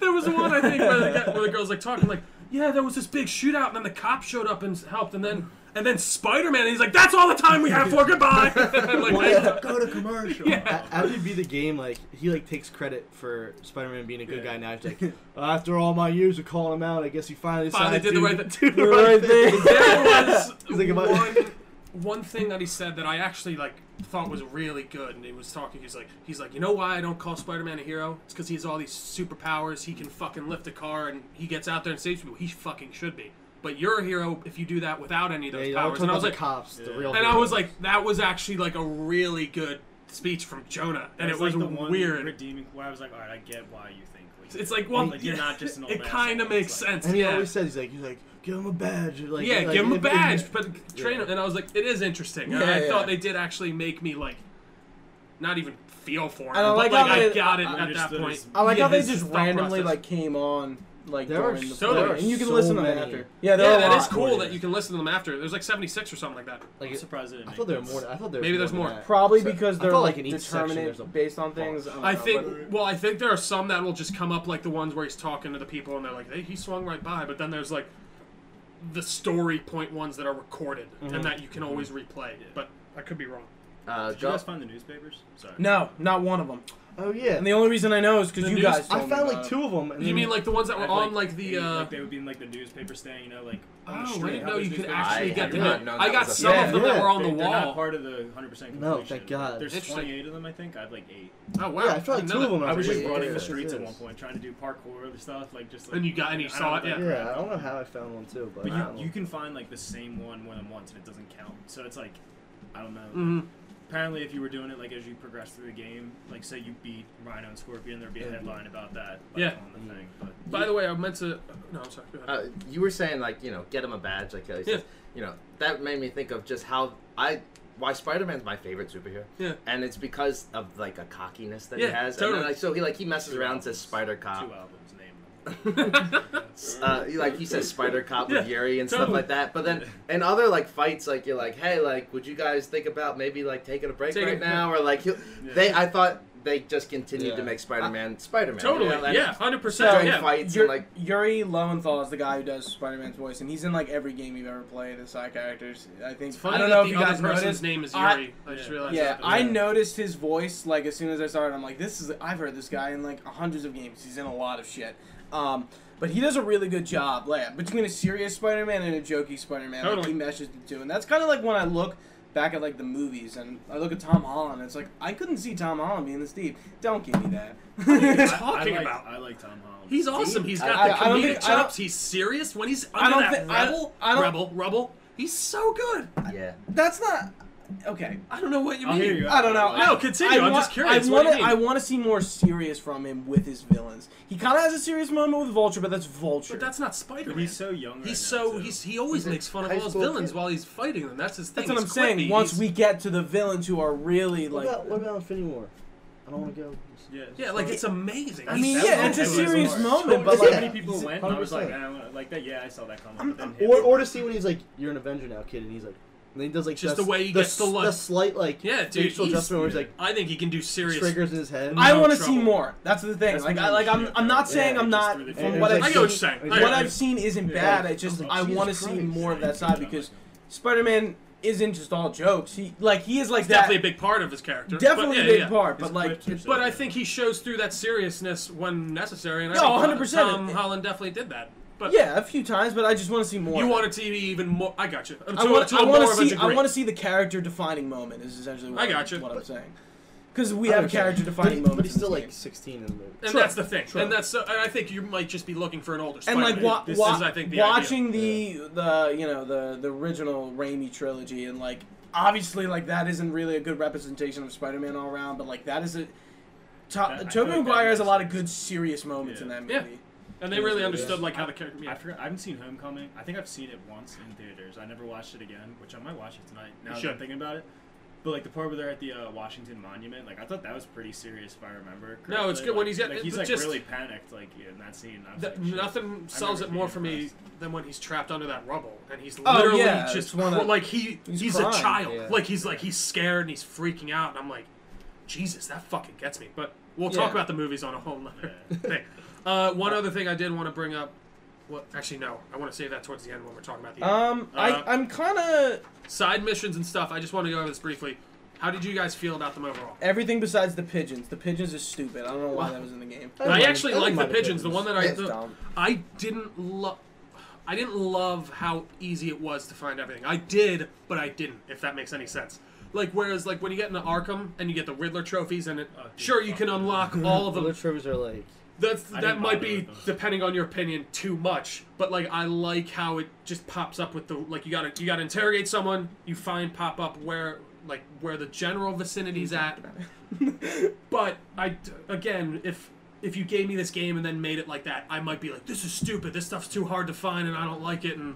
Speaker 2: there was one I think where the, guy, where the girl's like talking like, yeah, there was this big shootout, and then the cop showed up and helped, and then and then Spider Man, he's like, that's all the time we have for goodbye. like,
Speaker 4: Go to commercial.
Speaker 2: Yeah.
Speaker 5: That would be the game. Like he like takes credit for Spider-Man being a good
Speaker 4: Yeah.
Speaker 5: guy. Now he's like, "Well, after all my years of calling him out, I guess he finally
Speaker 2: Finally
Speaker 5: decided
Speaker 2: did
Speaker 5: to
Speaker 2: the right thing.
Speaker 5: do the right thing.
Speaker 2: there was
Speaker 5: He's like, "Am I-"
Speaker 2: one, one thing that he said that I actually like thought was really good, and he was talking. He's like, he's like, you know why I don't call Spider-Man a hero? It's because he has all these superpowers. He can fucking lift a car, and he gets out there and saves people. He fucking should be. But you're a hero if you do that without any of
Speaker 5: Yeah,
Speaker 2: those
Speaker 5: you know,
Speaker 2: powers.
Speaker 5: talking
Speaker 2: And I
Speaker 5: about
Speaker 2: was
Speaker 5: the
Speaker 2: like,
Speaker 5: cops, the
Speaker 4: Yeah.
Speaker 5: real.
Speaker 2: and I was
Speaker 5: heroes.
Speaker 2: like, that was actually like a really good speech from Jonah, and it was
Speaker 4: like, the one
Speaker 2: weird.
Speaker 4: redeeming. Where I was like, "All right, I get why you think." Like,
Speaker 2: it's like, well,
Speaker 4: Like, you're
Speaker 2: yeah,
Speaker 4: not just an old
Speaker 2: it
Speaker 4: asshole.
Speaker 2: kind of
Speaker 4: It's
Speaker 2: makes
Speaker 4: like-
Speaker 2: sense.
Speaker 5: and he
Speaker 2: yeah.
Speaker 5: always says he's like, he's like, give him a badge. Like,
Speaker 2: yeah,
Speaker 5: like,
Speaker 2: give him a
Speaker 5: if- if-
Speaker 2: badge, but train
Speaker 5: Yeah.
Speaker 2: him. And I was like, it is interesting. And
Speaker 1: Yeah,
Speaker 2: I
Speaker 1: yeah.
Speaker 2: thought they did actually make me like, not even feel for him.
Speaker 1: I
Speaker 2: but
Speaker 1: like
Speaker 2: like,
Speaker 1: how
Speaker 2: I
Speaker 1: they-
Speaker 2: got it
Speaker 1: I
Speaker 2: at that
Speaker 4: understood
Speaker 2: point.
Speaker 4: his-
Speaker 1: I like
Speaker 2: Yeah,
Speaker 1: how they
Speaker 2: his
Speaker 1: just
Speaker 2: thought
Speaker 1: randomly
Speaker 2: process.
Speaker 1: like came on like
Speaker 5: There are
Speaker 1: during the
Speaker 2: so-
Speaker 1: play,
Speaker 2: there are
Speaker 1: and you can
Speaker 5: so
Speaker 1: listen to
Speaker 5: many.
Speaker 1: them after. Yeah, there
Speaker 2: yeah,
Speaker 1: are a
Speaker 2: that
Speaker 1: lot.
Speaker 2: is cool
Speaker 5: Warriors.
Speaker 2: that you can listen to them after. There's like 76 or something like that.
Speaker 5: Like
Speaker 4: I'm
Speaker 5: it,
Speaker 4: surprised it didn't
Speaker 5: I
Speaker 4: make
Speaker 5: thought there were
Speaker 4: this.
Speaker 5: more. I thought there was
Speaker 2: Maybe there's
Speaker 5: more.
Speaker 2: more.
Speaker 5: than that.
Speaker 1: Probably
Speaker 5: So-
Speaker 1: because
Speaker 5: I
Speaker 1: they're
Speaker 5: felt
Speaker 1: like,
Speaker 5: in each section
Speaker 1: determinate
Speaker 5: there's a-
Speaker 1: based on things. I, don't
Speaker 2: I
Speaker 1: know, but-
Speaker 2: think. Well, I think there are some that will just come up like the ones where he's talking to the people and they're like, hey, he swung right by. But then there's like the story point ones that are recorded
Speaker 1: Mm-hmm.
Speaker 2: and that you can always replay. But I could be wrong.
Speaker 3: Uh,
Speaker 4: Did you
Speaker 3: go-
Speaker 4: guys find the newspapers? Sorry.
Speaker 1: No, not one of them.
Speaker 5: Oh yeah.
Speaker 1: And the only reason I know is because
Speaker 2: The
Speaker 1: you
Speaker 2: news-
Speaker 1: guys.
Speaker 5: I
Speaker 1: told me
Speaker 5: found
Speaker 1: about
Speaker 5: like
Speaker 1: it.
Speaker 5: two of them. And
Speaker 2: You
Speaker 5: then-
Speaker 2: mean like the ones that were
Speaker 4: I'd
Speaker 2: on like the?
Speaker 4: maybe,
Speaker 2: Uh,
Speaker 4: like they would be in like the newspaper stand, you know, like on the
Speaker 2: oh, I
Speaker 4: street.
Speaker 2: didn't know you could
Speaker 4: Newspapers-
Speaker 2: actually
Speaker 3: I
Speaker 2: get
Speaker 3: did
Speaker 2: the.
Speaker 3: not know
Speaker 2: I
Speaker 3: that
Speaker 2: got
Speaker 3: was a
Speaker 2: some
Speaker 5: thing.
Speaker 2: of them that
Speaker 5: Yeah.
Speaker 2: were on
Speaker 4: They-
Speaker 2: the
Speaker 4: They're not
Speaker 2: wall.
Speaker 4: part of the 100 percent completion.
Speaker 5: No, thank God.
Speaker 4: There's
Speaker 2: Interesting.
Speaker 4: 28 of them, I think. I have like eight.
Speaker 2: Oh wow!
Speaker 5: Yeah, I feel like
Speaker 2: didn't
Speaker 5: two
Speaker 2: know
Speaker 5: of them.
Speaker 2: that.
Speaker 4: I was just
Speaker 3: Yeah,
Speaker 4: running
Speaker 3: yeah,
Speaker 4: the streets at
Speaker 5: yeah.
Speaker 4: one point, trying to do parkour stuff, like just. Like,
Speaker 2: And you got- and you
Speaker 4: I don't
Speaker 2: saw it,
Speaker 4: think-
Speaker 2: yeah.
Speaker 5: Yeah, I don't know how I found one too, but,
Speaker 4: But
Speaker 5: I don't
Speaker 4: you, you
Speaker 5: know.
Speaker 4: can find like the same one more than once, and it doesn't count. So it's like, I don't know.
Speaker 2: Mhm.
Speaker 4: Apparently, if you were doing it like as you progress through the game, like say you beat Rhino and Scorpion, there'd be a
Speaker 5: Yeah. Mm.
Speaker 4: headline about that. Like,
Speaker 2: Yeah.
Speaker 4: On the thing, but
Speaker 2: By the way, I meant to. No, I'm sorry. Go ahead.
Speaker 3: uh, you were saying like you know get him a badge like Kelly says. You know that made me think of just how I why Spider Man's my favorite superhero.
Speaker 2: Yeah.
Speaker 3: And it's because of like a cockiness that
Speaker 2: Yeah,
Speaker 3: he has. And
Speaker 2: totally.
Speaker 3: then, like, so he like he messes around and says Spider
Speaker 5: Ah.
Speaker 3: Cop.
Speaker 4: two albums named.
Speaker 3: uh, you- like you said, Spider Cop with
Speaker 2: Yeah,
Speaker 3: Yuri and stuff
Speaker 2: totally.
Speaker 3: like that. But then in other like fights, like you're like, hey, like would you guys think about maybe like taking a break
Speaker 2: Take a-
Speaker 3: right now or like he'll, they? I thought they just continued to
Speaker 5: Yeah.
Speaker 3: make Spider Man Spider Man.
Speaker 2: totally. yeah, hundred
Speaker 1: So
Speaker 2: percent.
Speaker 3: during
Speaker 2: Yeah.
Speaker 3: fights
Speaker 1: Yuri,
Speaker 3: and like
Speaker 1: Yuri Lowenthal is the guy who does Spider-Man's voice, and he's in like every game you've ever played as side characters. I think.
Speaker 2: It's funny
Speaker 1: I don't
Speaker 2: that
Speaker 1: know
Speaker 2: the
Speaker 1: if you
Speaker 2: other
Speaker 1: guys
Speaker 2: person's
Speaker 1: noticed.
Speaker 2: name is
Speaker 1: I-
Speaker 2: Yuri. I, just
Speaker 4: yeah.
Speaker 2: realized.
Speaker 1: Yeah,
Speaker 2: that.
Speaker 1: I noticed his voice like as soon as I started. I'm like, this is I've heard this guy in like hundreds of games. He's in a lot of shit. Um, but he does a really good job. Like between a serious Spider-Man and a jokey Spider-Man, like,
Speaker 2: Totally.
Speaker 1: he meshes the two, and that's kind of like when I look back at like the movies and I look at Tom Holland. it's like I couldn't see Tom Holland being this deep. Don't give me that.
Speaker 2: you
Speaker 4: I-
Speaker 2: talking
Speaker 4: I like,
Speaker 2: about?
Speaker 4: I like Tom Holland.
Speaker 2: He's awesome. He's got
Speaker 1: I-
Speaker 2: the
Speaker 1: I don't
Speaker 2: comedic
Speaker 1: think- I don't-
Speaker 2: chops. He's serious when he's
Speaker 1: I
Speaker 2: under
Speaker 1: don't
Speaker 2: that
Speaker 1: thi- I-
Speaker 2: rebel,
Speaker 1: I don't-
Speaker 2: rebel, rebel. He's so good.
Speaker 3: yeah.
Speaker 1: that's not okay.
Speaker 2: I don't know what you
Speaker 4: I'll
Speaker 2: mean.
Speaker 4: hear you.
Speaker 1: I don't know.
Speaker 2: No,
Speaker 1: I-
Speaker 2: continue.
Speaker 1: I
Speaker 2: I'm
Speaker 1: wa-
Speaker 2: just curious.
Speaker 1: I
Speaker 2: What do you
Speaker 1: wanna- I
Speaker 2: mean?
Speaker 1: want to see more serious from him with his villains. He kind of has a serious moment with Vulture, but that's Vulture.
Speaker 2: But that's not Spider-Man.
Speaker 4: he's so young. Right
Speaker 2: He's
Speaker 4: now,
Speaker 2: so
Speaker 4: too.
Speaker 2: he's he always
Speaker 3: He's a
Speaker 2: makes fun of
Speaker 3: high
Speaker 2: all his
Speaker 3: school
Speaker 2: villains
Speaker 3: kid.
Speaker 2: while he's fighting them. That's his thing.
Speaker 1: That's what I'm
Speaker 2: He's
Speaker 1: saying.
Speaker 2: quippy.
Speaker 1: Once
Speaker 2: He's-
Speaker 1: we get to the villains who are really
Speaker 5: What
Speaker 1: like,
Speaker 5: about what about Infinity War? I don't want to go.
Speaker 4: Yeah.
Speaker 2: yeah, like it's amazing.
Speaker 1: I
Speaker 2: He's
Speaker 1: mean,
Speaker 2: so
Speaker 1: yeah, it's a
Speaker 2: good.
Speaker 4: Totally.
Speaker 1: serious
Speaker 4: Totally.
Speaker 1: moment,
Speaker 4: So
Speaker 1: but
Speaker 5: Yeah.
Speaker 1: like,
Speaker 4: many people
Speaker 5: He's-
Speaker 4: went, and I was like,
Speaker 5: 100%.
Speaker 4: eh, like that. Yeah, I saw that coming. But then him-
Speaker 5: Or or to see when he's like, you're an Avenger now, kid, and he's like, and he does like
Speaker 2: Just
Speaker 5: the,
Speaker 2: the way he
Speaker 5: the,
Speaker 2: gets the look.
Speaker 5: the slight like
Speaker 2: Yeah, dude,
Speaker 5: facial
Speaker 2: he's-
Speaker 5: adjustment where he's like
Speaker 2: I think he can do serious.
Speaker 5: triggers in his head.
Speaker 1: I
Speaker 2: No
Speaker 1: want to
Speaker 2: trouble.
Speaker 1: see more. That's the thing.
Speaker 4: That's
Speaker 1: like,
Speaker 4: what
Speaker 1: I,
Speaker 4: I'm
Speaker 1: like I'm,
Speaker 4: saying.
Speaker 1: I'm not
Speaker 5: Yeah,
Speaker 1: saying I'm
Speaker 4: just
Speaker 1: not.
Speaker 4: through the
Speaker 1: From
Speaker 4: thing.
Speaker 1: what
Speaker 5: It's
Speaker 1: I've
Speaker 5: like-
Speaker 2: I know what you're
Speaker 1: seen,
Speaker 2: saying. I-
Speaker 1: what
Speaker 2: I-
Speaker 1: I've seen isn't
Speaker 4: Yeah.
Speaker 1: bad. I just
Speaker 5: Oh,
Speaker 1: I
Speaker 5: Jesus
Speaker 1: want to see
Speaker 5: Christ.
Speaker 1: more of that
Speaker 4: Yeah,
Speaker 1: side
Speaker 4: you
Speaker 1: because
Speaker 4: know,
Speaker 1: Spider-Man isn't just all jokes. He like he is like
Speaker 2: It's definitely a
Speaker 1: that.
Speaker 2: big part of his character.
Speaker 1: Definitely
Speaker 2: but,
Speaker 1: a
Speaker 2: yeah,
Speaker 1: big
Speaker 2: yeah.
Speaker 1: part,
Speaker 4: His
Speaker 1: but like
Speaker 4: quips are
Speaker 1: it's-
Speaker 4: so
Speaker 2: But I
Speaker 4: good.
Speaker 2: think he shows through that seriousness when necessary. And I
Speaker 1: No,
Speaker 2: think
Speaker 1: 100%.
Speaker 2: Tom Holland definitely did that. But
Speaker 1: yeah, a few times, but I just want to see more.
Speaker 2: you
Speaker 1: of it.
Speaker 2: want it to be even more. I got you. To,
Speaker 1: I want
Speaker 2: to
Speaker 1: to.
Speaker 2: a
Speaker 1: I want
Speaker 2: more
Speaker 1: to
Speaker 2: of a
Speaker 1: see. I
Speaker 2: degree.
Speaker 1: want to see the character defining moment. Is essentially what,
Speaker 2: I gotcha.
Speaker 1: what I'm
Speaker 2: But-
Speaker 1: saying. Because we have a character defining
Speaker 5: but,
Speaker 1: moment.
Speaker 5: he- but he's still like
Speaker 1: game.
Speaker 5: 16 in the movie.
Speaker 2: and
Speaker 1: Sure,
Speaker 2: that's the thing.
Speaker 1: sure.
Speaker 2: And that's. Uh, and I think you might just be looking for an older.
Speaker 1: and like
Speaker 2: Spider-Man.
Speaker 1: wa-
Speaker 2: this
Speaker 1: wa-
Speaker 2: is, I think, the
Speaker 1: watching the
Speaker 2: idea.
Speaker 1: the you know the the original Raimi trilogy and like obviously like that isn't really a good representation of Spider-Man all around, but like that is a.
Speaker 4: That- I
Speaker 1: To-
Speaker 4: feel
Speaker 1: Tobey
Speaker 4: like that
Speaker 1: Maguire has a
Speaker 4: makes
Speaker 1: lot of good serious moments
Speaker 4: Yeah.
Speaker 1: in that movie.
Speaker 2: Yeah. And they really
Speaker 1: Yeah.
Speaker 2: understood like how the character.
Speaker 4: I
Speaker 2: Yeah.
Speaker 4: forgot. I haven't seen Homecoming. I think I've seen it once in theaters. I never watched it again, which I might watch it tonight. Now that I'm
Speaker 2: should.
Speaker 4: thinking about it, but like the part where they're at the uh, Washington Monument, like I thought that was pretty serious if I remember. Correctly.
Speaker 2: No, it's good
Speaker 4: like,
Speaker 2: when he's at-
Speaker 4: like,
Speaker 2: it-
Speaker 4: he's
Speaker 2: but
Speaker 4: like
Speaker 2: just-
Speaker 4: really panicked, like yeah, in that scene. I was
Speaker 2: That,
Speaker 4: like, shit.
Speaker 2: nothing sells it
Speaker 4: remember
Speaker 2: more
Speaker 4: being
Speaker 2: for me
Speaker 4: impressed.
Speaker 2: than when he's trapped under that rubble and he's
Speaker 1: Oh,
Speaker 2: literally
Speaker 1: yeah, it's
Speaker 2: just
Speaker 1: one of-
Speaker 2: like he
Speaker 1: he's
Speaker 2: he's,
Speaker 1: crying,
Speaker 2: a child.
Speaker 5: yeah.
Speaker 2: Like he's like he's scared and he's freaking out and I'm like, Jesus, that fucking gets me. But we'll
Speaker 1: Yeah.
Speaker 2: talk about the movies on a whole nother
Speaker 4: Yeah.
Speaker 2: thing. Uh, one other thing I did want to bring up. Well, actually, no. I want to save that towards the end when we're talking about the
Speaker 1: Um,
Speaker 2: Uh,
Speaker 1: I I'm kind of
Speaker 2: side missions and stuff. I just want to go over this briefly. How did you guys feel about them overall?
Speaker 1: everything besides the pigeons. The pigeons is stupid. I don't know why that was in the game.
Speaker 2: I actually like the pigeons. The one that I
Speaker 1: It's
Speaker 2: the-
Speaker 1: dumb.
Speaker 2: I didn't love. I didn't love how easy it was to find everything. I did, but I didn't. If that makes any sense. Like whereas like when you get into Arkham and you get the Riddler trophies and it, uh,
Speaker 4: Oh, dude,
Speaker 2: sure you
Speaker 4: fuck
Speaker 2: can
Speaker 4: that.
Speaker 2: unlock all of
Speaker 5: The other
Speaker 2: them.
Speaker 5: trophies are like
Speaker 2: That's
Speaker 4: I
Speaker 2: that
Speaker 4: didn't
Speaker 2: might
Speaker 4: bother
Speaker 2: be
Speaker 4: with those.
Speaker 2: depending on your opinion too much. But like I like how it just pops up with the like you gotta you gotta interrogate someone. You find pop up where like where the general vicinity's at. But I d- again, if if you gave me this game and then made it like that, I might be like, this is stupid. This stuff's too hard to find, and I don't like it. And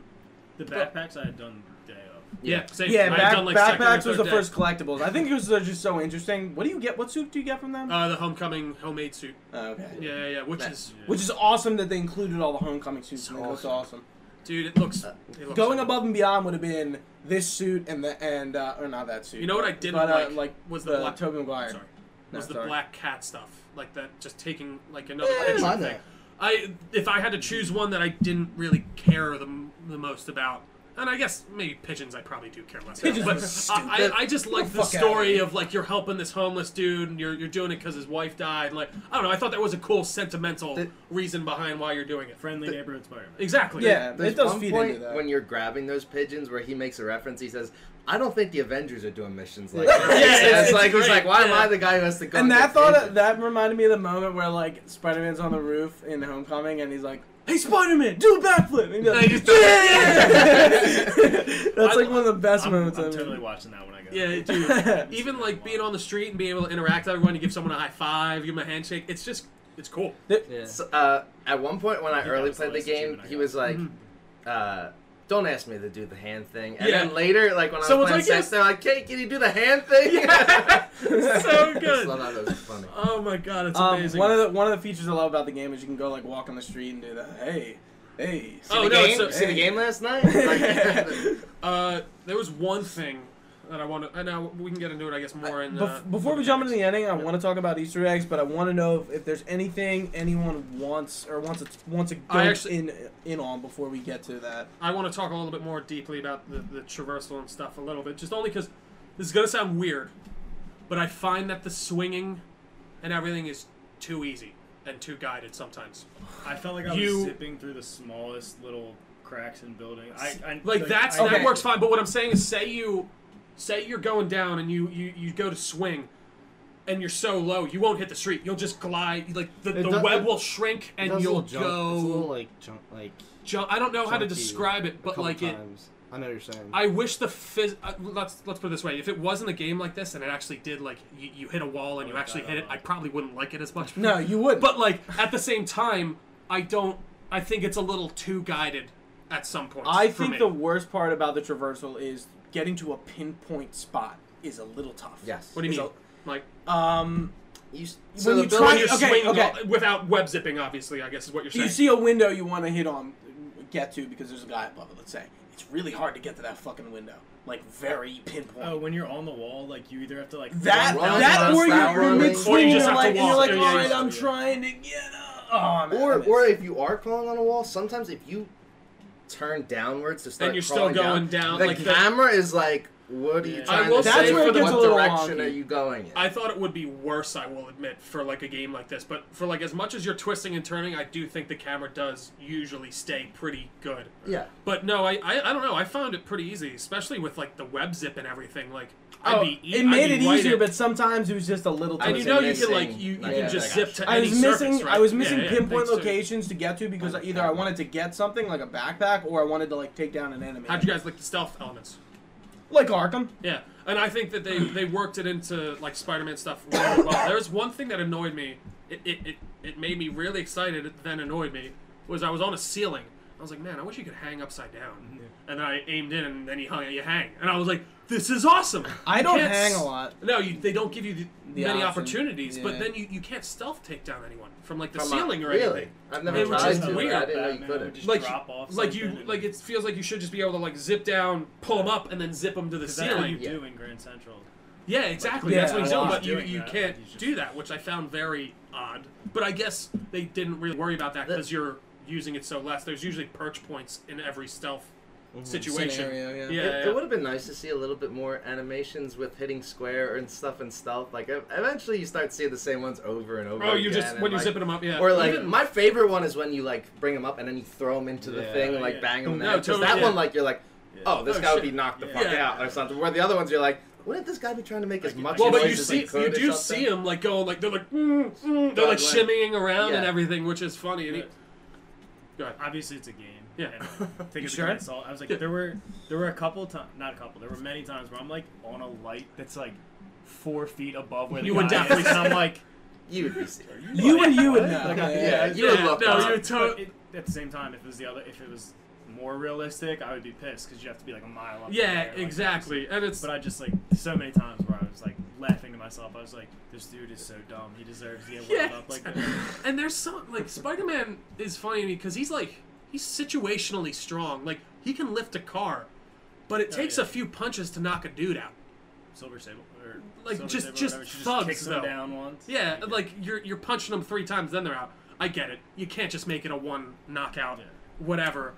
Speaker 4: the backpacks I had done day of.
Speaker 2: Yeah, same.
Speaker 1: Yeah,
Speaker 2: I've
Speaker 1: back,
Speaker 2: done, like, second or
Speaker 1: backpacks was
Speaker 2: third
Speaker 1: the
Speaker 2: day.
Speaker 1: first collectibles. I think those are just so interesting. What do you get? What suit do you get from them?
Speaker 2: Uh, the homecoming homemade suit.
Speaker 1: Oh, okay.
Speaker 2: Yeah, yeah, yeah. Which
Speaker 1: That-
Speaker 2: is,
Speaker 1: Which is awesome that they included all the homecoming suits. and It looks awesome.
Speaker 2: dude, it looks, it looks
Speaker 1: Uh, Going above and beyond would have been this suit and the and uh, or not that suit.
Speaker 2: You know what I didn't
Speaker 1: but, uh,
Speaker 2: like,
Speaker 1: like
Speaker 2: was
Speaker 1: the,
Speaker 2: the black-
Speaker 1: Tobey Maguire.
Speaker 2: Sorry,
Speaker 1: No,
Speaker 2: was the
Speaker 1: sorry.
Speaker 2: black cat stuff like that? Just taking like another
Speaker 3: Yeah,
Speaker 2: picture
Speaker 3: I
Speaker 2: thing.
Speaker 3: know.
Speaker 2: I if I had to choose one that I didn't really care the, m- the most about, and I guess maybe pigeons I probably do care less.
Speaker 1: Pigeons
Speaker 2: about,
Speaker 1: are
Speaker 2: but
Speaker 1: stupid.
Speaker 2: I, I- I just like the
Speaker 1: fuck outta
Speaker 2: story
Speaker 1: here.
Speaker 2: of like you're helping this homeless dude and you're you're doing it because his wife died. Like I don't know, I thought that was a cool sentimental
Speaker 3: The-
Speaker 2: reason behind why you're doing it.
Speaker 4: Friendly neighborhood Spider-Man.
Speaker 2: Exactly.
Speaker 1: Yeah,
Speaker 3: There's
Speaker 1: it does
Speaker 3: one
Speaker 1: feed
Speaker 3: point
Speaker 1: into that.
Speaker 3: when you're grabbing those pigeons where he makes a reference. He says, "I don't think the Avengers are doing missions like that."
Speaker 2: Yeah,
Speaker 3: It's
Speaker 2: it's- it's
Speaker 3: like he's
Speaker 2: great,
Speaker 3: like, "Why am
Speaker 2: yeah.
Speaker 3: I the guy who has to go?"
Speaker 1: and
Speaker 3: get
Speaker 1: that thought
Speaker 3: pigeons?"
Speaker 1: that reminded me of the moment where like Spider Man's on the roof in Homecoming and he's like, "Hey Spider Man, do a backflip!" And he
Speaker 2: And he
Speaker 1: goes,
Speaker 2: just-
Speaker 1: "Yeah!" That's
Speaker 2: I-
Speaker 1: like one of the best
Speaker 4: I'm, I'm
Speaker 1: moments. I've-
Speaker 4: totally watching that when I go.
Speaker 2: Yeah, dude. Even like being on the street and being able to interact with everyone, you give someone a high five, give them a handshake. It's just, it's cool.
Speaker 5: Yeah.
Speaker 3: So, uh, at one point when I
Speaker 4: think that
Speaker 3: early
Speaker 4: was the
Speaker 3: played the
Speaker 4: last achievement
Speaker 3: game,
Speaker 4: I
Speaker 3: he
Speaker 4: got.
Speaker 3: was like, uh, "Don't ask me to do the hand thing." And
Speaker 2: Mm-hmm. Yeah.
Speaker 3: then later, like when I was
Speaker 2: Someone's
Speaker 3: playing
Speaker 2: like,
Speaker 3: sex,
Speaker 2: "Yes."
Speaker 3: they're like, "Hey, can you do the hand thing?"
Speaker 2: Yeah. so
Speaker 3: I just thought
Speaker 2: good.
Speaker 3: that was funny.
Speaker 2: Oh my god, it's
Speaker 1: Um,
Speaker 2: amazing.
Speaker 1: one of the one of the features I love about the game is you can go like walk on the street and do the hey, hey.
Speaker 2: Oh,
Speaker 3: the
Speaker 2: no,
Speaker 3: game?
Speaker 2: so-
Speaker 3: see the
Speaker 1: hey.
Speaker 3: game last night? Like,
Speaker 1: Bef-
Speaker 2: uh, there was one thing that I want to. I know we can get into it, I guess, more in. Uh,
Speaker 1: before we jump into the
Speaker 2: mechanics.
Speaker 1: ending, I want to talk about Easter eggs, but I want to know if, if there's anything anyone wants or wants to wants to go
Speaker 2: I actually-
Speaker 1: in in on before we get to that.
Speaker 2: I want to talk a little bit more deeply about the, the traversal and stuff a little bit, just only because this is gonna sound weird, but I find that the swinging and everything is too easy and too guided sometimes.
Speaker 4: I felt like I
Speaker 2: You-
Speaker 4: was zipping through the smallest little cracks in building. I, I
Speaker 2: like, that's
Speaker 1: I-
Speaker 2: that
Speaker 1: okay.
Speaker 2: works fine. But what I'm saying is, say you, say you're going down and you you you go to swing, and you're so low you won't hit the street. You'll just glide. Like the,
Speaker 5: It
Speaker 2: the
Speaker 5: does-
Speaker 2: web
Speaker 5: it-
Speaker 2: will shrink
Speaker 5: It
Speaker 2: and
Speaker 5: does a
Speaker 2: you'll
Speaker 5: little jump. It's a little
Speaker 2: go
Speaker 5: like jump, like.
Speaker 2: jump. I don't know how to
Speaker 5: junky
Speaker 2: describe
Speaker 5: a
Speaker 2: it, but
Speaker 5: couple
Speaker 2: like it.
Speaker 5: times. I know what you're saying.
Speaker 2: I wish the phys. Uh, let's let's put it this way: if it wasn't a game like this and it actually did like you, you hit a wall and you
Speaker 4: Oh,
Speaker 2: actually
Speaker 4: God,
Speaker 2: hit it,
Speaker 5: uh,
Speaker 4: I
Speaker 2: I probably wouldn't like it as much.
Speaker 1: No, you wouldn't.
Speaker 2: But like at the same time, I don't. I think it's a little too guided at some point.
Speaker 1: I
Speaker 2: for
Speaker 1: think
Speaker 2: me.
Speaker 1: the worst part about the traversal is getting to a pinpoint spot is a little tough.
Speaker 3: yes.
Speaker 2: What do you mean?
Speaker 1: So-
Speaker 2: Like
Speaker 1: Um,
Speaker 3: You, s- so
Speaker 1: When
Speaker 3: the
Speaker 1: you
Speaker 3: building-
Speaker 1: try-
Speaker 2: when you're
Speaker 1: okay,
Speaker 2: swinging
Speaker 1: okay.
Speaker 2: all- without web zipping, obviously, I guess is what you're saying.
Speaker 1: you see a window you want to hit on, get to because there's a guy above it. Let's say it's really hard to get to that fucking window, like very pinpoint.
Speaker 4: Oh, when you're on the wall, like you either have to like
Speaker 1: That
Speaker 3: Run,
Speaker 1: that
Speaker 3: run,
Speaker 1: or
Speaker 3: stop
Speaker 1: you're in
Speaker 3: running.
Speaker 1: between,
Speaker 2: Or you just
Speaker 1: you're
Speaker 2: have to
Speaker 1: like, and you're
Speaker 2: walk.
Speaker 1: like,
Speaker 2: Yeah,
Speaker 1: all
Speaker 2: yeah,
Speaker 1: right,
Speaker 2: yeah.
Speaker 1: I'm trying to get up. Oh, I'm out
Speaker 3: or
Speaker 1: of
Speaker 3: or
Speaker 1: this.
Speaker 3: if you are crawling on a wall, sometimes if you turn downwards to start
Speaker 2: you're still
Speaker 3: crawling
Speaker 2: going down,
Speaker 3: The
Speaker 2: like the-
Speaker 3: camera is like, what are you
Speaker 4: Yeah.
Speaker 3: trying
Speaker 2: I will
Speaker 3: to
Speaker 2: say
Speaker 3: say?
Speaker 2: That's where it
Speaker 1: gets a
Speaker 3: what
Speaker 1: little
Speaker 3: direction
Speaker 1: wonky.
Speaker 3: are you going? In?
Speaker 2: I thought it would be worse, I will admit, for like a game like this. But for like as much as you're twisting and turning, I do think the camera does usually stay pretty good.
Speaker 3: yeah.
Speaker 2: But no, I, I I don't know. I found it pretty easy, especiely with like the web zip and everything. Like I'd
Speaker 1: Oh,
Speaker 2: be e-
Speaker 1: it made
Speaker 2: I'd
Speaker 1: it
Speaker 2: be right
Speaker 1: easier,
Speaker 2: at-
Speaker 1: but sometimes it was just a little.
Speaker 2: and
Speaker 1: too
Speaker 2: you
Speaker 3: was
Speaker 2: know you
Speaker 1: messy.
Speaker 2: can
Speaker 3: missing,
Speaker 2: like you, you
Speaker 3: like,
Speaker 2: can
Speaker 3: yeah,
Speaker 2: just
Speaker 3: I
Speaker 2: zip
Speaker 3: got
Speaker 2: to
Speaker 1: I was
Speaker 2: any
Speaker 1: missing.
Speaker 2: surface, right?
Speaker 1: I was
Speaker 2: Yeah,
Speaker 1: missing
Speaker 2: yeah, yeah,
Speaker 1: pinpoint
Speaker 2: thanks to-
Speaker 1: locations to get to because either I wanted to get something like a backpack or I wanted to like take down an enemy.
Speaker 2: How'd you guys like the stealth elements?
Speaker 1: like Arkham?
Speaker 2: Yeah, and I think that they they worked it into like Spider-Man stuff really well. There was one thing that annoyed me. It it, it it made me really excited. It then annoyed me was I was on a ceiling. I was like, man, I wish you could hang upside down.
Speaker 4: Mm-hmm.
Speaker 2: And then I aimed in, and then you hung. You hang, and I was like, this is awesome.
Speaker 1: I
Speaker 2: You
Speaker 1: don't
Speaker 2: can't
Speaker 1: hang
Speaker 2: s-
Speaker 1: a lot.
Speaker 2: No, you, they don't give you the,
Speaker 1: The
Speaker 2: many
Speaker 1: option,
Speaker 2: opportunities. But
Speaker 1: yeah.
Speaker 2: then you, you can't stealth take down anyone from like the
Speaker 3: From a-
Speaker 2: ceiling or
Speaker 3: really?
Speaker 2: anything.
Speaker 3: I've never
Speaker 2: It was
Speaker 3: tried
Speaker 2: just
Speaker 3: to.
Speaker 2: weird.
Speaker 3: I didn't know you
Speaker 4: Batman would
Speaker 3: couldn't.
Speaker 4: just
Speaker 2: Like,
Speaker 4: drop off
Speaker 2: like you,
Speaker 4: something and-
Speaker 2: like it feels like you should just be able to like zip down, pull them up, and then zip them to the
Speaker 4: 'cause that's what
Speaker 2: ceiling.
Speaker 4: you
Speaker 3: Yeah.
Speaker 4: do in Grand Central.
Speaker 2: Yeah, exactly.
Speaker 1: Yeah,
Speaker 2: That's what
Speaker 1: I
Speaker 2: he's doing,
Speaker 1: was
Speaker 2: but you,
Speaker 4: doing
Speaker 2: you
Speaker 4: that.
Speaker 2: can't
Speaker 4: He's just-
Speaker 2: do that, which I found very odd. But I guess they didn't really worry about that
Speaker 3: The-
Speaker 2: because you're using it so less. There's usually perch points in every stealth situation.
Speaker 1: Scenario,
Speaker 2: yeah.
Speaker 3: it,
Speaker 2: yeah.
Speaker 3: it would have been nice to see a little bit more animations with hitting square and stuff and stealth. Like ev- eventually, you start seeing the same ones over and over.
Speaker 2: Oh, you
Speaker 3: again,
Speaker 2: just
Speaker 3: and,
Speaker 2: when you're
Speaker 3: like-
Speaker 2: zipping them up, yeah.
Speaker 3: Or like
Speaker 2: Even-
Speaker 3: my favorite one is when you like bring them up and then you throw them into the
Speaker 5: Yeah.
Speaker 3: thing,
Speaker 4: Oh,
Speaker 3: like
Speaker 4: yeah.
Speaker 3: bang them.
Speaker 2: No,
Speaker 3: No, because
Speaker 2: totally,
Speaker 3: that
Speaker 2: yeah.
Speaker 3: one like you're like,
Speaker 4: Yeah.
Speaker 3: oh, this
Speaker 2: Oh,
Speaker 3: guy would
Speaker 2: shit.
Speaker 3: be knocked the
Speaker 4: Yeah.
Speaker 3: fuck
Speaker 2: Yeah.
Speaker 3: out or something. Where the other ones you're like, wouldn't this guy be trying to make as
Speaker 4: Like,
Speaker 3: much
Speaker 2: well, but
Speaker 3: noise
Speaker 2: you
Speaker 3: as
Speaker 2: see,
Speaker 3: he could
Speaker 2: you
Speaker 3: or
Speaker 2: do
Speaker 3: something?
Speaker 2: see them like going like they're like mm, mm, they're
Speaker 3: God,
Speaker 2: like
Speaker 3: like-
Speaker 2: shimmying around and
Speaker 3: Yeah.
Speaker 2: everything, which is funny. And he-
Speaker 4: But
Speaker 2: Go ahead.
Speaker 4: Obviously, it's a game.
Speaker 2: Yeah.
Speaker 4: And I think it's
Speaker 1: sure?
Speaker 4: sure? Salt. I was like,
Speaker 2: Yeah.
Speaker 4: there were there were a couple times, not a couple. There were many times where I'm like on a light that's like four feet above where the
Speaker 2: You
Speaker 4: guy
Speaker 2: would definitely
Speaker 4: is, and I'm like,
Speaker 3: You would be serious.
Speaker 1: You and you would
Speaker 4: What?
Speaker 1: know.
Speaker 4: Like,
Speaker 1: yeah.
Speaker 3: Yeah, you would
Speaker 2: Yeah,
Speaker 3: love
Speaker 2: no,
Speaker 3: that.
Speaker 2: you're
Speaker 4: But
Speaker 2: totally.
Speaker 4: it, at the same time, if it was the other, if it was more realistic, I would be pissed because you have to be like a mile up. in the
Speaker 2: Yeah,
Speaker 4: air, like,
Speaker 2: exactly. And it's
Speaker 4: But I just like so many times where I was like laughing to myself. I was like, "This dude is so dumb. He deserves to get
Speaker 2: yeah.
Speaker 4: yeah. up like this."
Speaker 2: and there's some like Spider-Man is funny to me because he's like he's situationally strong. Like he can lift a car, but it
Speaker 4: Oh,
Speaker 2: takes
Speaker 4: yeah.
Speaker 2: a few punches to knock a dude out.
Speaker 4: Silver Sable or
Speaker 2: Like,
Speaker 4: Silver
Speaker 2: just-
Speaker 4: Sable or
Speaker 2: just
Speaker 4: whatever, she
Speaker 2: thugs,
Speaker 4: kicks him
Speaker 2: though.
Speaker 4: down once.
Speaker 2: Yeah, like you're you're punching them three times, then they're out. I get it. You can't just make it a one knockout,
Speaker 4: Yeah.
Speaker 2: whatever.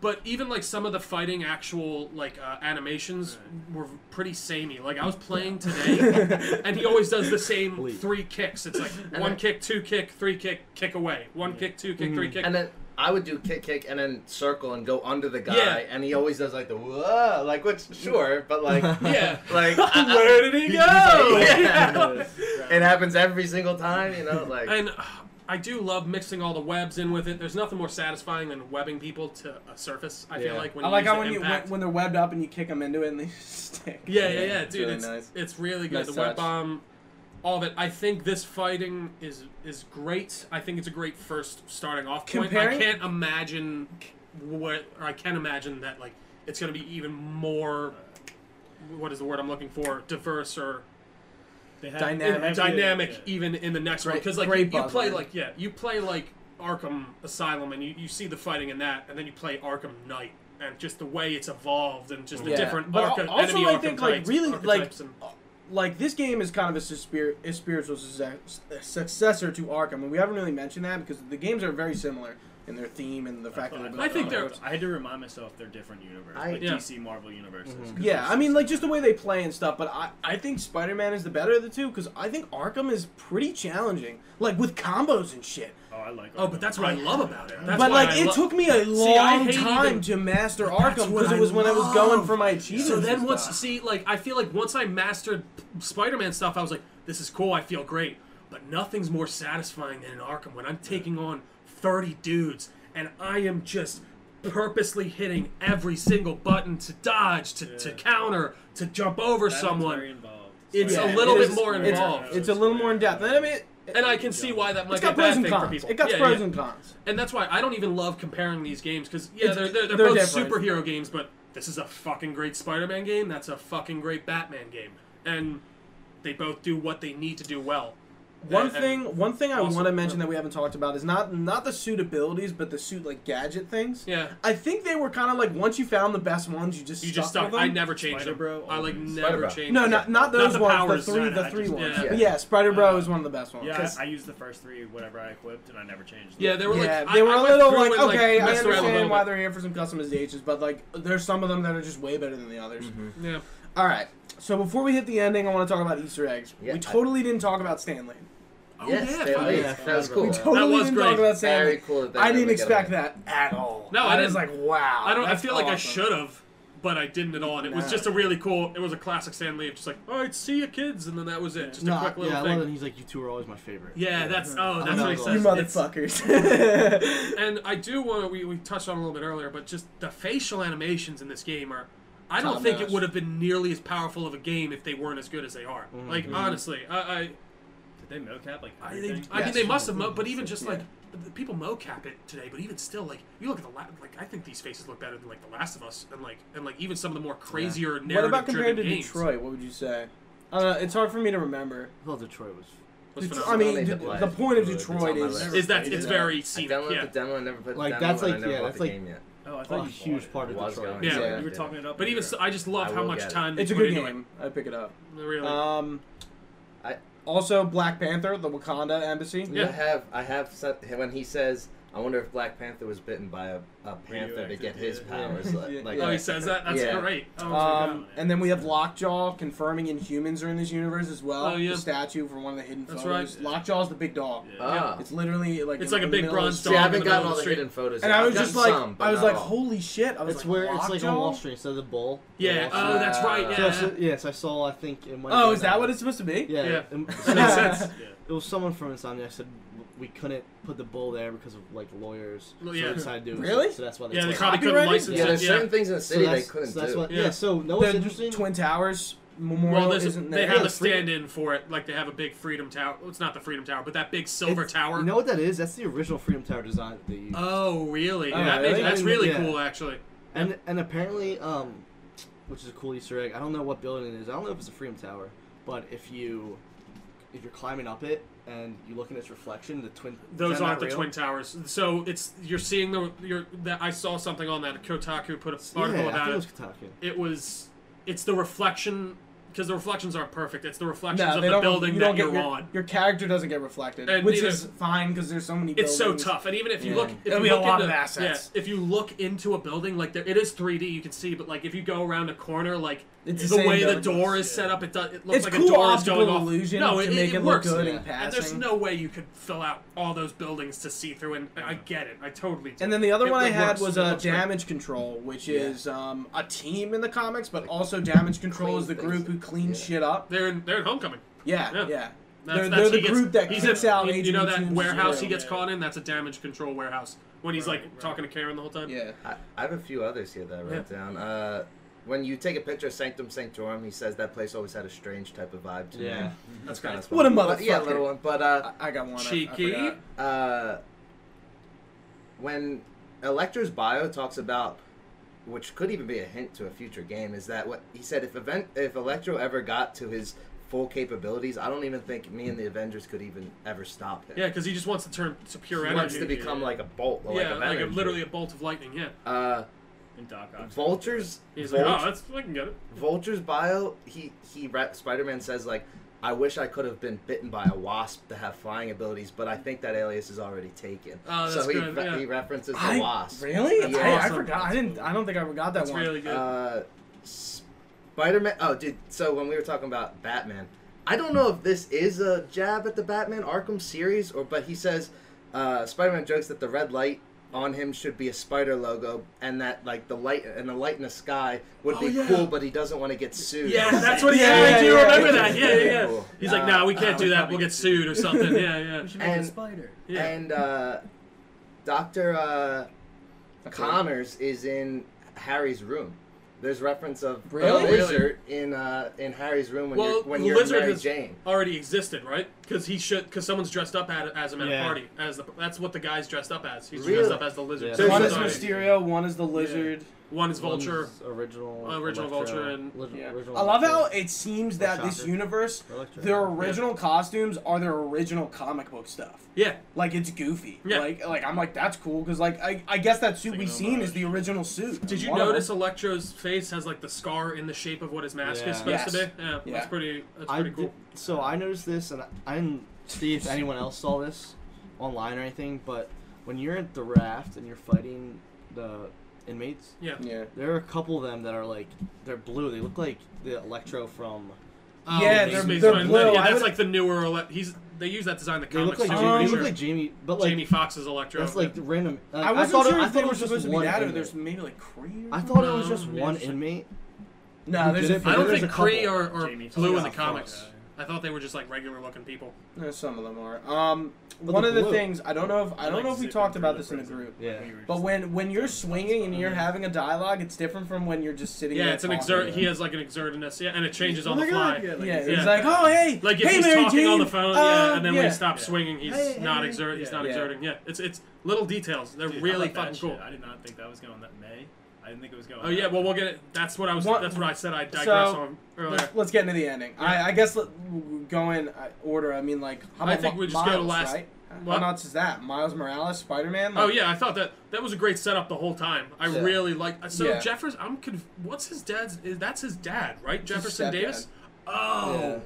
Speaker 2: But even like some of the fighting, actual like uh, animations were pretty samey. Like I was playing today, and he always does the same
Speaker 5: Bleed.
Speaker 2: three kicks. It's like one
Speaker 3: then-
Speaker 2: kick, two kick, three kick, kick away. One kick, two kick, three kick.
Speaker 3: And then I would do kick, kick, and then circle and go under the guy.
Speaker 2: Yeah.
Speaker 3: And he always does like the whoa, like which sure, but like
Speaker 2: yeah.
Speaker 3: like I- I-
Speaker 2: Where did he go?
Speaker 3: Yeah. it happens every single time. You know, like
Speaker 2: And uh, I do love mixing all the webs in with it. There's nothing more satisfying than webbing people to a surface. I feel
Speaker 5: Yeah.
Speaker 2: like when
Speaker 1: I
Speaker 2: you
Speaker 1: like
Speaker 2: use
Speaker 1: how
Speaker 2: the
Speaker 1: when you when,
Speaker 2: impact.
Speaker 1: when they're webbed up and you kick them into it and they stick.
Speaker 2: Yeah, yeah,
Speaker 5: Yeah,
Speaker 2: yeah,
Speaker 5: it's
Speaker 2: dude.
Speaker 5: really
Speaker 2: It's
Speaker 5: nice.
Speaker 2: it's really good.
Speaker 3: Nice
Speaker 2: the web
Speaker 3: touch.
Speaker 2: bomb, all of it. I think this fighting is is great. I think it's a great first starting off point.
Speaker 1: Comparing-
Speaker 2: I can't imagine what, or I can imagine that like it's going to be even more. What is the word I'm looking for? Diverse or
Speaker 4: They have-
Speaker 1: Dynamic. e-
Speaker 4: they have-
Speaker 2: dynamic,
Speaker 4: yeah.
Speaker 2: even in the next one.
Speaker 1: Great-
Speaker 2: Because like
Speaker 1: great
Speaker 2: you, you play
Speaker 1: buzzword.
Speaker 2: like yeah, you play like Arkham Asylum, and you, you see the fighting in that, and then you play Arkham Knight. And just the way it's evolved, and just the
Speaker 1: Yeah.
Speaker 2: different
Speaker 1: But
Speaker 2: arca-
Speaker 1: al- also,
Speaker 2: enemy
Speaker 1: I think, like,
Speaker 2: archetypes-
Speaker 1: really, like,
Speaker 2: archetypes and-
Speaker 1: like this game is kind of a, suspir- a spiritual success- successor to Arkham, and we haven't really mentioned that because the games are very similar in their theme and the fact that.
Speaker 4: thought-
Speaker 1: they're
Speaker 2: I
Speaker 1: built
Speaker 2: think
Speaker 1: on
Speaker 2: they're-
Speaker 1: Arkham.
Speaker 4: I had to remind myself they're different universes,
Speaker 3: I-
Speaker 4: like
Speaker 2: Yeah.
Speaker 4: DC Marvel universes. 'cause
Speaker 1: Yeah,
Speaker 4: there's-
Speaker 1: I mean, like just the way they play and stuff. But I, I think Spider Man is the better of the two because I think Arkham is pretty challenging, like with combos and shit.
Speaker 4: oh, I like.
Speaker 2: Oh, but that's what I love about it. That's
Speaker 1: but
Speaker 2: why
Speaker 1: like,
Speaker 2: I
Speaker 1: it
Speaker 2: lo-
Speaker 1: took me a
Speaker 2: See, I
Speaker 1: long
Speaker 2: hate
Speaker 1: time
Speaker 2: even-
Speaker 1: to master
Speaker 2: That's
Speaker 1: Arkham
Speaker 2: what
Speaker 1: because
Speaker 2: I
Speaker 1: it was when I was going
Speaker 2: love.
Speaker 1: for my achievements.
Speaker 2: So then
Speaker 1: and
Speaker 2: once
Speaker 1: stuff.
Speaker 2: see like I feel like once I mastered Spider-Man stuff, I was like, this is cool. I feel great. But nothing's more satisfying than in Arkham when I'm taking on thirty dudes and I am just purposely hitting every single button to dodge, to, to
Speaker 4: Yeah.
Speaker 2: counter, to jump over
Speaker 4: That one's very
Speaker 2: someone.
Speaker 4: involved.
Speaker 2: It's
Speaker 1: Yeah,
Speaker 2: a little
Speaker 1: it
Speaker 2: bit
Speaker 1: is-
Speaker 2: more
Speaker 1: it's-
Speaker 2: involved.
Speaker 1: It's, a little more in depth, and I mean, it,
Speaker 2: And I can see why that might
Speaker 1: has
Speaker 2: be a
Speaker 1: got
Speaker 2: bad
Speaker 1: pros
Speaker 2: thing
Speaker 1: and
Speaker 2: for
Speaker 1: cons.
Speaker 2: people.
Speaker 1: It got
Speaker 2: Yeah,
Speaker 1: pros
Speaker 2: yeah.
Speaker 1: and cons.
Speaker 2: and that's why I don't even love comparing these games because yeah,
Speaker 1: It's-
Speaker 2: they're they're, they're,
Speaker 1: they're
Speaker 2: both
Speaker 1: different.
Speaker 2: superhero games, but this is a fucking great Spider-Man game. That's a fucking great Batman game, and they both do what they need to do well.
Speaker 1: One
Speaker 2: And- and-
Speaker 1: thing, one thing I
Speaker 2: also-
Speaker 1: want to mention that we haven't talked about is not not the suit abilities, but the suit like gadget things.
Speaker 2: yeah,
Speaker 1: I think they were kind of like once you found the best ones, you just
Speaker 2: you just
Speaker 1: stuck
Speaker 2: stuck.
Speaker 1: with
Speaker 2: I
Speaker 1: them.
Speaker 2: never changed them.
Speaker 4: Spider-Bro,
Speaker 2: I like
Speaker 4: always.
Speaker 2: never
Speaker 3: Spider-Bro.
Speaker 2: changed.
Speaker 1: No,
Speaker 2: them.
Speaker 1: not not those
Speaker 2: the
Speaker 1: ones.
Speaker 2: powers,
Speaker 1: the three,
Speaker 4: no, no,
Speaker 1: the
Speaker 4: I
Speaker 1: three
Speaker 4: just-
Speaker 1: ones.
Speaker 2: yeah.
Speaker 1: Yeah,
Speaker 3: Yeah.
Speaker 1: Spider Bro
Speaker 4: Uh,
Speaker 1: is one of the best ones.
Speaker 4: Yeah,
Speaker 1: 'cause-
Speaker 4: I, I used the first three whenever I equipped, and I never changed. them.
Speaker 2: Yeah, they were like
Speaker 1: yeah,
Speaker 2: I-
Speaker 1: they were
Speaker 2: I
Speaker 1: a
Speaker 2: went
Speaker 1: little
Speaker 2: through
Speaker 1: like
Speaker 2: and, like,
Speaker 1: okay, I
Speaker 2: messed around a little
Speaker 1: understand why
Speaker 2: bit.
Speaker 1: they're here for some customizations, but like there's some of them that are just way better than the others.
Speaker 2: Yeah,
Speaker 1: All right, so before we hit the ending, I want to talk about Easter eggs.
Speaker 3: Yeah,
Speaker 1: we
Speaker 3: I-
Speaker 1: totally didn't talk about Stanley.
Speaker 2: oh
Speaker 3: yes,
Speaker 2: yeah,
Speaker 3: they
Speaker 2: fuck
Speaker 3: leave.
Speaker 5: yeah,
Speaker 3: that was
Speaker 5: Fazbear.
Speaker 3: cool.
Speaker 1: We totally
Speaker 2: was
Speaker 1: didn't
Speaker 2: great.
Speaker 1: talk about Stanley.
Speaker 3: Very cool. That they
Speaker 1: I
Speaker 3: were
Speaker 1: didn't
Speaker 3: gonna get
Speaker 1: expect
Speaker 3: away.
Speaker 1: that at all.
Speaker 2: No, I
Speaker 1: was
Speaker 2: didn't-
Speaker 1: like, wow.
Speaker 2: I don't. I
Speaker 1: that's
Speaker 2: feel like I
Speaker 1: awesome.
Speaker 2: should have, but I didn't at all. And it was
Speaker 1: No.
Speaker 2: just a really cool. It was a classic Stan Lee. of Just like, all right, see you kids, and then that was it. Just
Speaker 1: No,
Speaker 2: a quick little
Speaker 5: yeah, I
Speaker 2: thing.
Speaker 5: love it. He's like, you two are always my favorite.
Speaker 2: Yeah, that's oh, that's what he
Speaker 5: not gonna
Speaker 2: says.
Speaker 1: You
Speaker 5: lie.
Speaker 2: It's-
Speaker 1: motherfuckers.
Speaker 2: And I do want to. We, we touched on it a little bit earlier, but just the facial animations in this game are. I don't
Speaker 1: Top
Speaker 2: think
Speaker 1: notch.
Speaker 2: it would have been nearly as powerful of a game if they weren't as good as they are.
Speaker 1: Mm-hmm.
Speaker 2: Like
Speaker 3: Mm-hmm.
Speaker 2: honestly, I I,
Speaker 4: Did they mocap like
Speaker 2: I, they,
Speaker 4: everything?
Speaker 2: I mean
Speaker 1: Yes.
Speaker 2: they must have, mo- but even just like the people mocap it today, but even still, like you look at the la- like I think these faces look better than like The Last of Us and like and like even some of the more crazier narrative
Speaker 1: what about compared to
Speaker 2: games
Speaker 1: Detroit? What would you say? Uh, it's hard for me to remember.
Speaker 5: I thought Detroit was.
Speaker 2: was
Speaker 1: Det- I
Speaker 2: phenomenal.
Speaker 1: mean,
Speaker 3: It's
Speaker 1: d-
Speaker 3: on my
Speaker 1: the point of
Speaker 3: list.
Speaker 1: Detroit is
Speaker 3: I
Speaker 2: is that it's
Speaker 1: Yeah.
Speaker 2: very
Speaker 3: I
Speaker 2: scenic.
Speaker 3: downloaded
Speaker 2: Yeah.
Speaker 3: the demo. I never put
Speaker 5: Like,
Speaker 3: the demo.
Speaker 5: that's
Speaker 3: and
Speaker 5: like-
Speaker 3: I never
Speaker 5: yeah,
Speaker 3: bought
Speaker 5: that's
Speaker 3: the
Speaker 5: like-
Speaker 3: game yet.
Speaker 4: oh, I
Speaker 5: a
Speaker 4: thought you
Speaker 5: huge
Speaker 4: bought
Speaker 5: part
Speaker 4: it.
Speaker 5: of
Speaker 3: It was
Speaker 5: Detroit.
Speaker 3: going
Speaker 2: Yeah.
Speaker 3: to.
Speaker 1: Yeah.
Speaker 4: You were talking it up.
Speaker 2: But even
Speaker 4: earlier.
Speaker 2: so, I just love
Speaker 3: I
Speaker 2: how
Speaker 3: will
Speaker 2: much
Speaker 3: get it. Oh,
Speaker 2: time
Speaker 1: It's a
Speaker 2: they
Speaker 1: good
Speaker 2: put into
Speaker 1: game. I pick it up.
Speaker 2: it. Really,
Speaker 1: Um,
Speaker 3: I-
Speaker 1: also Black Panther, the Wakanda embassy.
Speaker 2: Yeah.
Speaker 3: I have. I have. Set, when he says, "I wonder if Black Panther was bitten by a, a panther to
Speaker 4: Radioactive,
Speaker 3: get his
Speaker 4: yeah.
Speaker 3: powers."
Speaker 1: Yeah.
Speaker 3: Like, like
Speaker 2: oh, he
Speaker 3: that.
Speaker 2: says that. That's
Speaker 3: Yeah.
Speaker 2: great.
Speaker 4: Oh,
Speaker 1: Um,
Speaker 4: yeah.
Speaker 1: and then we have Lockjaw confirming Inhumans are in this universe as well.
Speaker 2: Oh, yeah.
Speaker 1: The statue for one of the hidden
Speaker 2: That's
Speaker 1: photos.
Speaker 2: right.
Speaker 1: Lockjaw's the big dog.
Speaker 4: Yeah.
Speaker 3: Ah.
Speaker 1: It's literally like
Speaker 2: It's
Speaker 1: in
Speaker 2: like
Speaker 1: the
Speaker 2: a big
Speaker 1: middle of
Speaker 2: bronze
Speaker 1: the street.
Speaker 2: dog in
Speaker 3: See, I
Speaker 2: the
Speaker 3: haven't
Speaker 2: middle
Speaker 3: gotten
Speaker 2: of
Speaker 3: all
Speaker 2: the
Speaker 3: the
Speaker 2: street.
Speaker 3: hidden photos.
Speaker 1: And
Speaker 3: yet.
Speaker 1: I was
Speaker 3: I've
Speaker 1: just
Speaker 3: gotten
Speaker 1: like,
Speaker 3: some, but
Speaker 1: I was
Speaker 3: not
Speaker 1: like,
Speaker 3: all.
Speaker 1: holy shit! I was
Speaker 5: It's
Speaker 1: like,
Speaker 5: where it's like a
Speaker 1: Lockjaw?
Speaker 5: Wall Street instead of the bull. the
Speaker 2: Yeah.
Speaker 5: Wall
Speaker 2: Oh,
Speaker 5: Street.
Speaker 2: that's right.
Speaker 3: Uh,
Speaker 5: So,
Speaker 2: Yeah.
Speaker 5: I saw- yes, I saw. I think it might.
Speaker 1: Oh,
Speaker 5: be
Speaker 1: is that what it's supposed to be?
Speaker 5: Yeah.
Speaker 2: Yeah.
Speaker 5: and-
Speaker 2: Makes
Speaker 5: so-
Speaker 2: sense.
Speaker 4: Yeah.
Speaker 5: It was someone from Insomniac said w- we couldn't put the bull there because of like lawyers.
Speaker 2: Well,
Speaker 5: so
Speaker 2: yeah.
Speaker 5: they decided to do it.
Speaker 1: Really?
Speaker 5: So, so that's why they.
Speaker 2: Yeah, they
Speaker 5: took it.
Speaker 2: probably couldn't
Speaker 1: Copyrighted?
Speaker 2: license
Speaker 3: Yeah,
Speaker 2: it.
Speaker 3: there's
Speaker 2: Yeah.
Speaker 3: certain things in the
Speaker 5: So
Speaker 3: city they
Speaker 5: that's-
Speaker 3: couldn't
Speaker 5: so that's
Speaker 3: do.
Speaker 5: What,
Speaker 2: Yeah.
Speaker 5: yeah. So no,
Speaker 1: The
Speaker 5: it's interesting.
Speaker 1: Twin Towers. Memorial
Speaker 2: Well, there's a,
Speaker 1: isn't
Speaker 2: they
Speaker 1: there.
Speaker 2: have
Speaker 1: Yeah,
Speaker 2: a
Speaker 1: Freedom-
Speaker 2: stand-in for it. Like they have a big Freedom Tower. Well, it's not the Freedom Tower, but that big silver
Speaker 5: It's-
Speaker 2: tower.
Speaker 5: You know what that is? That's the original Freedom Tower design that they used.
Speaker 2: Oh, really?
Speaker 1: Oh,
Speaker 2: that
Speaker 1: really?
Speaker 2: Makes, that's really
Speaker 5: Yeah.
Speaker 2: cool, actually.
Speaker 5: and and apparently, um, which is a cool Easter egg. I don't know what building it is. I don't know if it's a Freedom Tower, but if you if you're climbing up it and you look in its reflection, the twin is
Speaker 2: Those
Speaker 5: that not
Speaker 2: aren't the
Speaker 5: real?
Speaker 2: twin towers. So it's you're seeing the you're that I saw something on that Kotaku put an article
Speaker 5: yeah, I
Speaker 2: about it.
Speaker 5: think it was Kotaku.
Speaker 2: It was it's the reflection because the reflections aren't perfect. It's the reflections
Speaker 1: No,
Speaker 2: of
Speaker 1: they
Speaker 2: the
Speaker 1: don't.
Speaker 2: building
Speaker 1: you
Speaker 2: that
Speaker 1: don't get
Speaker 2: you're
Speaker 1: your,
Speaker 2: on.
Speaker 1: Your character doesn't get reflected,
Speaker 2: And
Speaker 1: which
Speaker 2: neither-
Speaker 1: is fine because there's so many.
Speaker 2: It's so
Speaker 1: buildings.
Speaker 2: tough, and even if you
Speaker 1: Yeah.
Speaker 2: look, if
Speaker 1: It'll
Speaker 2: you
Speaker 1: be a
Speaker 2: look
Speaker 1: lot
Speaker 2: into,
Speaker 1: of assets.
Speaker 2: yeah, if you look into a building, like there, it is 3D, you can see, but like if you go around a corner, like
Speaker 1: It's
Speaker 2: the,
Speaker 1: the same
Speaker 2: way the
Speaker 1: buildings,
Speaker 2: door is
Speaker 4: yeah.
Speaker 2: set up, it does. It looks
Speaker 1: It's
Speaker 2: like
Speaker 1: cool
Speaker 2: a door is
Speaker 1: optical
Speaker 2: going off.
Speaker 1: illusion
Speaker 2: no,
Speaker 1: to
Speaker 2: it,
Speaker 1: make
Speaker 2: it,
Speaker 1: it look
Speaker 2: works.
Speaker 1: good
Speaker 5: yeah.
Speaker 1: and
Speaker 2: And there's
Speaker 1: passing.
Speaker 2: no way you could fill out all those buildings to see through, and I get it. I totally do.
Speaker 1: And then the other
Speaker 2: It-
Speaker 1: one I
Speaker 2: it
Speaker 1: had
Speaker 2: works.
Speaker 1: was
Speaker 2: It
Speaker 1: uh,
Speaker 2: looks great.
Speaker 1: Damage Control, which is um, a team in the comics, but also Damage Control
Speaker 5: clean
Speaker 1: is the
Speaker 5: things
Speaker 1: group who
Speaker 5: up.
Speaker 1: cleans
Speaker 5: Yeah.
Speaker 1: shit up.
Speaker 2: They're in, they're in Homecoming.
Speaker 1: Yeah, yeah.
Speaker 2: Yeah. That's,
Speaker 1: They're,
Speaker 2: that's,
Speaker 1: they're the
Speaker 2: he gets,
Speaker 1: group that
Speaker 2: he's
Speaker 1: kicks
Speaker 2: in,
Speaker 1: out
Speaker 2: you- You know
Speaker 1: agent
Speaker 2: that
Speaker 1: teams
Speaker 2: warehouse
Speaker 1: zero.
Speaker 2: he gets
Speaker 4: yeah.
Speaker 2: caught in? That's a damage control warehouse. When he's like
Speaker 4: Right, right.
Speaker 2: talking to Karen the whole time.
Speaker 1: Yeah.
Speaker 3: I, I have a few others here that I wrote down. Uh, when you take a picture of Sanctum Sanctorum, he says that place always had a strange type of vibe to me.
Speaker 5: Yeah.
Speaker 2: That's
Speaker 3: Kinda
Speaker 2: great.
Speaker 3: small.
Speaker 1: What a
Speaker 3: But- Yeah,
Speaker 1: motherfucker.
Speaker 3: little one. But uh,
Speaker 1: I, I got one. I- I
Speaker 2: Cheeky.
Speaker 1: forgot.
Speaker 3: uh, when Electro's bio talks about, which could even be a hint to a future game, is that what he said if event if Electro ever got to his full capabilities, I don't even think me and the Avengers could even ever stop him.
Speaker 2: Yeah, because he just wants to turn to pure
Speaker 3: he
Speaker 2: energy.
Speaker 3: wants to become like a bolt, or
Speaker 2: yeah,
Speaker 3: like, a
Speaker 2: like a,
Speaker 3: Venom.
Speaker 2: literally a bolt of lightning. Yeah,
Speaker 3: Uh,
Speaker 4: in Doc Ock.
Speaker 3: Vulture's
Speaker 2: he's
Speaker 3: Vulture-
Speaker 2: like, oh, that's I can get it.
Speaker 3: Vulture's bio, he he Spider Man says like, I wish I could have been bitten by a wasp to have flying abilities, but I think that alias is already taken.
Speaker 2: Oh, that's
Speaker 3: so he
Speaker 2: good,
Speaker 3: re-
Speaker 2: yeah.
Speaker 3: he references the
Speaker 1: I-
Speaker 3: wasp.
Speaker 1: Really?
Speaker 3: That's
Speaker 1: I, I
Speaker 2: awesome.
Speaker 1: forgot. I didn't. I don't think I forgot that
Speaker 2: That's
Speaker 1: one.
Speaker 2: really good.
Speaker 3: Uh, Spider Man. Oh, dude. So when we were talking about Batman, I don't know if this is a jab at the Batman Arkham series, or but he says uh, Spider Man jokes that the red light on him should be a spider logo, and that like the light and the light in the sky would
Speaker 2: Oh,
Speaker 3: be
Speaker 2: yeah.
Speaker 3: cool, but he doesn't want to get sued.
Speaker 2: yeah, that's what he
Speaker 1: Yeah,
Speaker 2: said. I
Speaker 1: yeah,
Speaker 2: do
Speaker 1: yeah,
Speaker 2: remember
Speaker 1: yeah.
Speaker 2: that. Yeah, yeah, yeah.
Speaker 3: Cool.
Speaker 2: He's like, nah, we can't
Speaker 4: uh,
Speaker 2: do
Speaker 4: we
Speaker 2: that.
Speaker 4: probably
Speaker 2: We'll get
Speaker 4: get sued."
Speaker 2: sued or something. Yeah, yeah,
Speaker 4: We should make it a
Speaker 3: And-
Speaker 4: spider.
Speaker 2: yeah.
Speaker 3: And uh, Doctor uh,
Speaker 1: Okay.
Speaker 3: Connors is in Harry's room. There's reference of
Speaker 1: Really?
Speaker 3: a lizard in uh, in Harry's room when
Speaker 2: well,
Speaker 3: you're when
Speaker 2: the
Speaker 3: you're
Speaker 2: lizard
Speaker 3: Mary
Speaker 2: has
Speaker 3: Jane.
Speaker 2: already existed, right? Because he should. Because someone's dressed up at, as him at a
Speaker 5: Yeah.
Speaker 2: party. As the, that's what the guy's dressed up as. He's dressed
Speaker 3: Really?
Speaker 2: up as the lizard.
Speaker 5: Yeah.
Speaker 2: So
Speaker 1: One
Speaker 2: he's
Speaker 1: is
Speaker 2: already-
Speaker 1: Mysterio. One is the Lizard.
Speaker 2: One is vulture.
Speaker 5: One's original.
Speaker 2: Original
Speaker 5: Electro-
Speaker 2: Vulture and-
Speaker 5: Legi-
Speaker 1: Yeah.
Speaker 5: original
Speaker 1: I love how
Speaker 5: Electro-
Speaker 1: it seems that this
Speaker 5: Shocker.
Speaker 1: universe,
Speaker 5: Electro.
Speaker 1: their original costumes are their original comic book stuff.
Speaker 2: Yeah,
Speaker 1: Like it's goofy.
Speaker 2: Yeah.
Speaker 1: Like like I'm like that's cool because like I, I guess that suit
Speaker 4: Like
Speaker 1: we've
Speaker 4: an
Speaker 1: seen is
Speaker 4: homage.
Speaker 1: the original suit.
Speaker 2: Did you
Speaker 1: One of
Speaker 2: notice
Speaker 1: them.
Speaker 2: Electro's face has like the scar in the shape of what his mask
Speaker 5: Yeah.
Speaker 2: is supposed to
Speaker 1: Yes.
Speaker 2: be? Yeah,
Speaker 1: Yeah.
Speaker 2: that's pretty. That's
Speaker 5: I
Speaker 2: pretty cool.
Speaker 5: did- so I noticed this, and I, I didn't see if anyone else saw this online or anything. But when you're at the raft and you're fighting the inmates,
Speaker 2: Yeah.
Speaker 1: Yeah.
Speaker 5: there are a couple of them that are like they're blue. They look like the Electro from.
Speaker 1: Yeah,
Speaker 2: Amazing
Speaker 1: they're-
Speaker 2: Spider-Man.
Speaker 1: they're blue.
Speaker 2: Yeah,
Speaker 1: I
Speaker 2: that's
Speaker 1: would-
Speaker 2: like the newer. Ele- he's they use that design in the
Speaker 5: They look
Speaker 2: comics.
Speaker 5: like
Speaker 2: too,
Speaker 5: Jamie,
Speaker 1: I'm
Speaker 5: they
Speaker 2: pretty
Speaker 5: look
Speaker 2: sure.
Speaker 5: like Jamie, but like
Speaker 2: Jamie Foxx's Electro.
Speaker 5: that's like the random. Like,
Speaker 1: I
Speaker 5: I
Speaker 1: wasn't
Speaker 5: thought
Speaker 1: sure
Speaker 5: it, I
Speaker 1: if they
Speaker 5: thought it
Speaker 1: were
Speaker 5: was
Speaker 1: supposed
Speaker 5: just
Speaker 1: to be
Speaker 5: one.
Speaker 1: that or
Speaker 5: Inmate.
Speaker 1: there's maybe like Kree. Or
Speaker 5: I thought it was
Speaker 2: No,
Speaker 5: just
Speaker 2: maybe
Speaker 5: one
Speaker 2: it's-
Speaker 5: inmate.
Speaker 1: no,
Speaker 5: who
Speaker 1: there's
Speaker 5: did
Speaker 1: a
Speaker 5: it,
Speaker 1: few.
Speaker 2: I don't
Speaker 5: there's
Speaker 2: think
Speaker 5: a couple.
Speaker 2: Kree are, are
Speaker 4: Jamie
Speaker 2: blue in
Speaker 4: Foxx.
Speaker 2: the comics.
Speaker 4: Yeah.
Speaker 2: I thought they were just like regular looking people.
Speaker 1: No, some of them are. Um,
Speaker 5: But
Speaker 1: one
Speaker 5: the
Speaker 1: of the
Speaker 5: blue-
Speaker 1: things I don't know if I don't
Speaker 4: Like
Speaker 1: know if we
Speaker 4: zipping
Speaker 1: talked
Speaker 4: through
Speaker 1: about
Speaker 4: the
Speaker 1: this in the
Speaker 4: prison.
Speaker 1: group,
Speaker 5: Yeah.
Speaker 4: We were just-
Speaker 1: but when when you're swinging and you're having a dialogue, it's different from when you're just sitting.
Speaker 2: Yeah,
Speaker 1: there
Speaker 2: it's an
Speaker 1: talking to
Speaker 2: exert.
Speaker 1: them.
Speaker 2: He has like an exertedness. Yeah, and it changes
Speaker 4: Oh
Speaker 2: on
Speaker 4: my
Speaker 2: the
Speaker 4: God,
Speaker 2: fly.
Speaker 4: yeah, like
Speaker 1: yeah,
Speaker 4: he's-
Speaker 1: he's like, oh hey,
Speaker 2: Like if
Speaker 1: hey,
Speaker 2: he's
Speaker 1: Mary
Speaker 2: talking
Speaker 1: Jane, Uh,
Speaker 2: on the phone, yeah, and then when he
Speaker 1: yeah.
Speaker 2: stops
Speaker 4: Yeah.
Speaker 2: swinging, he's
Speaker 4: Hey,
Speaker 2: not
Speaker 4: hey,
Speaker 2: exert. He's
Speaker 4: yeah.
Speaker 2: not
Speaker 1: Yeah.
Speaker 2: exerting. Yeah, it's it's little details. They're
Speaker 4: Dude, I
Speaker 2: really
Speaker 4: love that
Speaker 2: fucking cool.
Speaker 4: shit. I did not think that was going that May. I didn't think it was going.
Speaker 2: Oh yeah, well we'll get it. That's what I was.
Speaker 1: One-
Speaker 2: That's what I said. I digress on earlier.
Speaker 1: Let's, let's get into the ending. I, I guess let, go in uh, order. I mean, like, how
Speaker 2: I
Speaker 1: about
Speaker 2: think
Speaker 1: Mi-
Speaker 2: we just go to
Speaker 1: Miles,
Speaker 2: last-
Speaker 1: Right?
Speaker 2: what?
Speaker 1: How nuts is that? Miles Morales, Spider Man.
Speaker 2: Oh yeah, I thought that that was a great setup the whole time. I
Speaker 5: Yeah.
Speaker 2: really like. So
Speaker 1: Yeah.
Speaker 2: Jeffers, I'm conf- what's his dad's? Is, that's his dad, right?
Speaker 1: his
Speaker 2: Jefferson
Speaker 1: stepdad.
Speaker 2: Davis. Oh,
Speaker 1: Yeah.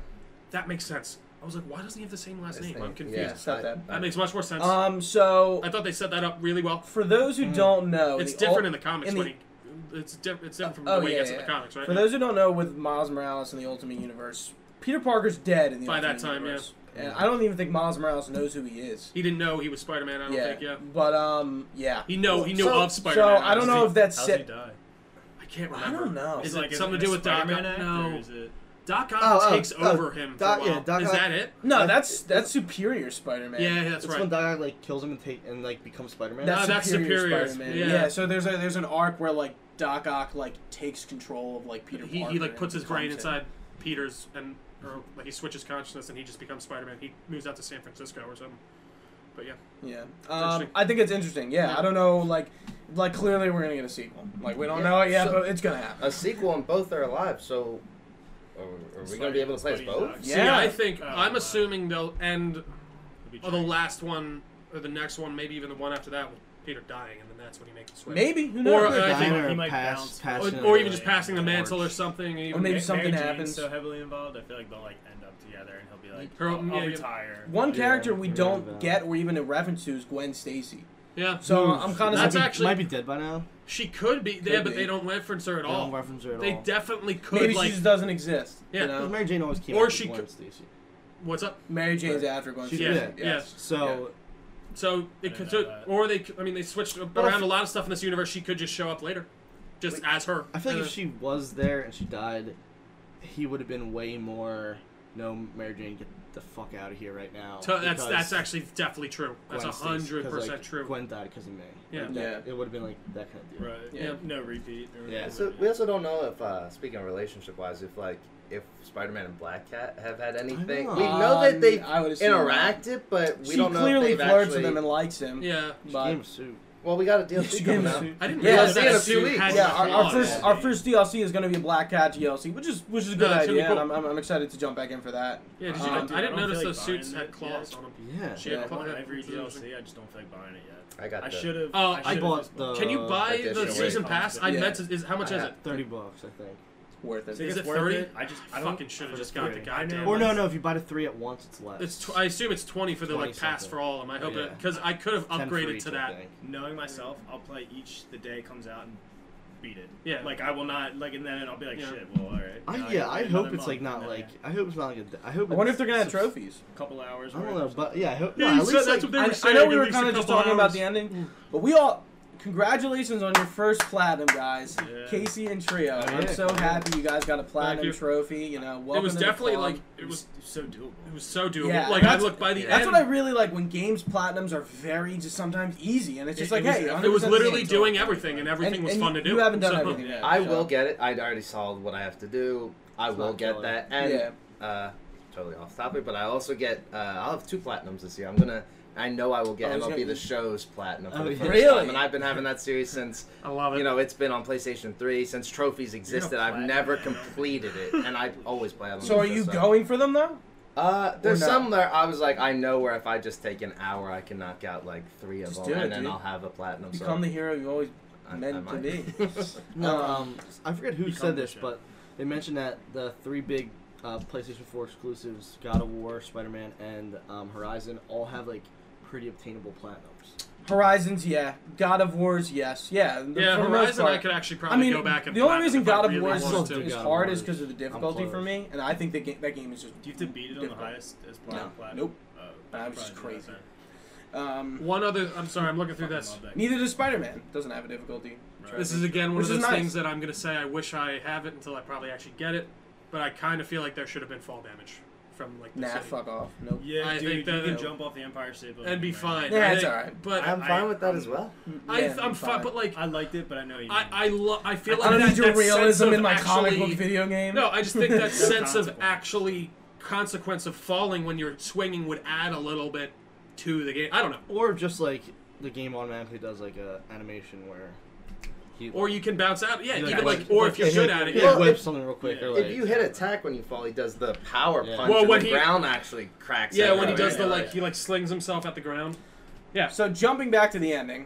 Speaker 2: that makes sense. I was like, why doesn't he have the same last name? I'm confused.
Speaker 1: Yeah, stop that.
Speaker 2: That makes much more sense.
Speaker 1: Um. So
Speaker 2: I thought they set that up really well.
Speaker 1: for those who don't know,
Speaker 2: It's
Speaker 1: the
Speaker 2: different
Speaker 1: ul-
Speaker 2: in the comics
Speaker 1: in
Speaker 2: when
Speaker 1: the-
Speaker 2: he. It's, di- it's different from
Speaker 1: Oh,
Speaker 2: the way
Speaker 1: yeah,
Speaker 2: he gets
Speaker 1: yeah,
Speaker 2: in the
Speaker 1: yeah.
Speaker 2: comics, right?
Speaker 1: For those who don't know, with Miles Morales in the Ultimate Universe, Peter Parker's dead in the
Speaker 2: By
Speaker 1: Ultimate
Speaker 2: that time, yeah.
Speaker 1: Universe. And I don't even think Miles Morales knows who he is.
Speaker 2: he didn't know he was Spider Man. I don't
Speaker 1: yeah.
Speaker 2: think. Yeah,
Speaker 1: But um, yeah.
Speaker 2: he know he knew
Speaker 1: So-
Speaker 2: of Spider Man.
Speaker 1: So I don't know if that's
Speaker 4: How's he
Speaker 1: it.
Speaker 4: die?
Speaker 2: I can't
Speaker 1: I
Speaker 2: remember.
Speaker 1: don't know.
Speaker 2: Is
Speaker 1: It's
Speaker 2: it
Speaker 4: like,
Speaker 2: something
Speaker 4: in
Speaker 2: to do
Speaker 4: a
Speaker 2: with Doc? Ock?
Speaker 4: Spider-Man act, or
Speaker 2: No,
Speaker 4: is it-
Speaker 2: Doc
Speaker 5: Oh,
Speaker 2: Ock
Speaker 5: oh,
Speaker 2: takes
Speaker 5: oh,
Speaker 2: over him. for
Speaker 5: Doc-
Speaker 2: a
Speaker 5: yeah,
Speaker 2: while.
Speaker 5: Doc
Speaker 2: is
Speaker 5: Ock-
Speaker 2: that it?
Speaker 1: No, that's that's superior Spider-Man.
Speaker 2: Yeah, yeah, that's
Speaker 5: It's
Speaker 2: right.
Speaker 5: when Doc like kills him and take and like becomes Spider Man.
Speaker 1: That's,
Speaker 2: No, that's
Speaker 1: superior,
Speaker 2: superior.
Speaker 1: Spider-Man.
Speaker 2: Yeah.
Speaker 1: Yeah. So there's a there's an arc where like Doc Ock like takes control of like Peter.
Speaker 2: he,
Speaker 1: Parker
Speaker 2: he like
Speaker 1: and
Speaker 2: puts his
Speaker 1: becomes
Speaker 2: brain
Speaker 1: him.
Speaker 2: inside Peters and or like he switches consciousness and he just becomes Spider Man. He moves out to San Francisco or something. But yeah,
Speaker 1: Yeah, um,
Speaker 2: interesting.
Speaker 1: I think it's interesting. Yeah,
Speaker 2: Yeah.
Speaker 1: I don't know. Like, like clearly we're gonna get a sequel. Like we don't
Speaker 3: Yeah,
Speaker 1: know it yet,
Speaker 3: so-
Speaker 1: but it's gonna happen.
Speaker 3: A sequel and both are alive, so are, are we gonna be able to play as both?
Speaker 1: Yeah.
Speaker 2: See, I think
Speaker 4: Oh,
Speaker 2: I'm
Speaker 4: wow.
Speaker 2: assuming they'll end or the last one or the next one, maybe even the one after that with Peter dying, and then that's when he makes the switch.
Speaker 1: Maybe who
Speaker 2: Or,
Speaker 1: knows?
Speaker 2: uh, I think-
Speaker 5: Diner
Speaker 4: he might
Speaker 5: pass-
Speaker 4: bounce.
Speaker 2: Or,
Speaker 5: passing
Speaker 2: or
Speaker 5: it
Speaker 2: even just
Speaker 5: away.
Speaker 2: passing the mantle or
Speaker 5: Torch.
Speaker 2: something. Even
Speaker 1: maybe
Speaker 4: Mary
Speaker 1: something
Speaker 4: Jane's
Speaker 1: happens.
Speaker 4: So heavily involved, I feel like they'll like end up together, and he'll be like,
Speaker 2: Her-
Speaker 4: "I'll, I'll
Speaker 2: yeah, yeah.
Speaker 4: retire."
Speaker 1: One
Speaker 5: Yeah,
Speaker 1: character we
Speaker 5: yeah,
Speaker 1: don't
Speaker 5: about-
Speaker 1: get or
Speaker 5: uh,
Speaker 1: even a reference to is Gwen Stacy.
Speaker 2: yeah.
Speaker 1: So
Speaker 5: Oof.
Speaker 1: I'm kind of
Speaker 2: That's
Speaker 5: might be,
Speaker 2: actually-
Speaker 5: might be dead by now.
Speaker 2: She could be there,
Speaker 1: Could
Speaker 2: but
Speaker 1: be.
Speaker 2: they don't reference her at
Speaker 5: They don't
Speaker 2: all.
Speaker 5: reference her at
Speaker 2: They
Speaker 5: all.
Speaker 2: definitely could
Speaker 1: maybe
Speaker 2: like
Speaker 1: she just doesn't exist.
Speaker 2: Yeah.
Speaker 1: you
Speaker 5: 'Cause
Speaker 1: know?
Speaker 5: Mary Jane always came
Speaker 2: Or
Speaker 5: out
Speaker 2: she
Speaker 5: with Gwen
Speaker 2: could-
Speaker 5: Stacy.
Speaker 2: what's up.
Speaker 1: Mary Jane's after Gwen
Speaker 5: She's
Speaker 1: Stacy.
Speaker 2: Yeah,
Speaker 5: dead.
Speaker 2: yeah.
Speaker 5: So
Speaker 2: So
Speaker 4: I
Speaker 2: it
Speaker 4: didn't
Speaker 2: could,
Speaker 4: know that.
Speaker 2: or they. could- I mean, they switched
Speaker 1: if-
Speaker 2: around a lot of stuff in this universe. She could just show up later, just as her.
Speaker 5: I feel like
Speaker 2: Uh,
Speaker 5: if she was there and she died, he would have been way more. No, Mary Jane, get the fuck out of here right now.
Speaker 2: to- that's
Speaker 5: because
Speaker 2: that's actually definitely true. That's
Speaker 5: Gwen
Speaker 2: a
Speaker 5: Stacy- 'cause,
Speaker 2: hundred percent
Speaker 5: like,
Speaker 2: true.
Speaker 5: Gwen died because of May.
Speaker 2: Yeah.
Speaker 5: Like, that- it would have been like that kind of deal.
Speaker 4: Right.
Speaker 1: Yeah.
Speaker 4: No repeat. or
Speaker 5: Yeah.
Speaker 4: whatever.
Speaker 3: So we also don't know if, uh, speaking of relationship wise, if like if Spider-Man and Black Cat have had anything.
Speaker 5: know.
Speaker 3: We know
Speaker 2: Um,
Speaker 3: that they
Speaker 1: I would assume
Speaker 3: interacted, but we
Speaker 1: she
Speaker 3: don't know
Speaker 1: clearly
Speaker 3: if they've
Speaker 1: flirts
Speaker 3: actually.
Speaker 1: with him and likes him.
Speaker 2: Yeah,
Speaker 5: She
Speaker 1: But-
Speaker 5: gave him a suit.
Speaker 3: well, we got a
Speaker 1: Yeah, she
Speaker 3: DLC
Speaker 1: gave
Speaker 3: coming
Speaker 1: him a
Speaker 3: out.
Speaker 1: suit.
Speaker 2: I didn't
Speaker 1: Yeah,
Speaker 2: realize
Speaker 1: see in
Speaker 2: that
Speaker 1: a
Speaker 2: a
Speaker 3: few
Speaker 2: suit
Speaker 3: weeks.
Speaker 2: had
Speaker 1: Yeah, our, our
Speaker 2: flaws.
Speaker 1: first our first DLC is going to be a Black Cat DLC, which is which is a good
Speaker 2: No, it's gonna be
Speaker 1: idea,
Speaker 2: cool.
Speaker 1: and I'm, I'm, I'm excited to jump back in for that.
Speaker 2: Yeah, did you,
Speaker 1: Um,
Speaker 2: I,
Speaker 1: dude,
Speaker 2: I
Speaker 4: I
Speaker 2: didn't
Speaker 4: don't
Speaker 2: notice
Speaker 4: feel
Speaker 2: those
Speaker 4: like
Speaker 2: suits
Speaker 4: buying
Speaker 2: had
Speaker 4: it
Speaker 2: claws
Speaker 4: yet.
Speaker 2: on them.
Speaker 5: Yeah.
Speaker 2: She
Speaker 4: Yeah,
Speaker 2: had
Speaker 4: I
Speaker 2: claws.
Speaker 4: want every DLC. I just don't feel like buying it yet.
Speaker 3: I got.
Speaker 4: I
Speaker 3: the-
Speaker 4: should have.
Speaker 2: Oh, I
Speaker 5: I
Speaker 4: should've
Speaker 5: bought
Speaker 4: just
Speaker 5: the.
Speaker 4: bought
Speaker 2: Can you buy
Speaker 3: Edition
Speaker 2: the season
Speaker 4: rate.
Speaker 2: pass? I
Speaker 1: Yeah.
Speaker 2: meant to, is how much
Speaker 5: I
Speaker 2: is
Speaker 5: got
Speaker 2: it?
Speaker 5: Thirty bucks, I think.
Speaker 1: It's worth it.
Speaker 4: So you
Speaker 2: Is
Speaker 4: get
Speaker 2: it
Speaker 4: worth
Speaker 2: thirty?
Speaker 4: it. I just I don't-
Speaker 2: fucking should have
Speaker 5: for
Speaker 2: just
Speaker 5: the
Speaker 2: got the
Speaker 4: three. I
Speaker 2: goddamn.
Speaker 4: know.
Speaker 5: Or no,
Speaker 2: ones.
Speaker 5: no. If you buy the three at once, it's less.
Speaker 2: It's tw- I assume it's twenty for the
Speaker 5: 20
Speaker 2: like pass
Speaker 5: something.
Speaker 2: for all of them. I hope
Speaker 5: Yeah.
Speaker 2: because I could have
Speaker 5: 10 for
Speaker 2: upgraded
Speaker 5: each,
Speaker 2: to
Speaker 5: I
Speaker 2: that.
Speaker 5: think.
Speaker 4: Knowing myself, I'll play each the day it comes out and beat it.
Speaker 2: Yeah.
Speaker 4: Like I will not like, and then I'll be like,
Speaker 2: Yeah.
Speaker 4: shit. Well, all right.
Speaker 5: I,
Speaker 4: now
Speaker 5: yeah,
Speaker 4: gotta
Speaker 5: I
Speaker 4: wait
Speaker 5: hope
Speaker 4: another
Speaker 5: it's like
Speaker 4: month,
Speaker 5: not
Speaker 4: and then,
Speaker 5: like. I hope it's not like. A, I hope.
Speaker 1: I wonder
Speaker 5: it's
Speaker 1: if they're gonna have
Speaker 5: subs-
Speaker 1: trophies.
Speaker 4: yeah. couple hours.
Speaker 5: I don't
Speaker 4: worth
Speaker 5: know,
Speaker 4: or
Speaker 5: but
Speaker 4: something.
Speaker 5: yeah, I hope.
Speaker 2: Yeah,
Speaker 5: no,
Speaker 2: you
Speaker 5: at
Speaker 2: said
Speaker 5: least
Speaker 2: that's
Speaker 5: like,
Speaker 2: what they
Speaker 1: I,
Speaker 2: were
Speaker 1: I
Speaker 2: saying,
Speaker 1: know
Speaker 2: at
Speaker 1: we were
Speaker 2: least a
Speaker 1: kind of just
Speaker 2: couple
Speaker 1: talking about
Speaker 2: hours.
Speaker 1: the ending, but we all congratulations on your first platinum, guys.
Speaker 4: Yeah.
Speaker 1: Casey and Trio,
Speaker 5: Oh,
Speaker 1: I'm
Speaker 5: yeah.
Speaker 1: so happy you guys got a platinum
Speaker 2: you.
Speaker 1: trophy. You know, welcome
Speaker 2: It was
Speaker 1: to the
Speaker 2: definitely
Speaker 1: club.
Speaker 2: like
Speaker 4: It
Speaker 2: it was
Speaker 4: was so doable.
Speaker 2: it was so doable.
Speaker 1: Yeah,
Speaker 2: like I
Speaker 1: that's-
Speaker 2: looked by the
Speaker 1: That's
Speaker 2: end.
Speaker 1: what I really like when games platinums are very just sometimes easy, and it's just
Speaker 4: It-
Speaker 1: like,
Speaker 4: it was-
Speaker 1: hey,
Speaker 4: it was
Speaker 1: 100%
Speaker 2: it was
Speaker 1: the
Speaker 2: literally
Speaker 1: same.
Speaker 4: same.
Speaker 2: doing everything, and everything
Speaker 1: And-
Speaker 2: was
Speaker 1: and
Speaker 2: fun to do.
Speaker 1: You haven't done
Speaker 2: So-
Speaker 1: everything yet.
Speaker 3: I
Speaker 1: so-
Speaker 3: will get it. I already saw what I have to do. I
Speaker 5: It's
Speaker 3: will
Speaker 5: not
Speaker 3: get
Speaker 5: killer.
Speaker 3: that. And
Speaker 1: Yeah.
Speaker 3: uh, totally off topic, but I also get. Uh, I'll have two platinums this year. I'm gonna. I know I will
Speaker 1: Oh,
Speaker 3: get
Speaker 1: he's
Speaker 3: MLB
Speaker 1: gonna-
Speaker 3: the Show's platinum for
Speaker 5: Oh,
Speaker 3: the
Speaker 5: yeah.
Speaker 3: first
Speaker 1: Really?
Speaker 3: time, and I've been having that series since
Speaker 2: I love it.
Speaker 3: you know it's been on PlayStation Three since trophies existed. I've
Speaker 4: platinum
Speaker 3: never
Speaker 4: man.
Speaker 3: completed it, and I always play on.
Speaker 1: So are you going for them though?
Speaker 3: Uh, there's
Speaker 1: not?
Speaker 3: some there. I was like, I know where if I just take an hour, I can knock out like three of
Speaker 1: Just
Speaker 3: them,
Speaker 1: do it,
Speaker 3: and then
Speaker 1: dude.
Speaker 3: I'll have a platinum.
Speaker 1: Become the
Speaker 3: so
Speaker 1: hero you always
Speaker 3: I- I
Speaker 1: meant to
Speaker 3: might.
Speaker 1: be.
Speaker 5: No,
Speaker 1: Um,
Speaker 5: um, I forget who
Speaker 4: Become
Speaker 5: said
Speaker 4: the
Speaker 5: this,
Speaker 4: shit.
Speaker 5: but they mentioned that the three big uh, PlayStation 4 exclusives, God of War, Spider Man, and um, Horizon, all have like pretty obtainable platinums.
Speaker 1: Horizons, yeah. God of Wars, yes, yeah.
Speaker 2: yeah,
Speaker 1: for the most
Speaker 2: Horizon. I
Speaker 1: part.
Speaker 2: could actually
Speaker 1: I
Speaker 2: probably
Speaker 1: mean,
Speaker 2: go back and.
Speaker 1: the only
Speaker 2: platinum
Speaker 1: reason
Speaker 2: if I
Speaker 1: God of
Speaker 2: really
Speaker 1: War is,
Speaker 2: wanted
Speaker 5: wanted
Speaker 1: is
Speaker 5: to. God of
Speaker 1: hard
Speaker 5: War
Speaker 1: is
Speaker 5: is-
Speaker 1: because of the difficulty for
Speaker 5: close.
Speaker 1: me, and I think the ga- that game is just.
Speaker 4: Do you have to beat it on the
Speaker 1: difficult.
Speaker 4: highest as platinum?
Speaker 1: No,
Speaker 4: platinum?
Speaker 1: nope.
Speaker 4: Oh,
Speaker 1: That was just
Speaker 4: probably
Speaker 1: crazy.
Speaker 4: not.
Speaker 1: Um,
Speaker 2: One other. I'm sorry. I'm looking through
Speaker 4: Fucking
Speaker 2: this.
Speaker 4: love that
Speaker 1: Neither does Spider-Man. Doesn't have a difficulty.
Speaker 4: Right.
Speaker 2: This is again one
Speaker 1: Which
Speaker 2: of
Speaker 1: is
Speaker 2: those
Speaker 1: nice.
Speaker 2: things that I'm gonna say I wish I have it until I probably actually get it, but I kind of feel like there should have been fall damage from like the
Speaker 1: Nah,
Speaker 2: city.
Speaker 1: fuck off. Nope.
Speaker 4: Yeah,
Speaker 2: I
Speaker 4: dude,
Speaker 2: think
Speaker 4: you
Speaker 2: that-
Speaker 4: can jump off the Empire State Building
Speaker 2: and be
Speaker 4: right
Speaker 2: fine.
Speaker 1: Yeah,
Speaker 2: I
Speaker 1: it's
Speaker 2: think-
Speaker 1: alright.
Speaker 2: But
Speaker 3: I'm
Speaker 2: I-
Speaker 3: fine with that
Speaker 4: I'm-
Speaker 3: as well.
Speaker 2: I,
Speaker 1: Yeah,
Speaker 2: I'm fine, but like
Speaker 4: now. I liked it, but I know you.
Speaker 2: I, I, lo- I feel
Speaker 1: I
Speaker 2: like
Speaker 1: don't
Speaker 2: that,
Speaker 1: need your
Speaker 2: that sense
Speaker 1: realism
Speaker 2: of
Speaker 1: in my comic
Speaker 2: actually-
Speaker 1: book video game.
Speaker 2: No, I just think that sense of
Speaker 4: consequence.
Speaker 2: actually consequence of falling when you're swinging would add a little bit to the game. I don't know.
Speaker 5: Or just like the game automatically does like a animation where he.
Speaker 2: Or you can bounce out. Yeah,
Speaker 5: he,
Speaker 2: even
Speaker 5: whip-
Speaker 2: like, or if
Speaker 5: yeah,
Speaker 2: you're
Speaker 5: he'll-
Speaker 2: good at it,
Speaker 5: he'll
Speaker 2: yeah.
Speaker 3: Well,
Speaker 5: whip
Speaker 3: if-
Speaker 5: something real quick.
Speaker 4: yeah.
Speaker 5: Or, like,
Speaker 3: If you hit attack when you fall, he does the power
Speaker 5: Yeah.
Speaker 3: punch.
Speaker 2: Well,
Speaker 3: and
Speaker 2: when
Speaker 3: the
Speaker 2: he-
Speaker 3: ground actually cracks.
Speaker 2: Yeah,
Speaker 3: in
Speaker 2: when he
Speaker 3: there.
Speaker 2: does the like, he like slings himself at the ground.
Speaker 1: So jumping back to the ending,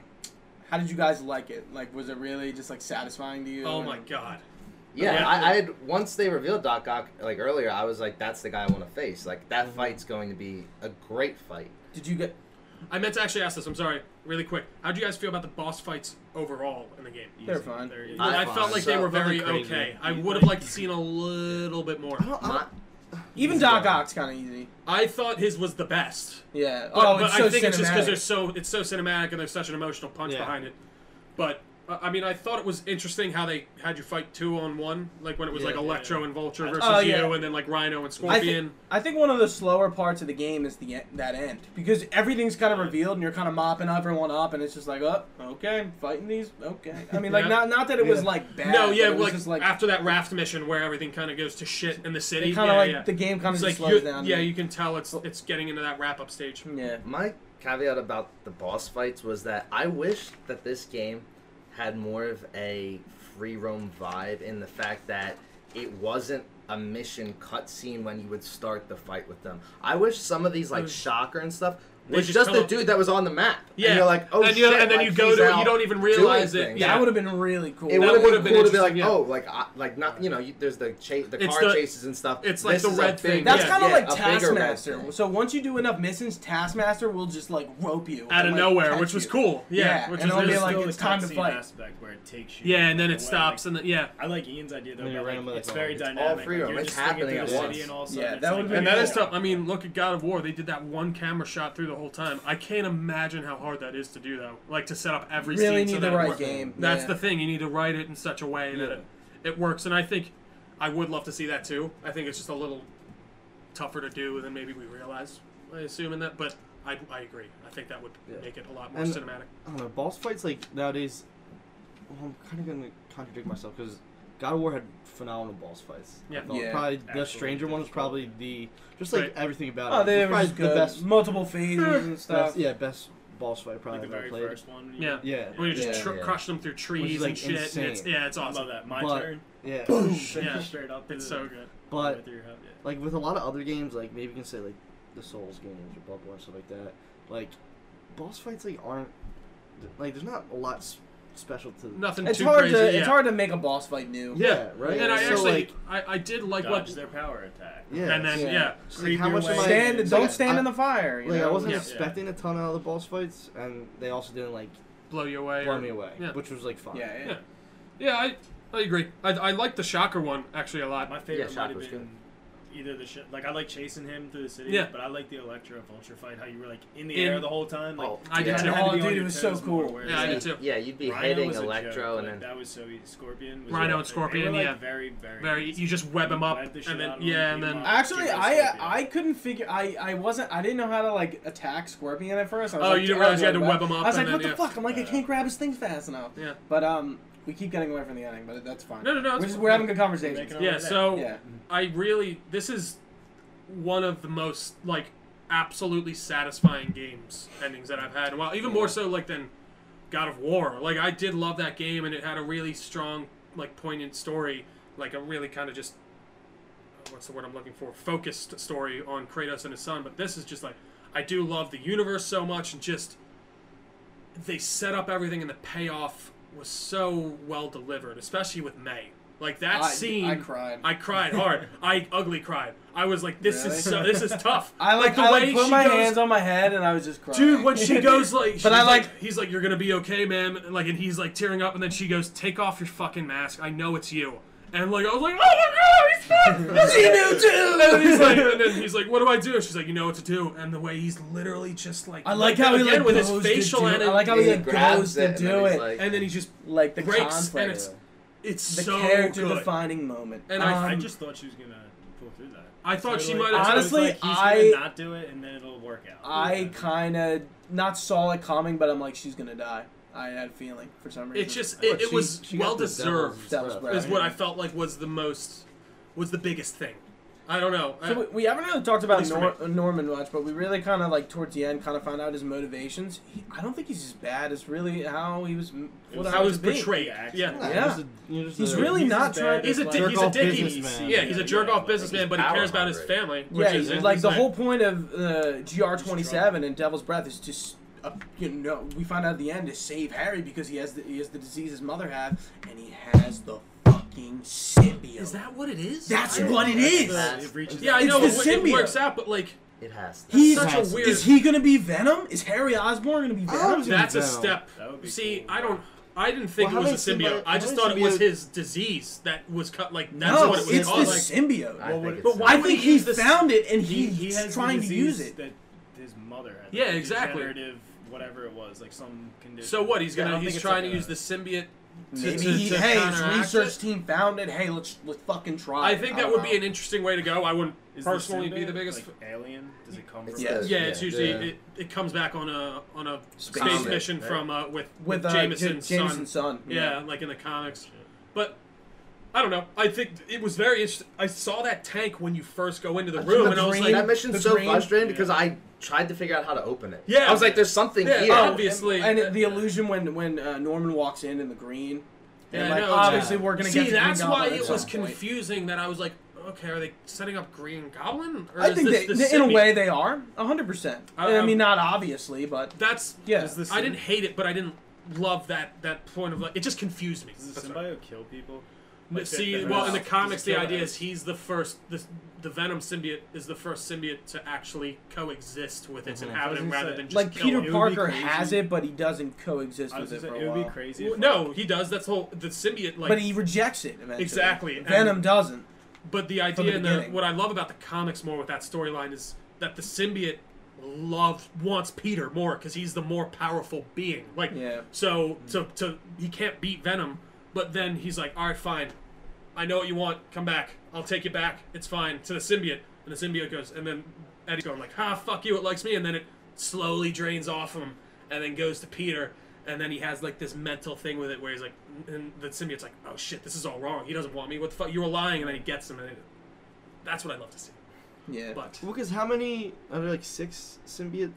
Speaker 1: how did you guys like it? Like, was it really just like satisfying to you?
Speaker 2: Oh
Speaker 1: And-
Speaker 2: my god.
Speaker 3: Yeah,
Speaker 2: Yeah.
Speaker 3: I, I had once they revealed Doc Ock like earlier. I was like, that's the guy I want to face. Like that
Speaker 5: Mm-hmm.
Speaker 3: fight's going to be a great fight.
Speaker 1: Did you get?
Speaker 2: I meant to actually ask this. I'm sorry, really quick. How do you guys feel about the boss fights overall in the game?
Speaker 1: They're fine.
Speaker 4: There
Speaker 2: I,
Speaker 3: I
Speaker 2: felt like
Speaker 3: so-
Speaker 2: they were very
Speaker 5: nothing crazy.
Speaker 2: okay. I would have liked to seen a little bit more.
Speaker 5: I don't, I
Speaker 3: My-
Speaker 5: don't,
Speaker 1: Even
Speaker 3: Easy
Speaker 1: Doc
Speaker 3: going.
Speaker 1: Ock's kind of easy.
Speaker 2: I thought his was the best.
Speaker 1: Yeah.
Speaker 2: But,
Speaker 1: oh,
Speaker 2: but
Speaker 1: it's so
Speaker 2: I think
Speaker 1: cinematic.
Speaker 2: it's just because there's so it's so cinematic and there's such an emotional punch
Speaker 5: Yeah.
Speaker 2: behind it. But Uh, I mean, I thought it was interesting how they had you fight two on one, like when it was
Speaker 5: Yeah,
Speaker 2: like
Speaker 5: yeah,
Speaker 2: Electro and Vulture versus
Speaker 1: Oh,
Speaker 2: you,
Speaker 1: yeah.
Speaker 2: and then like Rhino and
Speaker 1: I think,
Speaker 2: Scorpion.
Speaker 1: I think one of the slower parts of the game is the e- that end because everything's kind of revealed and you're kind of mopping everyone up and it's just like oh okay fighting these okay I mean like
Speaker 2: Yeah.
Speaker 1: not not that it was
Speaker 3: Yeah.
Speaker 1: like bad
Speaker 2: no, yeah,
Speaker 1: but it was
Speaker 2: like,
Speaker 1: just like
Speaker 2: after that raft mission where everything kind of goes to shit in the city.
Speaker 1: it kind of
Speaker 2: yeah,
Speaker 1: like
Speaker 2: yeah.
Speaker 1: the game kind of
Speaker 2: It's
Speaker 1: just
Speaker 2: like
Speaker 1: slows
Speaker 2: you-
Speaker 1: down
Speaker 2: yeah, you can tell it's it's getting into that wrap up stage.
Speaker 1: yeah
Speaker 3: My caveat about the boss fights was that I wish that this game had more of a free roam vibe in the fact that it wasn't a mission cutscene when you would start the fight with them. I wish some of these like
Speaker 2: Mm.
Speaker 3: shocker and stuff
Speaker 2: They
Speaker 3: was
Speaker 2: just
Speaker 3: just
Speaker 2: come
Speaker 3: the
Speaker 2: up-
Speaker 3: dude that was on the map.
Speaker 2: Yeah,
Speaker 3: and you're like, oh
Speaker 2: and you,
Speaker 3: shit,
Speaker 2: and then
Speaker 3: like,
Speaker 2: you go
Speaker 3: he's
Speaker 2: to it, you
Speaker 3: out
Speaker 2: don't even
Speaker 3: doing
Speaker 2: realize it.
Speaker 3: things.
Speaker 1: that would have been really cool
Speaker 3: It
Speaker 2: That
Speaker 3: would have
Speaker 2: would've
Speaker 3: been
Speaker 2: been
Speaker 3: cool to be like,
Speaker 2: interesting, yeah.
Speaker 3: oh, like, I, like not, you know, you, there's the chase, the
Speaker 2: It's
Speaker 3: car
Speaker 2: the-
Speaker 3: chases and stuff.
Speaker 2: it's like
Speaker 3: This
Speaker 2: the
Speaker 3: is a
Speaker 2: red
Speaker 3: big-
Speaker 2: thing.
Speaker 1: That's
Speaker 2: Yeah,
Speaker 1: kind of
Speaker 3: yeah,
Speaker 1: like
Speaker 3: a bigger red
Speaker 1: Taskmaster.
Speaker 3: thing.
Speaker 1: So once you do enough missions, Taskmaster will just like rope you
Speaker 2: out
Speaker 1: and,
Speaker 2: of
Speaker 1: like,
Speaker 2: nowhere,
Speaker 1: catch
Speaker 2: which was
Speaker 1: you.
Speaker 2: cool. Yeah,
Speaker 1: Yeah,
Speaker 2: which
Speaker 1: and
Speaker 2: was
Speaker 1: I'll be
Speaker 2: really-
Speaker 1: like,
Speaker 4: still
Speaker 1: it's
Speaker 4: the
Speaker 1: time to
Speaker 4: cutscene
Speaker 1: fight.
Speaker 4: aspect where it takes you.
Speaker 2: yeah, and then it
Speaker 4: away.
Speaker 2: stops, and then yeah,
Speaker 4: I like Ian's idea though.
Speaker 5: Then you're
Speaker 4: But, like,
Speaker 5: randomly,
Speaker 4: it's
Speaker 5: like,
Speaker 4: very
Speaker 5: it's all
Speaker 4: dynamic.
Speaker 3: free roam.
Speaker 4: You're
Speaker 3: It's
Speaker 4: just swinging
Speaker 3: happening
Speaker 4: through
Speaker 3: at
Speaker 4: the city
Speaker 3: once.
Speaker 4: And all of a
Speaker 1: Yeah,
Speaker 4: sudden it's
Speaker 1: that would
Speaker 4: like,
Speaker 1: be
Speaker 2: and
Speaker 1: Yeah.
Speaker 2: that is tough. I mean, look at God of War; they did that one camera shot through the whole time. I can't imagine how hard that is to do, though. Like to set up every
Speaker 1: Really
Speaker 2: scene
Speaker 1: need
Speaker 2: so
Speaker 1: the
Speaker 2: that it
Speaker 1: right
Speaker 2: work-
Speaker 1: game,
Speaker 2: That's
Speaker 1: yeah.
Speaker 2: the thing; you need to write it in such a way that
Speaker 4: Yeah.
Speaker 2: it, it works. And I think I would love to see that too. I think it's just a little tougher to do than maybe we realize. I assume in that, but I, I agree. I think that would
Speaker 5: Yeah.
Speaker 2: make it a lot more
Speaker 5: And-
Speaker 2: cinematic.
Speaker 5: I don't know. Boss fights like nowadays. Well, I'm kind of gonna contradict myself because God of War had phenomenal boss fights. I
Speaker 2: Yeah.
Speaker 5: thought
Speaker 1: Yeah,
Speaker 5: probably the
Speaker 4: absolutely
Speaker 5: Stranger one was
Speaker 4: difficult.
Speaker 5: probably the just like
Speaker 2: Right.
Speaker 5: everything about
Speaker 1: Oh,
Speaker 5: it.
Speaker 1: they
Speaker 5: was
Speaker 1: were
Speaker 5: probably
Speaker 1: just good.
Speaker 5: the best,
Speaker 1: multiple phases and stuff.
Speaker 5: best- yeah, best boss fight
Speaker 4: Like
Speaker 5: probably
Speaker 4: the
Speaker 5: I've ever
Speaker 4: very
Speaker 5: played.
Speaker 4: first one.
Speaker 2: Yeah.
Speaker 5: Yeah,
Speaker 2: When you just
Speaker 3: Yeah,
Speaker 2: tr-
Speaker 3: yeah.
Speaker 2: crush them through trees
Speaker 5: like,
Speaker 2: and shit. and
Speaker 5: insane.
Speaker 2: it's, yeah, it's
Speaker 4: I love
Speaker 2: awesome.
Speaker 4: that. My
Speaker 5: But-
Speaker 4: turn.
Speaker 5: yeah.
Speaker 4: Straight-
Speaker 2: Yeah.
Speaker 4: Straight up.
Speaker 2: It's
Speaker 4: through
Speaker 2: so
Speaker 4: the-
Speaker 2: good.
Speaker 4: all the
Speaker 5: But
Speaker 4: way through your house, yeah.
Speaker 5: like with a lot of other games, like maybe you can say like the Souls games or Bloodborne and stuff like that. Like boss fights like aren't like there's not a lot s- special to.
Speaker 2: Nothing
Speaker 1: It's
Speaker 2: too
Speaker 1: hard
Speaker 2: crazy.
Speaker 1: to
Speaker 2: yeah.
Speaker 1: it's hard to make a boss fight new.
Speaker 5: Yeah, right.
Speaker 2: And I
Speaker 5: so,
Speaker 2: actually,
Speaker 5: like,
Speaker 2: I, I did like
Speaker 4: Dodge
Speaker 2: what,
Speaker 4: their power attack.
Speaker 5: yeah,
Speaker 2: and then
Speaker 1: Yeah.
Speaker 2: yeah,
Speaker 5: Just, like,
Speaker 4: Creep
Speaker 5: how
Speaker 4: your
Speaker 5: much am
Speaker 4: way
Speaker 5: I-
Speaker 1: Stand
Speaker 4: Like,
Speaker 1: don't
Speaker 5: like,
Speaker 1: stand
Speaker 5: I-
Speaker 1: in the fire. You
Speaker 5: Like I
Speaker 1: know?
Speaker 5: wasn't
Speaker 2: Yeah.
Speaker 5: expecting a ton out of the boss fights, and they also didn't like
Speaker 2: blow you away.
Speaker 5: blow
Speaker 2: or-
Speaker 5: me away,
Speaker 2: Yeah,
Speaker 5: which was like fun.
Speaker 1: Yeah, yeah.
Speaker 2: Yeah. yeah, I, I agree. I, I like the shocker one actually a lot.
Speaker 4: My favorite
Speaker 3: Yeah,
Speaker 4: might
Speaker 3: Shock
Speaker 4: have
Speaker 3: was
Speaker 4: been either the shit. Like I like chasing him through the city.
Speaker 2: Yeah.
Speaker 4: But I like the Electro Vulture fight. How you were like in the
Speaker 2: In-
Speaker 4: air the whole time. Like
Speaker 3: Oh,
Speaker 2: I did
Speaker 4: you
Speaker 1: Yeah.
Speaker 4: had
Speaker 2: too.
Speaker 4: to be
Speaker 1: Oh,
Speaker 4: on
Speaker 1: dude, it
Speaker 4: your
Speaker 1: was so
Speaker 4: toes
Speaker 1: cool.
Speaker 4: more, whereas,
Speaker 2: Yeah, I
Speaker 4: like,
Speaker 2: did too.
Speaker 3: Yeah, you'd be
Speaker 4: Rhino
Speaker 3: hating
Speaker 4: was a
Speaker 3: Electro,
Speaker 4: joke,
Speaker 3: and
Speaker 4: like,
Speaker 3: then
Speaker 4: that was so easy. Scorpion. Was
Speaker 2: Rhino
Speaker 4: another
Speaker 2: and
Speaker 4: thing.
Speaker 2: Scorpion,
Speaker 4: They were, like,
Speaker 2: yeah.
Speaker 4: very, very,
Speaker 2: Very,
Speaker 4: easy.
Speaker 2: you just web them up,
Speaker 4: Web the shit
Speaker 2: and then
Speaker 4: out of 'em,
Speaker 2: yeah, and
Speaker 4: beat 'em
Speaker 2: then
Speaker 4: up.
Speaker 1: Actually,
Speaker 4: Yeah,
Speaker 1: I
Speaker 4: Scorpion.
Speaker 1: I couldn't figure. I I wasn't. I didn't know how to like attack Scorpion at first. I was
Speaker 2: Oh,
Speaker 1: like,
Speaker 2: you didn't
Speaker 1: I was
Speaker 2: realize you had
Speaker 1: like,
Speaker 2: to
Speaker 1: wow.
Speaker 2: web him up
Speaker 1: I was like,
Speaker 2: and
Speaker 1: what the
Speaker 2: then, yeah.
Speaker 1: fuck? I'm like, I can't grab his things fast enough.
Speaker 2: Yeah.
Speaker 1: But um, we keep getting away from the ending, but that's fine.
Speaker 2: No, no, no,
Speaker 1: We're,
Speaker 2: it's
Speaker 1: just,
Speaker 2: fine.
Speaker 1: we're having good conversations.
Speaker 4: Making up-
Speaker 2: yeah. So
Speaker 1: Yeah.
Speaker 2: I really, this is one of the most like absolutely satisfying games endings that I've had in a while. Even more so like than God of War. Like I did love that game, and it had a really strong, like poignant story, like a really kind of just what's the word I'm looking for? Focused story on Kratos and his son. But this is just like I do love the universe so much, and just they set up everything, and the payoff was so well delivered, especially with May. Like that
Speaker 1: I-
Speaker 2: scene,
Speaker 1: I cried.
Speaker 2: I cried hard. I ugly cried. I was like, "This
Speaker 1: Really?
Speaker 2: is so. This is tough."
Speaker 1: I like, I like put
Speaker 2: she
Speaker 1: my
Speaker 2: goes-
Speaker 1: hands on my head and I was just crying.
Speaker 2: Dude, when she goes like, she's
Speaker 1: But I like-
Speaker 2: he's like, you're gonna be okay, ma'am. And, like, and he's like tearing up, and then she goes, take off your fucking mask. I know it's you. And like, I was like, oh my god, he's back.
Speaker 1: she knew
Speaker 2: And then he's
Speaker 1: too.
Speaker 2: like, and then he's like, what do I do? She's like, you know what to do. And the way he's literally just like,
Speaker 1: I like how he
Speaker 2: again
Speaker 1: like
Speaker 2: with his
Speaker 1: goes
Speaker 2: facial
Speaker 1: to do,
Speaker 2: and
Speaker 1: I like how he
Speaker 3: Yeah,
Speaker 1: like
Speaker 3: grabs
Speaker 1: goes to
Speaker 3: it, and then
Speaker 1: do
Speaker 3: he's
Speaker 1: it.
Speaker 3: like-
Speaker 2: and then he just,
Speaker 1: like the
Speaker 2: breaks, and
Speaker 1: conflict,
Speaker 2: it's it's
Speaker 1: the
Speaker 2: so
Speaker 1: character
Speaker 2: good.
Speaker 1: defining moment.
Speaker 2: And
Speaker 1: um,
Speaker 4: I just thought she was gonna pull through that.
Speaker 2: I thought she
Speaker 4: Totally.
Speaker 2: might have.
Speaker 4: I was
Speaker 1: Honestly,
Speaker 4: like, he's
Speaker 1: I-
Speaker 4: gonna not do it, and then it'll work out.
Speaker 1: I kind of not saw it coming, but I'm like, she's gonna die. I had a feeling for some reason.
Speaker 2: It's just it,
Speaker 5: But
Speaker 2: it
Speaker 5: she-
Speaker 2: was
Speaker 5: she got
Speaker 2: well
Speaker 5: the devil's
Speaker 2: deserved.
Speaker 1: Devil's
Speaker 5: breath.
Speaker 1: breath.
Speaker 2: Is what I felt like was the most, was the biggest thing. I don't know. I-
Speaker 1: So we, we haven't really talked about
Speaker 2: least for
Speaker 1: Nor- Norman much, but we really kind of like towards the end kind of found out his motivations. He, I don't think he's as bad as really how he was. m-
Speaker 4: It
Speaker 1: What
Speaker 4: was
Speaker 1: I
Speaker 2: I was
Speaker 1: was being.
Speaker 2: betrayed.
Speaker 4: Yeah,
Speaker 2: Yeah.
Speaker 5: Nah,
Speaker 1: Yeah.
Speaker 5: just a- you're just
Speaker 1: He's
Speaker 5: a-
Speaker 1: really
Speaker 4: He's
Speaker 1: not
Speaker 4: as
Speaker 1: trying.
Speaker 4: bad
Speaker 2: He's a
Speaker 1: like-
Speaker 2: dick. He's a
Speaker 5: Jerk-off
Speaker 2: dick. He's,
Speaker 5: businessman.
Speaker 2: yeah, he's a
Speaker 4: Yeah,
Speaker 2: jerk
Speaker 4: yeah,
Speaker 2: off
Speaker 4: like,
Speaker 2: businessman,
Speaker 3: he's
Speaker 2: but he cares about his
Speaker 3: power-hungry.
Speaker 2: family. Which
Speaker 1: Yeah,
Speaker 2: is
Speaker 1: you-
Speaker 2: his
Speaker 1: like the
Speaker 2: thing.
Speaker 1: whole point of uh, GR twenty seven and Devil's Breath is just. Uh, you know, we find out at the end to save Harry because he has the he has the disease his mother had, and he has the fucking symbiote.
Speaker 2: Is that what it is?
Speaker 1: That's
Speaker 2: I-
Speaker 1: what it is.
Speaker 3: That's-
Speaker 4: It reaches
Speaker 2: Yeah, I
Speaker 1: It's
Speaker 2: know
Speaker 1: the
Speaker 2: it, wo- it
Speaker 1: symbiote.
Speaker 2: works out, but like
Speaker 3: it has. To.
Speaker 1: He's
Speaker 2: such
Speaker 5: Has-
Speaker 2: a weird.
Speaker 1: is he gonna be Venom? Is Harry Osborn gonna be
Speaker 5: I
Speaker 1: Venom?
Speaker 5: was
Speaker 2: that's a
Speaker 5: No.
Speaker 2: step.
Speaker 4: That would be
Speaker 2: See,
Speaker 4: cool.
Speaker 2: I don't. I didn't think
Speaker 5: Well,
Speaker 2: it
Speaker 5: how
Speaker 2: was a
Speaker 5: does
Speaker 2: symbiote.
Speaker 5: symbiote-
Speaker 2: I
Speaker 5: how
Speaker 2: just
Speaker 5: does
Speaker 2: thought it was
Speaker 5: symbiote-
Speaker 2: his disease that was cut. Like that's
Speaker 1: no,
Speaker 2: what it was
Speaker 1: it's the
Speaker 2: called. Like,
Speaker 1: symbiote.
Speaker 4: Well,
Speaker 3: I think
Speaker 4: what-
Speaker 3: it's
Speaker 1: But why
Speaker 2: I
Speaker 1: I think
Speaker 2: think
Speaker 1: he
Speaker 2: he's the-
Speaker 1: found it and
Speaker 4: he,
Speaker 1: he's
Speaker 4: he has
Speaker 1: trying
Speaker 4: the
Speaker 1: to use
Speaker 4: disease
Speaker 1: it.
Speaker 4: That his mother had.
Speaker 2: Yeah,
Speaker 4: like,
Speaker 2: exactly.
Speaker 4: Degenerative, whatever it was, like some condition.
Speaker 2: so what? He's
Speaker 4: Yeah, I
Speaker 2: gonna.
Speaker 4: don't
Speaker 2: he's
Speaker 4: think it's
Speaker 2: trying to
Speaker 4: like a-
Speaker 2: use the symbiote
Speaker 1: Maybe
Speaker 2: to-
Speaker 1: he,
Speaker 2: to
Speaker 1: hey, his
Speaker 2: counteract
Speaker 1: research
Speaker 2: it?
Speaker 1: team found it. Hey, let's let's fucking try.
Speaker 2: I
Speaker 1: it.
Speaker 2: think
Speaker 1: don't
Speaker 2: that would
Speaker 1: know.
Speaker 2: be an interesting way to go. I wouldn't
Speaker 4: Is the
Speaker 2: personally be
Speaker 4: symbiote,
Speaker 2: the biggest.
Speaker 4: like, alien? Does it come from?
Speaker 3: It's the-
Speaker 2: yeah, it's
Speaker 3: Yeah,
Speaker 2: usually
Speaker 5: yeah.
Speaker 2: It, it comes back on a on a space,
Speaker 3: Comet,
Speaker 2: mission
Speaker 3: right?
Speaker 2: from uh, with
Speaker 1: with uh,
Speaker 2: Jameson's
Speaker 1: Ja-
Speaker 2: son.
Speaker 1: Jameson's son.
Speaker 2: Yeah, like in the comics. But I don't know. I think it was very interesting. I saw that tank when you first go into the
Speaker 3: I think
Speaker 2: room,
Speaker 3: the
Speaker 2: and I was
Speaker 1: green-
Speaker 2: like,
Speaker 3: that mission's
Speaker 1: the
Speaker 3: so
Speaker 1: green-
Speaker 3: frustrating
Speaker 4: yeah.
Speaker 3: because I tried to figure out how to open it.
Speaker 2: Yeah.
Speaker 3: I was like, "There's something
Speaker 2: Yeah,
Speaker 3: here."
Speaker 2: obvious. obviously-
Speaker 1: And, and the illusion when when uh, Norman walks in in the green.
Speaker 2: Yeah,
Speaker 1: And
Speaker 2: I
Speaker 1: like,
Speaker 2: know,
Speaker 1: obviously
Speaker 4: yeah.
Speaker 1: we're gonna get.
Speaker 2: see,
Speaker 1: the Green
Speaker 2: that's why
Speaker 1: Goblin at
Speaker 2: it
Speaker 1: some
Speaker 2: was
Speaker 1: point.
Speaker 2: confusing. That I was like, okay, are they setting up Green Goblin? Or
Speaker 1: I
Speaker 2: is
Speaker 1: think
Speaker 2: this
Speaker 1: they,
Speaker 2: the
Speaker 1: in a
Speaker 2: symbiote?
Speaker 1: way they are hundred percent.
Speaker 2: I-
Speaker 1: I,
Speaker 2: I'm-
Speaker 1: mean, not obviously, but
Speaker 2: That's
Speaker 1: yeah.
Speaker 4: Is this-
Speaker 2: I didn't hate it, but I didn't love that that point of like it just confused me.
Speaker 4: Does the
Speaker 2: That's all.
Speaker 4: symbiote kill people?
Speaker 2: But
Speaker 4: Like,
Speaker 2: See,
Speaker 4: they're-
Speaker 2: well,
Speaker 4: they're
Speaker 2: in the
Speaker 4: not-
Speaker 2: comics,
Speaker 4: does it
Speaker 2: the
Speaker 4: kill
Speaker 2: idea
Speaker 4: them?
Speaker 2: is he's the first. The, the Venom symbiote is the first symbiote to actually coexist with its inhabitant
Speaker 4: Doesn't
Speaker 2: rather
Speaker 4: say-
Speaker 2: than just
Speaker 1: Mm-hmm. like
Speaker 2: kill
Speaker 1: Peter
Speaker 2: him.
Speaker 4: would be
Speaker 1: Parker
Speaker 4: crazy.
Speaker 1: has it, but he doesn't coexist
Speaker 4: I was
Speaker 1: with it
Speaker 4: just
Speaker 1: for
Speaker 4: saying,
Speaker 1: a
Speaker 4: it would be
Speaker 1: while.
Speaker 4: crazy.
Speaker 2: Well,
Speaker 4: if,
Speaker 2: no, he does. That's whole the symbiote. Like,
Speaker 1: But he rejects it eventually.
Speaker 2: Exactly, and-
Speaker 1: Venom doesn't.
Speaker 2: but the
Speaker 1: the
Speaker 2: idea and the,
Speaker 1: beginning.
Speaker 2: what I love about the comics more with that storyline is that the symbiote loves wants Peter more because he's the more powerful being. Like,
Speaker 1: Yeah.
Speaker 2: so to to he can't beat Venom, but then he's like, all right, fine, I know what you want. Come back, I'll take you back. It's fine. To the symbiote, and the symbiote goes, and then Eddie's going like, ah, fuck you, it likes me, and then it slowly drains off him, and then goes to Peter. And then he has like this mental thing with it where he's like, and the symbiote's like, oh shit, this is all wrong. He doesn't want me. What the fuck? You were lying. And then he gets him. And it, that's what I love to see.
Speaker 1: Yeah.
Speaker 2: But
Speaker 5: Well, because how many? Are there like six symbiote?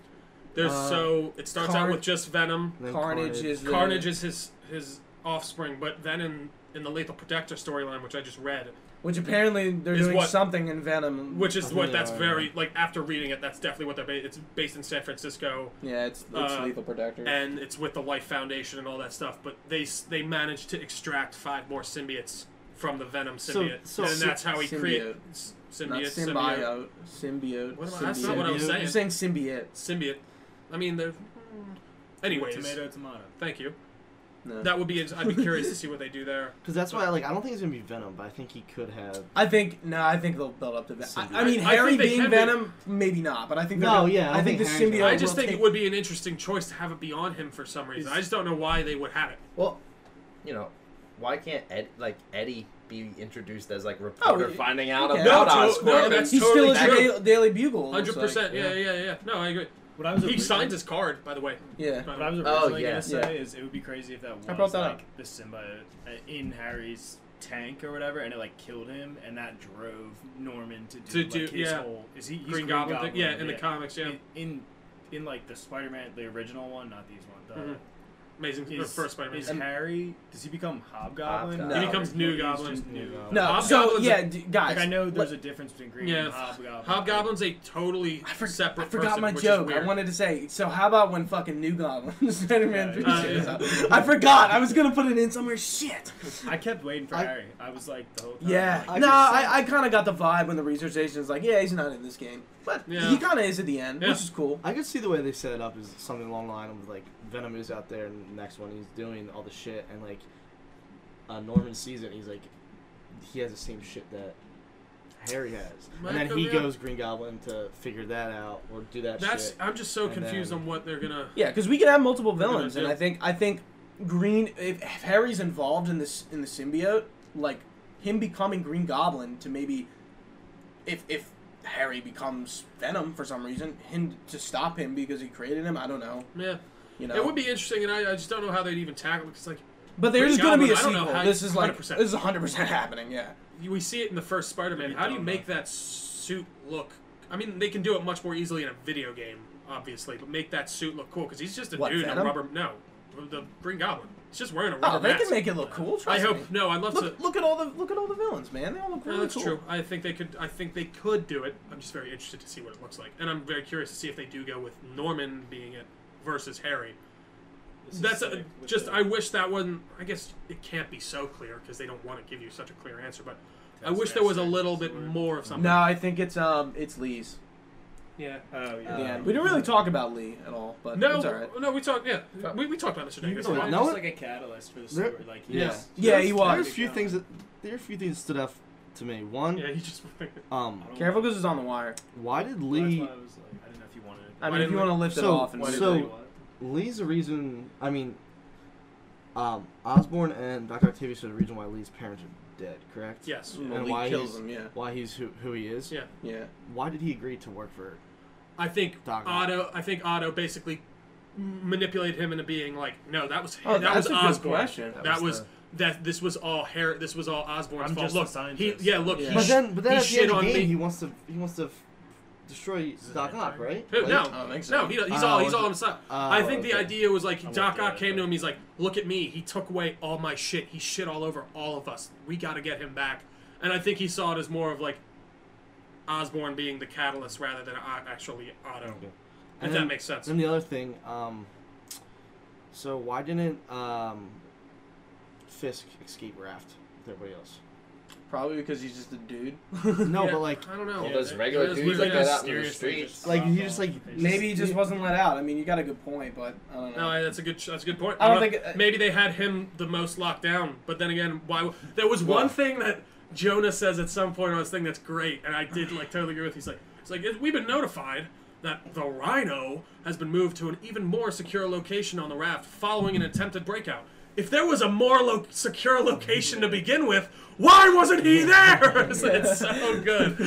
Speaker 2: there's
Speaker 5: Uh,
Speaker 2: so it starts out
Speaker 1: Carn-
Speaker 2: with just Venom.
Speaker 5: and then
Speaker 1: Carnage is the-
Speaker 2: Carnage is his his offspring, but then in in the Lethal Protector storyline, which I just read,
Speaker 1: Which apparently they're
Speaker 2: Is
Speaker 1: doing
Speaker 2: what-
Speaker 1: something in Venom.
Speaker 2: which
Speaker 5: I
Speaker 2: is
Speaker 5: think
Speaker 2: what
Speaker 5: they
Speaker 2: that's
Speaker 5: are,
Speaker 2: very like after reading it, that's definitely what they're ba- it's based in San Francisco.
Speaker 1: yeah, it's, it's
Speaker 2: uh,
Speaker 1: lethal protector.
Speaker 2: and it's with the Life Foundation and all that stuff. But they s- they managed to extract five more symbiotes from the Venom
Speaker 5: So-
Speaker 2: symbiote,
Speaker 5: so-
Speaker 2: and that's how he
Speaker 1: Symbiote.
Speaker 2: created symbiote.
Speaker 1: Not
Speaker 2: symbiote.
Speaker 1: symbiote. Symbiote.
Speaker 2: What am I-
Speaker 1: symbiote.
Speaker 2: that's not what I was
Speaker 5: Symbiote.
Speaker 1: You're
Speaker 2: saying.
Speaker 1: saying symbiote.
Speaker 2: Symbiote. I mean, they're. hmm. Anyways,
Speaker 4: tomato, tomato.
Speaker 2: thank you.
Speaker 1: No.
Speaker 2: That would be. I'd be curious to see what they do there.
Speaker 5: Because that's why, like, I don't think it's gonna be Venom, but I think he could have.
Speaker 1: I think no. I think they'll build up to that. I, I
Speaker 5: Symbiote.
Speaker 1: mean,
Speaker 2: I- I
Speaker 1: Harry
Speaker 2: think they
Speaker 1: being
Speaker 2: can be-
Speaker 1: Venom, maybe not. But I think. they're
Speaker 5: No,
Speaker 1: gonna-
Speaker 5: yeah,
Speaker 1: I,
Speaker 5: I
Speaker 1: think,
Speaker 5: think
Speaker 1: the
Speaker 5: Harry's
Speaker 1: symbiote.
Speaker 5: Venom.
Speaker 2: I just
Speaker 1: will
Speaker 2: think
Speaker 1: take-
Speaker 2: it would be an interesting choice to have it be on him for some reason. I just don't know why they would have it.
Speaker 3: Well, you know, why can't Ed, like Eddie be introduced as like reporter
Speaker 1: he-
Speaker 3: finding out
Speaker 1: he can.
Speaker 3: about
Speaker 2: No,
Speaker 3: Oscorp?
Speaker 2: to- no, that's
Speaker 1: He's
Speaker 2: totally
Speaker 1: still
Speaker 2: true.
Speaker 1: in the Daily, Daily Bugle. it looks
Speaker 2: Hundred percent.
Speaker 1: like.
Speaker 2: Yeah, yeah, yeah. No, I agree.
Speaker 4: What I was
Speaker 2: He
Speaker 4: originally-
Speaker 2: signs his card, by the way. Um,
Speaker 1: Yeah.
Speaker 4: What I was
Speaker 3: Oh,
Speaker 4: originally
Speaker 3: yeah.
Speaker 4: gonna say is it would be crazy if that was
Speaker 1: I brought that
Speaker 4: like
Speaker 1: up.
Speaker 4: the symbiote uh, in Harry's tank or whatever, and it like killed him, and that drove Norman to do,
Speaker 2: To
Speaker 4: like,
Speaker 2: do-
Speaker 4: his
Speaker 2: yeah.
Speaker 4: whole is he he's
Speaker 2: Green Goblin thing- yeah, in the comics, yeah.
Speaker 4: in, in in, like the Spider-Man the original one, not these one. The,
Speaker 2: Mhm. Amazing.
Speaker 4: Is,
Speaker 2: first Spider-Man.
Speaker 4: is Harry does he become Hobgoblin?
Speaker 3: Hobgoblin. He
Speaker 2: becomes
Speaker 4: Or
Speaker 2: New
Speaker 4: he's
Speaker 2: Goblin.
Speaker 4: just New
Speaker 5: New Goblin.
Speaker 1: No.
Speaker 2: Hobgoblin's
Speaker 1: So
Speaker 2: a-
Speaker 1: yeah, d- guys.
Speaker 4: Like I know there's
Speaker 1: let-
Speaker 4: a difference between Green
Speaker 2: Yeah,
Speaker 4: and Hobgoblin.
Speaker 2: Hobgoblin's a totally
Speaker 1: I, for-
Speaker 2: separate
Speaker 1: I forgot
Speaker 2: person,
Speaker 1: my
Speaker 2: which is
Speaker 1: joke. I
Speaker 2: weird.
Speaker 1: wanted to say. So how about when fucking New Goblin Spider-Man
Speaker 4: Yeah,
Speaker 1: three
Speaker 2: yeah.
Speaker 1: shows
Speaker 2: Uh,
Speaker 1: up? I forgot. I was gonna put it in somewhere. Shit.
Speaker 4: I kept waiting for
Speaker 5: I-
Speaker 4: Harry. I was like the whole time.
Speaker 1: Yeah.
Speaker 5: I
Speaker 4: Like,
Speaker 1: no,
Speaker 5: could
Speaker 1: I,
Speaker 5: say-
Speaker 1: I kind of got the vibe when the research agent's like, yeah, he's not in this game, but
Speaker 2: Yeah.
Speaker 1: he kind of is at the end,
Speaker 2: Yeah.
Speaker 1: which is cool.
Speaker 5: I could see the way they set it up is something along the line of like Venom is out there, and the next one he's doing all the shit, and like uh, Norman sees it, and he's like, he has the same shit that Harry has, and then he
Speaker 2: Michael, yeah.
Speaker 5: goes Green Goblin to figure that out or do that
Speaker 2: That's.
Speaker 5: shit.
Speaker 2: I'm just so
Speaker 5: And
Speaker 2: confused
Speaker 5: then-
Speaker 2: on what they're gonna.
Speaker 1: Yeah, because we could have multiple
Speaker 2: gonna
Speaker 1: villains, and
Speaker 2: do-
Speaker 1: I think I think Green, if, if Harry's involved in this in the symbiote, like him becoming Green Goblin to maybe, if if Harry becomes Venom for some reason, him to stop him because he created him. I don't know,
Speaker 2: Yeah,
Speaker 1: you know.
Speaker 2: it would be interesting, and I, I just don't know how they'd even tackle it because like
Speaker 1: but there
Speaker 2: Green
Speaker 1: is going to be a
Speaker 2: Goblin, I don't know
Speaker 1: sequel.
Speaker 2: how-
Speaker 1: This is like
Speaker 2: 100%.
Speaker 1: this is 100 percent happening. Yeah.
Speaker 2: you- we see it in the first Spider-Man.
Speaker 4: It'd be
Speaker 2: How do you
Speaker 4: dumb,
Speaker 2: make that suit look? I mean, they can do it much more easily in a video game, obviously, but make that suit look cool because he's just a
Speaker 1: What,
Speaker 2: dude in a
Speaker 1: Venom?
Speaker 2: rubber. No, the Green Goblin. He's just wearing a rubber
Speaker 1: Oh, they
Speaker 2: mask.
Speaker 1: can make it look cool. Trust
Speaker 2: I hope.
Speaker 1: me.
Speaker 2: No, I'd love
Speaker 1: Look,
Speaker 2: to.
Speaker 1: look at all the look at all the villains, man. They all look
Speaker 2: No,
Speaker 1: really
Speaker 2: that's
Speaker 1: cool.
Speaker 2: true. I think they could. I think they could do it. I'm just very interested to see what it looks like, and I'm very curious to see if they do go with Norman being it versus Harry.
Speaker 4: this is
Speaker 2: That's
Speaker 4: sick
Speaker 2: a,
Speaker 4: with
Speaker 2: just.
Speaker 4: the- Oh,
Speaker 2: I wish that wasn't. I guess it can't be so clear because they don't want to give you such a clear answer. But I
Speaker 4: That's
Speaker 2: wish there was a
Speaker 4: next
Speaker 2: little
Speaker 4: time.
Speaker 2: bit more of something.
Speaker 1: No, I think it's um it's Lee's.
Speaker 2: Yeah.
Speaker 5: Uh,
Speaker 4: Oh yeah.
Speaker 1: at the end. We didn't really talk about Lee at all, but
Speaker 2: No.
Speaker 1: it's all right.
Speaker 2: No. We talked. Yeah. We, we talked about this today.
Speaker 4: He was
Speaker 2: That's
Speaker 5: No,
Speaker 4: kind
Speaker 5: like-
Speaker 4: of
Speaker 2: fine.
Speaker 4: just
Speaker 5: no one-
Speaker 4: like a catalyst for the
Speaker 5: There-
Speaker 4: story. Like he
Speaker 5: yeah,
Speaker 4: was-
Speaker 1: Yeah, he was.
Speaker 5: There's a few things that there are a few things that stood out to me. One,
Speaker 2: Yeah. He just.
Speaker 5: um,
Speaker 4: I don't
Speaker 1: Careful
Speaker 4: know.
Speaker 1: because it's on the wire.
Speaker 5: why did
Speaker 4: Well, that's
Speaker 5: Lee?
Speaker 4: why I was like, I didn't know if you wanted. it.
Speaker 1: I
Speaker 2: Why
Speaker 1: mean, if
Speaker 2: didn't
Speaker 1: you
Speaker 2: we-
Speaker 1: want to lift it
Speaker 5: So-
Speaker 1: off and
Speaker 5: why
Speaker 4: Why did
Speaker 5: so-
Speaker 4: they want it?
Speaker 5: Lee's the reason. I mean, Um, Osborne and Dr. Octavius are the reason why Lee's parents are dead, correct?
Speaker 2: Yes.
Speaker 5: And
Speaker 1: Well, Lee
Speaker 5: why
Speaker 1: kills
Speaker 5: he's-
Speaker 1: him, yeah.
Speaker 5: Why he's who, who he is.
Speaker 2: Yeah.
Speaker 1: Yeah.
Speaker 5: Why did he agree to work for
Speaker 2: I think
Speaker 5: Dog.
Speaker 2: Otto. I think Otto basically manipulated him into being like, no, that was
Speaker 1: Oh,
Speaker 2: that
Speaker 1: that's
Speaker 2: was
Speaker 1: a good
Speaker 2: Osborne.
Speaker 1: question.
Speaker 2: That,
Speaker 5: That was
Speaker 2: was. That this was all hair. This was all Osborne's
Speaker 4: I'm
Speaker 2: fault.
Speaker 4: just a
Speaker 2: look, he
Speaker 4: scientist.
Speaker 2: yeah, look.
Speaker 1: Yeah.
Speaker 2: He,
Speaker 5: But
Speaker 2: sh-
Speaker 5: then, but then
Speaker 2: he
Speaker 5: at the
Speaker 2: shit
Speaker 5: end of
Speaker 2: on
Speaker 5: the game,
Speaker 2: me.
Speaker 5: he wants to he wants to f- destroy Doc Ock, right?
Speaker 2: Who?
Speaker 5: Like,
Speaker 2: no,
Speaker 1: I don't think so.
Speaker 2: no, he, he's
Speaker 5: Oh,
Speaker 2: all he's
Speaker 5: okay.
Speaker 2: all himself.
Speaker 5: Oh,
Speaker 2: I think the
Speaker 5: okay.
Speaker 2: idea was like
Speaker 4: won't
Speaker 2: Doc
Speaker 4: do
Speaker 2: Ock
Speaker 4: it,
Speaker 2: came to
Speaker 4: but-
Speaker 2: him. He's like, "Look at me. He took away all my shit. He shit all over all of us. We got to get him back." And I think he saw it as more of like Osborne being the catalyst rather than Ock actually Otto. If
Speaker 5: And
Speaker 2: that
Speaker 5: then-
Speaker 2: makes sense.
Speaker 5: Then the other thing, um, so why didn't um, Fisk escape Raft with everybody else?
Speaker 1: Probably because he's just a dude.
Speaker 5: No,
Speaker 2: Yeah,
Speaker 5: but like
Speaker 2: I don't know.
Speaker 6: All
Speaker 4: Yeah,
Speaker 6: those
Speaker 4: there-
Speaker 6: regular
Speaker 2: there's
Speaker 6: dudes
Speaker 2: weird
Speaker 6: like that out in the
Speaker 2: mysterious things.
Speaker 6: streets.
Speaker 5: Like, he
Speaker 4: Drop off.
Speaker 5: just, like,
Speaker 4: They
Speaker 1: Maybe he just wasn't let out. I mean, you got a good point, but I don't know.
Speaker 2: No, that's a good. That's a good point.
Speaker 1: I don't
Speaker 2: Uh,
Speaker 1: think- uh,
Speaker 2: maybe they had him the most locked down. But then again, why? w- There was
Speaker 6: Well-
Speaker 2: one thing that Jonah says at some point on this thing that's great, and I did like totally agree with. He's like, it's like "It- we've been notified that the Rhino has been moved to an even more secure location on the raft following an attempted breakout. If there was a more lo- secure location to begin with, why wasn't he there? it's, it's so good.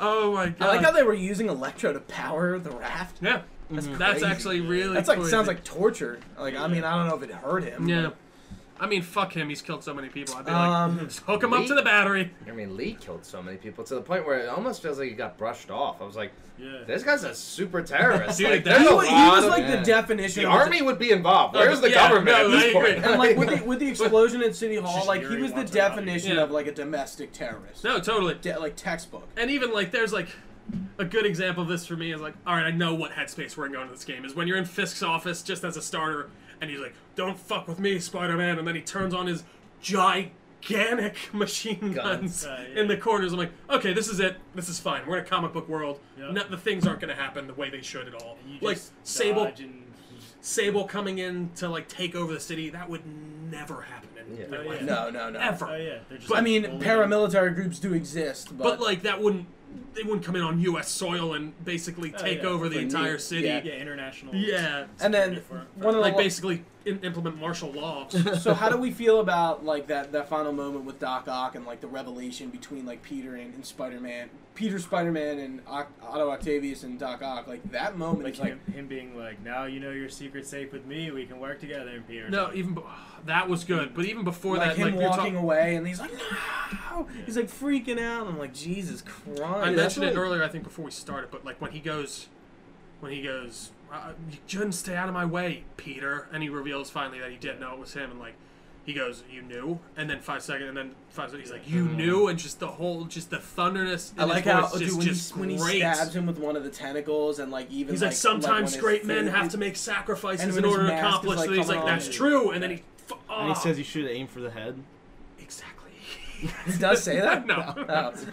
Speaker 2: Oh my god.
Speaker 1: I like how they were using Electro to power the raft.
Speaker 2: yeah. That's, that's
Speaker 1: crazy.
Speaker 2: actually really.
Speaker 1: That's like
Speaker 2: crazy.
Speaker 1: sounds like torture. Like I mean, I don't know if it hurt him.
Speaker 2: Yeah. I mean, fuck him. He's killed so many people. I'd be
Speaker 1: Um,
Speaker 2: like, "Just hook him up to the battery.
Speaker 3: I mean, Lee killed so many people to the point where it almost feels like he got brushed off. I was like,
Speaker 4: Yeah.
Speaker 3: this guy's a super terrorist.
Speaker 2: Dude,
Speaker 3: like,
Speaker 2: that-
Speaker 3: there's
Speaker 1: He
Speaker 3: a
Speaker 1: was, he was
Speaker 3: lot of
Speaker 1: like the
Speaker 5: Yeah.
Speaker 1: definition.
Speaker 3: the
Speaker 1: of
Speaker 3: army would be involved.
Speaker 2: Oh,
Speaker 3: Where's the
Speaker 2: yeah,
Speaker 3: government
Speaker 2: no,
Speaker 3: at this
Speaker 2: I
Speaker 3: point?
Speaker 2: agree.
Speaker 1: And like with the with the explosion at City Hall,
Speaker 4: just
Speaker 1: like he
Speaker 4: Yuri
Speaker 1: was the
Speaker 4: wants it out of you.
Speaker 1: definition
Speaker 2: Yeah.
Speaker 1: of like a domestic terrorist.
Speaker 2: No, totally.
Speaker 1: De- like textbook.
Speaker 2: And even like, there's like a good example of this for me is like, all right, I know what headspace we're in going to this game is when you're in Fisk's office just as a starter, and he's like, "Don't fuck with me, Spider-Man," and then he turns on his gigantic machine guns,
Speaker 4: Guns. Uh, yeah.
Speaker 2: in the corners. I'm like, okay, this is it. This is fine. We're in a comic book world.
Speaker 4: Yeah.
Speaker 2: No- the things aren't going to happen the way they should at all.
Speaker 4: You
Speaker 2: Like
Speaker 4: just
Speaker 2: Sable
Speaker 4: dodge and-
Speaker 2: Sable coming in to like take over the city, that would never happen in
Speaker 3: Yeah.
Speaker 2: real
Speaker 4: Oh,
Speaker 2: life.
Speaker 4: yeah.
Speaker 1: No, no, no.
Speaker 2: Ever.
Speaker 4: Oh yeah. They're just.
Speaker 2: But-
Speaker 1: I mean,
Speaker 4: bullying.
Speaker 1: paramilitary groups do exist, but,
Speaker 2: But like that wouldn't they wouldn't come in on US soil and basically
Speaker 4: Oh,
Speaker 2: take
Speaker 4: yeah.
Speaker 2: over the
Speaker 1: Wouldn't
Speaker 2: entire
Speaker 1: either.
Speaker 2: city.
Speaker 1: Yeah.
Speaker 4: Yeah, international.
Speaker 2: Yeah.
Speaker 1: and then
Speaker 4: security for-
Speaker 1: one of the
Speaker 2: Like
Speaker 1: lo-
Speaker 2: basically in, implement martial law.
Speaker 1: so how do we feel about like that that final moment with Doc Ock and like the revelation between like Peter and, and Spider Man, Peter Spider Man and Oc- Otto Octavius and Doc Ock? Like that moment
Speaker 4: Like
Speaker 1: is like
Speaker 4: him, him being like, now you know your secret's safe with me. We can work together, and Peter.
Speaker 2: no, even be- that was good. But even before
Speaker 1: like
Speaker 2: that,
Speaker 1: him
Speaker 2: like we were
Speaker 1: walking
Speaker 2: talking-
Speaker 1: away, and he's like, no, he's like freaking out. I'm like, Jesus Christ!
Speaker 2: I
Speaker 1: That's
Speaker 2: mentioned it
Speaker 1: what-
Speaker 2: earlier, I think, before we started, but like when he goes, when he goes, uh, you shouldn't stay out of my way, Peter, and he reveals finally that he didn't know it was him, and like he goes, you knew, and then five seconds, and then five seconds, he's like, you knew, and just the whole, just the thunderness. in
Speaker 1: I
Speaker 2: his
Speaker 1: like how
Speaker 2: voice
Speaker 1: dude,
Speaker 2: just,
Speaker 1: when,
Speaker 2: just
Speaker 1: he, when he
Speaker 2: great.
Speaker 1: stabs him with one of the tentacles, and like even
Speaker 2: He's like, sometimes
Speaker 1: like, when
Speaker 2: great
Speaker 1: his
Speaker 2: men
Speaker 1: thing-
Speaker 2: have to make sacrifices
Speaker 1: and
Speaker 2: in
Speaker 1: when his
Speaker 2: order to
Speaker 1: mask is,
Speaker 2: accomplish.
Speaker 1: like,
Speaker 2: and he's like,
Speaker 1: coming
Speaker 2: that's
Speaker 1: off.
Speaker 2: true, and then he, f-
Speaker 5: and he
Speaker 2: ah.
Speaker 5: says you should aim for the head.
Speaker 2: exactly.
Speaker 1: He does say that.
Speaker 2: No.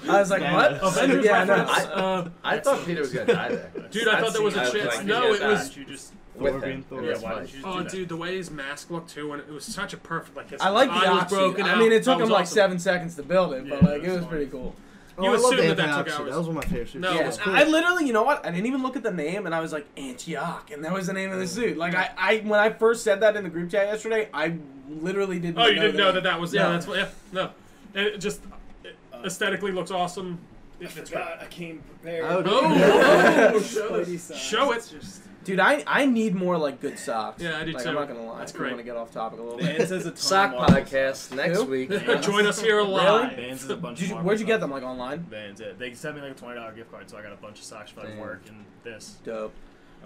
Speaker 1: Oh. I was like,
Speaker 5: Yeah,
Speaker 1: what?
Speaker 5: no.
Speaker 2: Avengers
Speaker 1: yeah, no.
Speaker 2: reference.
Speaker 3: I-
Speaker 2: uh,
Speaker 3: I thought Peter was gonna die there.
Speaker 2: dude, I
Speaker 4: I've
Speaker 2: thought there
Speaker 4: seen
Speaker 2: was a
Speaker 4: that.
Speaker 2: chance.
Speaker 4: Like,
Speaker 2: no,
Speaker 3: yeah,
Speaker 2: it
Speaker 3: that-
Speaker 2: was
Speaker 4: Why didn't you just?
Speaker 5: Thor
Speaker 3: With
Speaker 5: being
Speaker 3: him.
Speaker 5: Thor.
Speaker 4: Yeah,
Speaker 3: That's
Speaker 4: why
Speaker 3: fine.
Speaker 4: did you just
Speaker 2: Oh,
Speaker 4: do that?
Speaker 2: dude, the way his mask looked too, and it was such a perfect like. His
Speaker 1: I like
Speaker 2: eye
Speaker 1: the
Speaker 2: was
Speaker 1: ox
Speaker 2: broken
Speaker 1: suit. I
Speaker 2: out.
Speaker 1: mean, it
Speaker 2: That
Speaker 1: took
Speaker 2: was
Speaker 1: him like
Speaker 2: awesome.
Speaker 1: seven seconds to build it, but
Speaker 4: Yeah,
Speaker 1: like it
Speaker 4: it was
Speaker 1: was pretty
Speaker 4: fine.
Speaker 1: cool.
Speaker 5: Oh,
Speaker 2: You
Speaker 5: I love
Speaker 2: assume that
Speaker 5: Anthony
Speaker 2: that took
Speaker 5: Hopkins.
Speaker 2: hours.
Speaker 5: That was one of my favorite suits.
Speaker 2: No, Oh,
Speaker 1: yeah,
Speaker 2: it's
Speaker 1: I literally, you know what? I didn't even look at the name, and I was like Antioch, and that was the name
Speaker 2: Oh.
Speaker 1: of the suit. Like I, I when I first said that in the group chat yesterday, I literally didn't.
Speaker 2: Oh, you
Speaker 1: know
Speaker 2: didn't
Speaker 1: the
Speaker 2: know
Speaker 1: name.
Speaker 2: that that was yeah.
Speaker 1: No.
Speaker 2: That's what yeah. No, and it just it aesthetically looks awesome. It- it's great.
Speaker 4: Uh, I came prepared.
Speaker 5: Oh,
Speaker 2: Oh, whoa, show, it. show it.
Speaker 1: Dude, I I need more like good socks.
Speaker 2: Yeah, I do
Speaker 1: like,
Speaker 2: too.
Speaker 1: I'm not gonna lie.
Speaker 2: That's
Speaker 1: I want to
Speaker 2: great.
Speaker 1: get off topic a little bit.
Speaker 4: Vans has a ton
Speaker 3: Sock
Speaker 4: of models.
Speaker 3: podcast next
Speaker 1: Who?
Speaker 3: week.
Speaker 2: Join us here live.
Speaker 4: Vans is a bunch.
Speaker 1: Did
Speaker 4: of
Speaker 1: you,
Speaker 4: Marvel
Speaker 1: where'd you get
Speaker 4: stuff.
Speaker 1: them? Like online?
Speaker 4: Vans, yeah. They sent me like a twenty dollar gift card, so I got a bunch of socks for like
Speaker 5: Damn.
Speaker 4: work and this.
Speaker 1: Dope.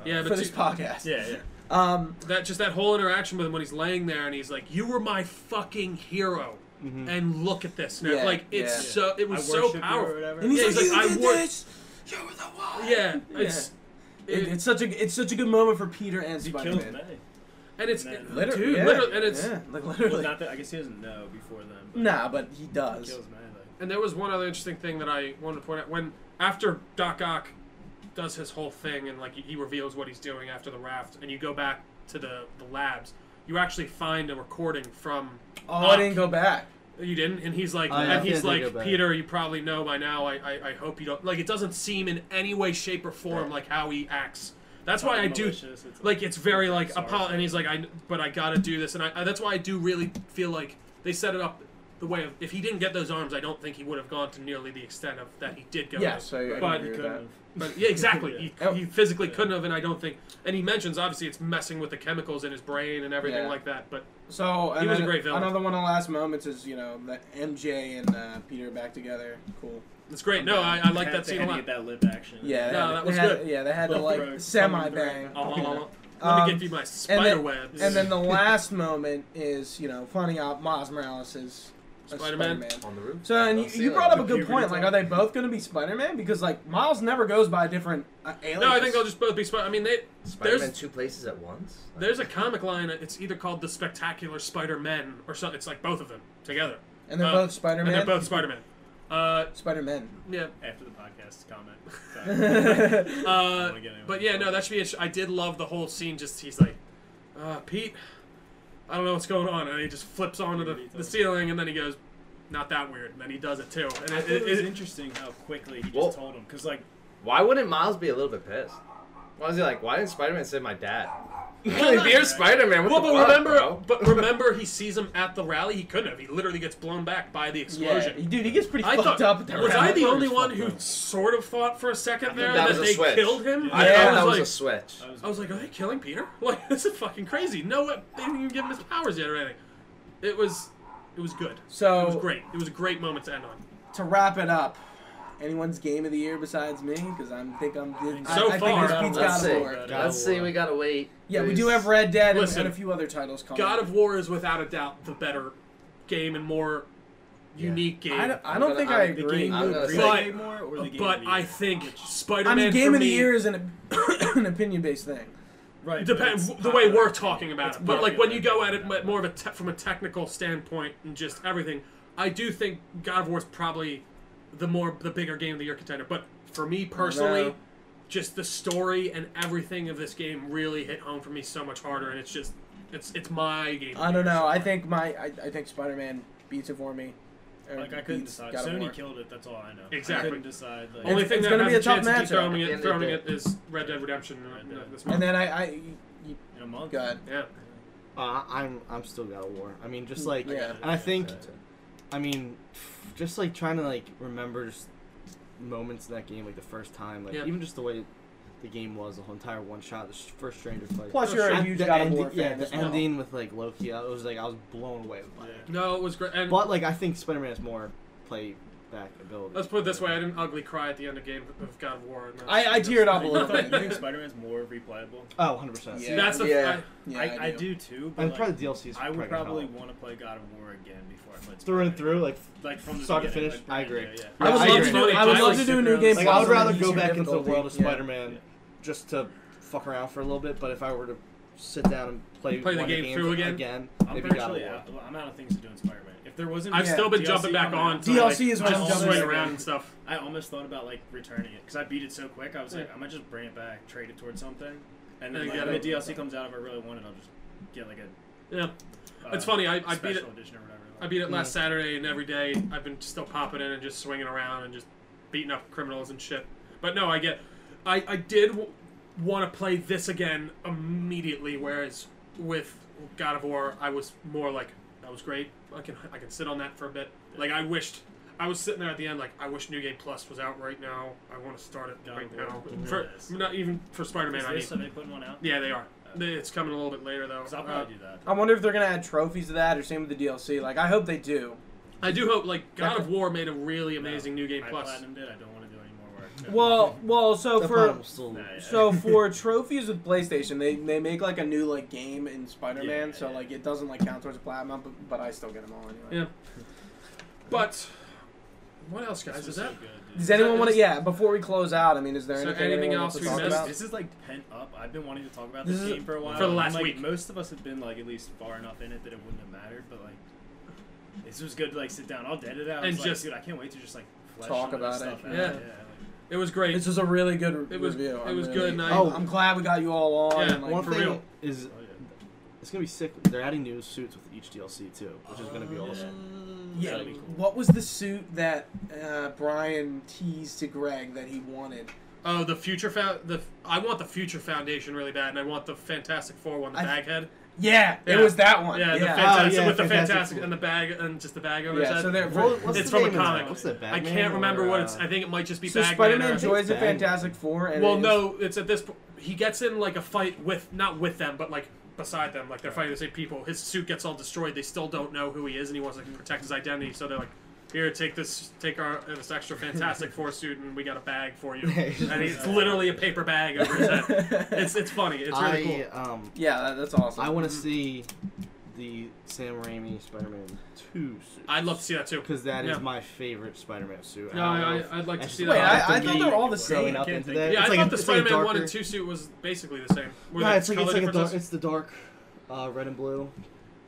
Speaker 2: Yeah,
Speaker 1: For
Speaker 2: but
Speaker 1: this
Speaker 2: dude,
Speaker 1: podcast.
Speaker 4: Yeah, yeah.
Speaker 1: Um,
Speaker 2: that just that whole interaction with him when he's laying there and he's like, "You were my fucking hero," and look at this now.
Speaker 1: Mm-hmm. Yeah,
Speaker 2: like it's
Speaker 1: yeah.
Speaker 2: so it
Speaker 4: I
Speaker 2: was so
Speaker 4: worship you or
Speaker 2: powerful.
Speaker 4: whatever.
Speaker 1: and he's
Speaker 2: Yeah,
Speaker 1: like,
Speaker 2: he's like,
Speaker 1: "You
Speaker 2: I
Speaker 1: did
Speaker 2: work-
Speaker 1: this. You were the one."
Speaker 2: Yeah, it's
Speaker 1: It-
Speaker 2: it-
Speaker 1: it's such a it's such a good moment for Peter and
Speaker 4: He killed
Speaker 1: Spider-Man.
Speaker 4: May.
Speaker 2: and it's
Speaker 4: Man.
Speaker 2: it-
Speaker 1: Liter-
Speaker 2: dude,
Speaker 1: yeah,
Speaker 2: literally, and it's
Speaker 1: yeah, like
Speaker 4: Well,
Speaker 1: literally.
Speaker 4: not that I guess he doesn't know before then. But
Speaker 1: nah, but he
Speaker 4: He
Speaker 1: does.
Speaker 4: kills May. Like,
Speaker 2: And there was one other interesting thing that I wanted to point out. When after Doc Ock does his whole thing and like he reveals what he's doing after the raft, and you go back to the the labs, you actually find a recording from.
Speaker 1: Oh, I didn't go back.
Speaker 2: You didn't, and he's like,
Speaker 5: Oh, yeah,
Speaker 2: and
Speaker 5: I
Speaker 2: he's
Speaker 5: didn't go
Speaker 2: like,
Speaker 5: back.
Speaker 2: Peter, you probably know by now. I, I, I hope you don't. Like, it doesn't seem in any way, shape, or form like how he acts That's why I do
Speaker 4: malicious, it's
Speaker 2: like it's very like
Speaker 4: Sorry.
Speaker 2: apo- and he's like I but I gotta do this and I, I- that's why I do really feel like they set it up the way of if he didn't get those arms I don't think he would have gone to nearly the extent of that he did go to.
Speaker 1: Yes, I, I
Speaker 2: But-
Speaker 1: agree with
Speaker 4: Couldn't
Speaker 1: that.
Speaker 4: have.
Speaker 2: But yeah, exactly. He,
Speaker 1: Yeah.
Speaker 2: he physically
Speaker 4: Yeah.
Speaker 2: couldn't have, and I don't think. And he mentions obviously it's messing with the chemicals in his brain and everything
Speaker 1: Yeah.
Speaker 2: like that. But
Speaker 1: So
Speaker 2: He
Speaker 1: and
Speaker 2: was a
Speaker 1: then
Speaker 2: great villain.
Speaker 1: Another one of the last moments is you know that MJ and uh, Peter are back together. Cool.
Speaker 2: it's great. No, I, I like that
Speaker 4: They
Speaker 2: scene
Speaker 4: had
Speaker 2: a
Speaker 4: to
Speaker 2: lot.
Speaker 4: Get that lip action.
Speaker 1: Yeah,
Speaker 2: No,
Speaker 1: they-
Speaker 2: that
Speaker 1: they
Speaker 2: was
Speaker 1: had-
Speaker 2: good.
Speaker 1: Yeah, they had to
Speaker 4: Both
Speaker 1: like
Speaker 4: throws,
Speaker 1: semi
Speaker 4: coming
Speaker 1: bang.
Speaker 4: through.
Speaker 2: Oh, oh, oh, oh. Let
Speaker 1: Um,
Speaker 2: me give you my spider webs.
Speaker 1: And then the last moment is you know finding out Miles Morales is a
Speaker 2: Spider-Man.
Speaker 1: Spider-Man.
Speaker 3: on the roof.
Speaker 1: So and
Speaker 3: I've
Speaker 1: you,
Speaker 3: seen
Speaker 1: you
Speaker 3: it.
Speaker 1: brought up a
Speaker 4: The
Speaker 1: good
Speaker 4: puberty
Speaker 1: point. Like,
Speaker 4: time.
Speaker 1: are they both going to be Spider-Man? Because like Miles never goes by a different uh, alias.
Speaker 2: no, I think they'll just both be spider. I mean, they,
Speaker 3: Spider-Man
Speaker 2: there's-
Speaker 3: two places at once.
Speaker 2: there's a comic line. It's either called the Spectacular Spider Men or something. It's like both of them together,
Speaker 1: and they're
Speaker 2: uh,
Speaker 1: both Spider-Man.
Speaker 2: and they're both Spider Man. Uh,
Speaker 1: Spider-Man.
Speaker 2: yeah.
Speaker 4: After the podcast comment.
Speaker 2: Uh,
Speaker 4: wanna get anyone
Speaker 2: but yeah, no, that should be. It. I did love the whole scene. Just he's like, uh, Pete, I don't know what's going on, and he just flips onto the, the ceiling, and then he goes, not that weird, and then he does it too. And
Speaker 4: I
Speaker 2: it,
Speaker 4: thought it
Speaker 2: it,
Speaker 4: was
Speaker 2: it-
Speaker 4: interesting how quickly he just
Speaker 3: Well-
Speaker 4: told him because like
Speaker 3: Why wouldn't Miles be a little bit pissed? Why was he like? Why didn't Spider-Man say my dad?
Speaker 2: Well,
Speaker 3: if you're
Speaker 2: not-
Speaker 3: Spider-Man,
Speaker 2: well,
Speaker 3: what the
Speaker 2: but
Speaker 3: fuck,
Speaker 2: remember,
Speaker 3: bro?
Speaker 2: but remember, he sees him at the rally. He couldn't have. He literally gets blown back by the explosion.
Speaker 1: Yeah, dude, he gets pretty
Speaker 2: I
Speaker 1: fucked
Speaker 2: thought,
Speaker 1: up at that.
Speaker 2: was
Speaker 1: rally.
Speaker 2: I the
Speaker 3: He
Speaker 2: only
Speaker 3: was
Speaker 2: one
Speaker 3: fucked
Speaker 2: who
Speaker 3: up.
Speaker 2: sort of thought for a second there
Speaker 3: that
Speaker 2: that,
Speaker 3: was a
Speaker 2: they
Speaker 3: switch.
Speaker 2: killed him?
Speaker 4: Yeah.
Speaker 3: I
Speaker 1: Yeah,
Speaker 3: thought
Speaker 2: I
Speaker 3: that was
Speaker 2: was like,
Speaker 3: a switch.
Speaker 4: I was,
Speaker 2: I was like, are they killing Peter? Like, this is fucking crazy. No, way- they didn't even give him his powers yet or anything. It was, it was good.
Speaker 1: So-
Speaker 2: it was great. It was a great moment to end on.
Speaker 1: to wrap it up, anyone's game of the year besides me? Because I think I'm. I,
Speaker 2: So
Speaker 1: I
Speaker 2: far,
Speaker 1: think this beats
Speaker 3: Let's
Speaker 1: God
Speaker 3: see.
Speaker 1: of War.
Speaker 4: God
Speaker 3: Let's
Speaker 4: of
Speaker 3: see.
Speaker 4: War.
Speaker 3: We gotta wait.
Speaker 1: Yeah, we
Speaker 3: There's-
Speaker 1: do have Red Dead and-
Speaker 2: Listen,
Speaker 1: and a few other titles coming.
Speaker 2: God of War is without a doubt the better game and more
Speaker 3: Yeah.
Speaker 2: unique game.
Speaker 1: I don't, I
Speaker 3: I'm
Speaker 1: don't
Speaker 3: gonna-
Speaker 1: think
Speaker 3: I'm
Speaker 1: I
Speaker 4: the
Speaker 1: agree.
Speaker 4: game
Speaker 3: I'm
Speaker 4: would
Speaker 3: gonna
Speaker 4: agree
Speaker 2: say-
Speaker 4: way more or the game
Speaker 2: but
Speaker 4: would
Speaker 2: I
Speaker 4: be-
Speaker 2: think Spider-Man.
Speaker 1: I mean, game
Speaker 2: for
Speaker 1: of the
Speaker 2: me-
Speaker 1: year is an, an opinion-based thing.
Speaker 4: right but
Speaker 2: depends
Speaker 4: it's
Speaker 2: the way
Speaker 4: popular.
Speaker 2: we're talking about
Speaker 4: It's
Speaker 2: it. But like when you go
Speaker 4: popular.
Speaker 2: at it but more of a te- from a technical standpoint and just everything, I do think God of War is probably the more the bigger game of the year contender. But for me personally,
Speaker 1: No.
Speaker 2: just the story and everything of this game really hit home for me so much harder, and it's just it's it's my game.
Speaker 1: I don't know. I think my I, I think Spider-Man beats it for me. Or
Speaker 4: like I couldn't
Speaker 1: beats
Speaker 4: decide.
Speaker 1: God of War.
Speaker 4: Sony killed it. That's all I know.
Speaker 2: Exactly.
Speaker 4: I couldn't decide. Like,
Speaker 2: Only
Speaker 1: It's-
Speaker 2: thing
Speaker 1: it's
Speaker 2: that
Speaker 1: gonna
Speaker 2: has
Speaker 1: be
Speaker 2: a,
Speaker 1: a tough
Speaker 2: chance of
Speaker 1: matchup.
Speaker 2: dethroning
Speaker 3: At the
Speaker 2: it,
Speaker 3: end of the
Speaker 2: throning
Speaker 3: day.
Speaker 2: it is Red Dead Redemption uh,
Speaker 4: Red Dead.
Speaker 2: this
Speaker 1: And
Speaker 2: month.
Speaker 1: then I, I you-
Speaker 4: in a month.
Speaker 1: go ahead.
Speaker 2: Yeah,
Speaker 5: Uh, I'm I'm still got a war. I mean, just like,
Speaker 1: Yeah.
Speaker 5: and I think, I mean, just like trying to like remember just moments in that game, like the first time, like
Speaker 2: Yeah.
Speaker 5: even just the way the game was, the whole entire one shot, the sh- first Stranger fight.
Speaker 1: Plus,
Speaker 2: Oh,
Speaker 1: you're a
Speaker 5: And
Speaker 1: huge
Speaker 5: the
Speaker 1: God of
Speaker 5: ending-
Speaker 1: War fan.
Speaker 5: yeah, the
Speaker 1: as well.
Speaker 5: ending with like Loki, I was like, I was blown away by it.
Speaker 2: no, it was great. And
Speaker 5: But like, I think Spider-Man has more play back ability.
Speaker 2: let's put it this way: I didn't ugly cry at the end of Game of God of War. and uh, that's-
Speaker 1: I, I teared up a
Speaker 4: You
Speaker 1: little
Speaker 4: think- you think
Speaker 1: bit.
Speaker 4: Spider-Man's more replayable?
Speaker 5: Oh, 100 percent.
Speaker 1: Yeah.
Speaker 2: That's the
Speaker 3: Yeah.
Speaker 2: I-
Speaker 1: Yeah,
Speaker 4: I, I, do too, but
Speaker 5: And
Speaker 4: like,
Speaker 5: probably the DLCs.
Speaker 4: I would probably
Speaker 5: probably
Speaker 4: want to play God of War again before I played
Speaker 5: through and
Speaker 4: Spider-Man.
Speaker 5: through, like
Speaker 4: Like from the
Speaker 5: Start to
Speaker 4: beginning,
Speaker 5: finish,
Speaker 4: like,
Speaker 5: I agree.
Speaker 4: Yeah, yeah.
Speaker 1: I would love
Speaker 5: I
Speaker 1: to
Speaker 5: agree.
Speaker 1: do. I would love to do a new game.
Speaker 5: Like
Speaker 1: plus
Speaker 5: I would
Speaker 1: on
Speaker 5: rather
Speaker 1: the
Speaker 5: go
Speaker 1: easier
Speaker 5: back into the
Speaker 1: difficulty.
Speaker 5: world of
Speaker 1: Yeah.
Speaker 5: Spider-Man just to fuck around for a little bit. But if I were to sit down and play,
Speaker 2: Play the
Speaker 5: one
Speaker 2: game through again?
Speaker 4: I'm
Speaker 5: maybe God of
Speaker 4: virtually
Speaker 5: War.
Speaker 4: out. I'm out of things to do in Spider-Man. If there wasn't,
Speaker 2: I've
Speaker 1: Yeah,
Speaker 2: still been
Speaker 4: DLC
Speaker 2: jumping back
Speaker 4: coming
Speaker 2: on.
Speaker 4: out.
Speaker 2: to,
Speaker 1: DLC is
Speaker 2: like,
Speaker 4: when I'm
Speaker 2: just
Speaker 4: jumping
Speaker 2: swing
Speaker 4: back
Speaker 2: around
Speaker 4: in.
Speaker 2: and stuff.
Speaker 4: I almost thought about like returning it because I beat it so quick. I was like,
Speaker 2: Yeah.
Speaker 4: I might just bring it back, trade it towards something, and
Speaker 2: And
Speaker 4: then like,
Speaker 2: get
Speaker 4: when the
Speaker 2: it.
Speaker 4: DLC comes out, if I really want it, I'll just get like a.
Speaker 2: Yeah,
Speaker 4: Uh,
Speaker 2: it's funny. I, I beat it.
Speaker 4: special edition or whatever.
Speaker 2: I beat it last Saturday, and every day I've been still popping in and just swinging around and just beating up criminals and shit. But no, I get. I I did w- want to play this again immediately, whereas with God of War, I was more like that was great. I can I can sit on that for a bit. Like I wished. I was sitting there at the end, like I wish New Game Plus was out right now. I want to start it
Speaker 4: God
Speaker 2: right
Speaker 4: of
Speaker 2: now.
Speaker 4: War.
Speaker 2: For,
Speaker 4: Yes.
Speaker 2: not even for Spider Man.
Speaker 4: Is
Speaker 2: I mean,
Speaker 4: this, are they putting one out?
Speaker 2: Yeah, they are. They- It's coming a little bit later though.
Speaker 4: Because I'll
Speaker 2: Uh,
Speaker 4: probably do that.
Speaker 1: I wonder if they're gonna add trophies to that, or same with the DLC. Like, I hope they do.
Speaker 2: I do hope like God of War made a really amazing new game
Speaker 4: I
Speaker 2: plus.
Speaker 4: platinum did. I don't want to do any more work. No.
Speaker 1: Well, well, so
Speaker 5: That
Speaker 1: for
Speaker 5: platinum was still-
Speaker 4: Nah, yeah.
Speaker 1: so for trophies with PlayStation, they they make like a new like game in Spider-Man,
Speaker 4: Yeah,
Speaker 1: so
Speaker 4: yeah.
Speaker 1: like it doesn't like count towards platinum, but, but I still get them all anyway.
Speaker 2: Yeah. But what else, guys? Is
Speaker 4: This was
Speaker 2: that
Speaker 4: so good, dude.
Speaker 1: Does anyone
Speaker 2: Is
Speaker 1: want to?
Speaker 2: that-
Speaker 1: Yeah. Before we close out, I mean, is there
Speaker 2: So
Speaker 1: anything,
Speaker 2: anything
Speaker 1: anyone
Speaker 2: else
Speaker 1: wants to
Speaker 2: we
Speaker 1: talk
Speaker 2: missed?
Speaker 1: about?
Speaker 4: This is like pent up. I've been wanting to talk about
Speaker 1: This
Speaker 4: this,
Speaker 1: is-
Speaker 4: game for a while.
Speaker 2: for the
Speaker 4: and,
Speaker 2: last
Speaker 4: like,
Speaker 2: week.
Speaker 4: Most of us have been like at least far enough in it that it wouldn't have mattered, but like this was good to like sit down. I'll dead it out.
Speaker 2: And
Speaker 4: It's like,
Speaker 2: just-
Speaker 4: dude, I can't wait to just like flesh
Speaker 1: Talk
Speaker 4: some of
Speaker 1: about
Speaker 4: this stuff
Speaker 1: it.
Speaker 4: out.
Speaker 2: Yeah.
Speaker 4: yeah like,
Speaker 2: it was great.
Speaker 1: This was a really good
Speaker 2: It was-
Speaker 1: review.
Speaker 2: it
Speaker 1: I'm
Speaker 2: was
Speaker 1: really-
Speaker 2: good, and I-
Speaker 1: I'm-
Speaker 5: Oh.
Speaker 1: I'm glad we got you all on.
Speaker 2: Yeah,
Speaker 1: and, like,
Speaker 5: One
Speaker 2: for
Speaker 5: thing
Speaker 2: real.
Speaker 5: is
Speaker 4: oh, yeah.
Speaker 5: it's gonna be sick. They're adding new suits with each DLC too, which is gonna be awesome.
Speaker 1: Yeah.
Speaker 4: That'd be cool.
Speaker 1: What was the suit that uh, Brian teased to Greg that he wanted?
Speaker 2: Oh, the future found the. I want the future foundation really bad, and I want the Fantastic Four one, the
Speaker 1: I-
Speaker 2: bag head.
Speaker 1: Yeah, it
Speaker 2: Yeah.
Speaker 1: was that one. Yeah, Oh,
Speaker 2: Yeah, the fantastic
Speaker 5: yeah,
Speaker 2: with the
Speaker 5: Fantastic
Speaker 2: fantastic,
Speaker 5: Four.
Speaker 2: and the bag and just the bag over his
Speaker 1: yeah.
Speaker 2: head.
Speaker 1: So they're
Speaker 3: What- what's
Speaker 2: It's
Speaker 3: the
Speaker 2: from a
Speaker 3: name of that?
Speaker 2: comic.
Speaker 5: What's the Batman?
Speaker 2: I can't remember
Speaker 5: or,
Speaker 2: what it's.
Speaker 5: uh,
Speaker 2: I think it might just be
Speaker 1: so
Speaker 2: Bagman.
Speaker 1: Spider-Man
Speaker 2: or-
Speaker 1: joins the
Speaker 5: Batman.
Speaker 1: Fantastic Four, and
Speaker 2: well,
Speaker 1: it is-
Speaker 2: no, it's at this. po- He gets in like a fight with not with them, but like beside them, like they're fighting the same people. His suit gets all destroyed. They still don't know who he is, and he wants to protect his identity. So they're like, "Here, take this, take our uh, this extra Fantastic Four suit, and we got a bag for you." And it's literally a paper bag over his head. It's it's funny. It's really cool.
Speaker 5: I um
Speaker 1: Yeah, that, that's awesome.
Speaker 5: I want to see the Sam Raimi Spider-Man two suit
Speaker 2: I'd love to see that too.
Speaker 5: because that is
Speaker 2: Yeah.
Speaker 5: my favorite Spider-Man suit.
Speaker 2: No,
Speaker 5: I don't know
Speaker 2: I,
Speaker 5: if-
Speaker 2: I'd like to
Speaker 5: That's
Speaker 2: see
Speaker 5: just-
Speaker 1: Wait,
Speaker 2: that.
Speaker 1: I, I
Speaker 5: to
Speaker 1: thought
Speaker 5: me,
Speaker 1: they were all the
Speaker 5: growing
Speaker 1: same.
Speaker 5: up
Speaker 1: I can't
Speaker 5: into
Speaker 1: think-
Speaker 5: that.
Speaker 2: Yeah, I
Speaker 5: It's like
Speaker 2: thought
Speaker 5: a-
Speaker 2: the
Speaker 5: it's like a
Speaker 2: Spider-Man one and
Speaker 5: darker-
Speaker 2: two suit was basically the same. Were
Speaker 5: Nah,
Speaker 2: there
Speaker 5: it's like it's
Speaker 2: color
Speaker 5: like a dark,
Speaker 2: differences?
Speaker 5: it's the dark, uh, red and blue,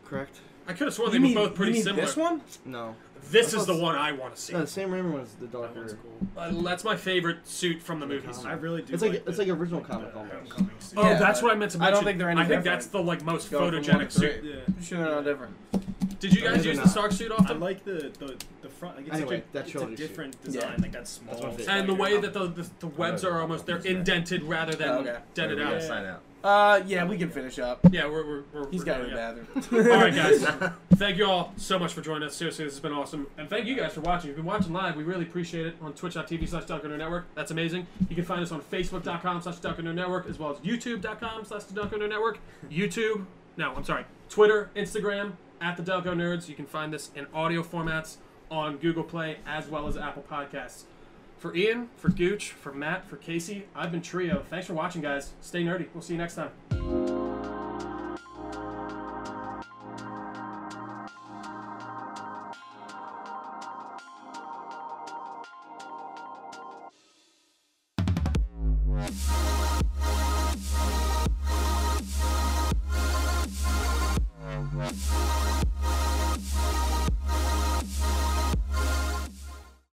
Speaker 5: correct?
Speaker 2: I could have sworn
Speaker 1: You
Speaker 2: they
Speaker 1: mean,
Speaker 2: were both pretty
Speaker 1: you mean
Speaker 2: similar.
Speaker 1: this one?
Speaker 5: No,
Speaker 2: This
Speaker 5: I
Speaker 2: is the
Speaker 5: thought-
Speaker 2: one I want to see.
Speaker 5: no, the Sam Raimi one's the
Speaker 4: That one's
Speaker 5: darker.
Speaker 4: cool.
Speaker 2: Uh, that's my favorite suit from the movies.
Speaker 5: comic.
Speaker 4: I really do.
Speaker 5: It's like-
Speaker 4: like
Speaker 5: it's like original comic
Speaker 4: almost.
Speaker 5: almost.
Speaker 4: Homecoming suit.
Speaker 2: Oh,
Speaker 1: Yeah,
Speaker 2: that's
Speaker 1: but
Speaker 2: what I meant to
Speaker 1: I
Speaker 2: mention.
Speaker 1: don't think they're any
Speaker 2: I think
Speaker 1: different.
Speaker 2: that's the like most
Speaker 1: Going from one
Speaker 2: photogenic
Speaker 1: to three.
Speaker 2: suit.
Speaker 4: Yeah.
Speaker 1: I'm sure they're not different.
Speaker 2: Did you guys
Speaker 5: They're
Speaker 2: use the
Speaker 5: not.
Speaker 2: Stark suit
Speaker 4: I
Speaker 2: often?
Speaker 4: like the the, the front. Like it's
Speaker 5: Anyway,
Speaker 4: such a,
Speaker 5: that
Speaker 4: it's a
Speaker 5: trilogy suit.
Speaker 4: different
Speaker 1: Yeah.
Speaker 4: design. Like that small.
Speaker 5: what I'm saying.
Speaker 2: And the
Speaker 4: spider
Speaker 2: way
Speaker 4: up.
Speaker 2: that the, the, the webs are almost they're
Speaker 3: Yeah.
Speaker 2: indented rather than
Speaker 1: Oh, okay.
Speaker 2: dented
Speaker 3: Wait, we gotta
Speaker 2: out.
Speaker 3: Sign out.
Speaker 1: Uh, yeah, we can finish up.
Speaker 2: Yeah, we're we're, we're
Speaker 1: He's
Speaker 2: we're
Speaker 1: got to
Speaker 2: really up.
Speaker 1: the
Speaker 2: All
Speaker 1: bathroom.
Speaker 2: right, guys. thank you all so much for joining us. Seriously, this has been awesome. And thank you guys for watching. If you've been watching live, we really appreciate it on twitch.tv slash Dunkin' Nerd Network. That's amazing. You can find us on facebook.com slash Dunkin' Nerd Network as well as youtube.com slash The Dunkin' Nerd Network. YouTube, no, I'm sorry, Twitter, Instagram, at The Delco Nerds. You can find this in audio formats on Google Play as well as Apple Podcasts. For Ian, for Gooch, for Matt, for Casey, I've been Trio. Thanks for watching, guys. Stay nerdy. We'll see you next time.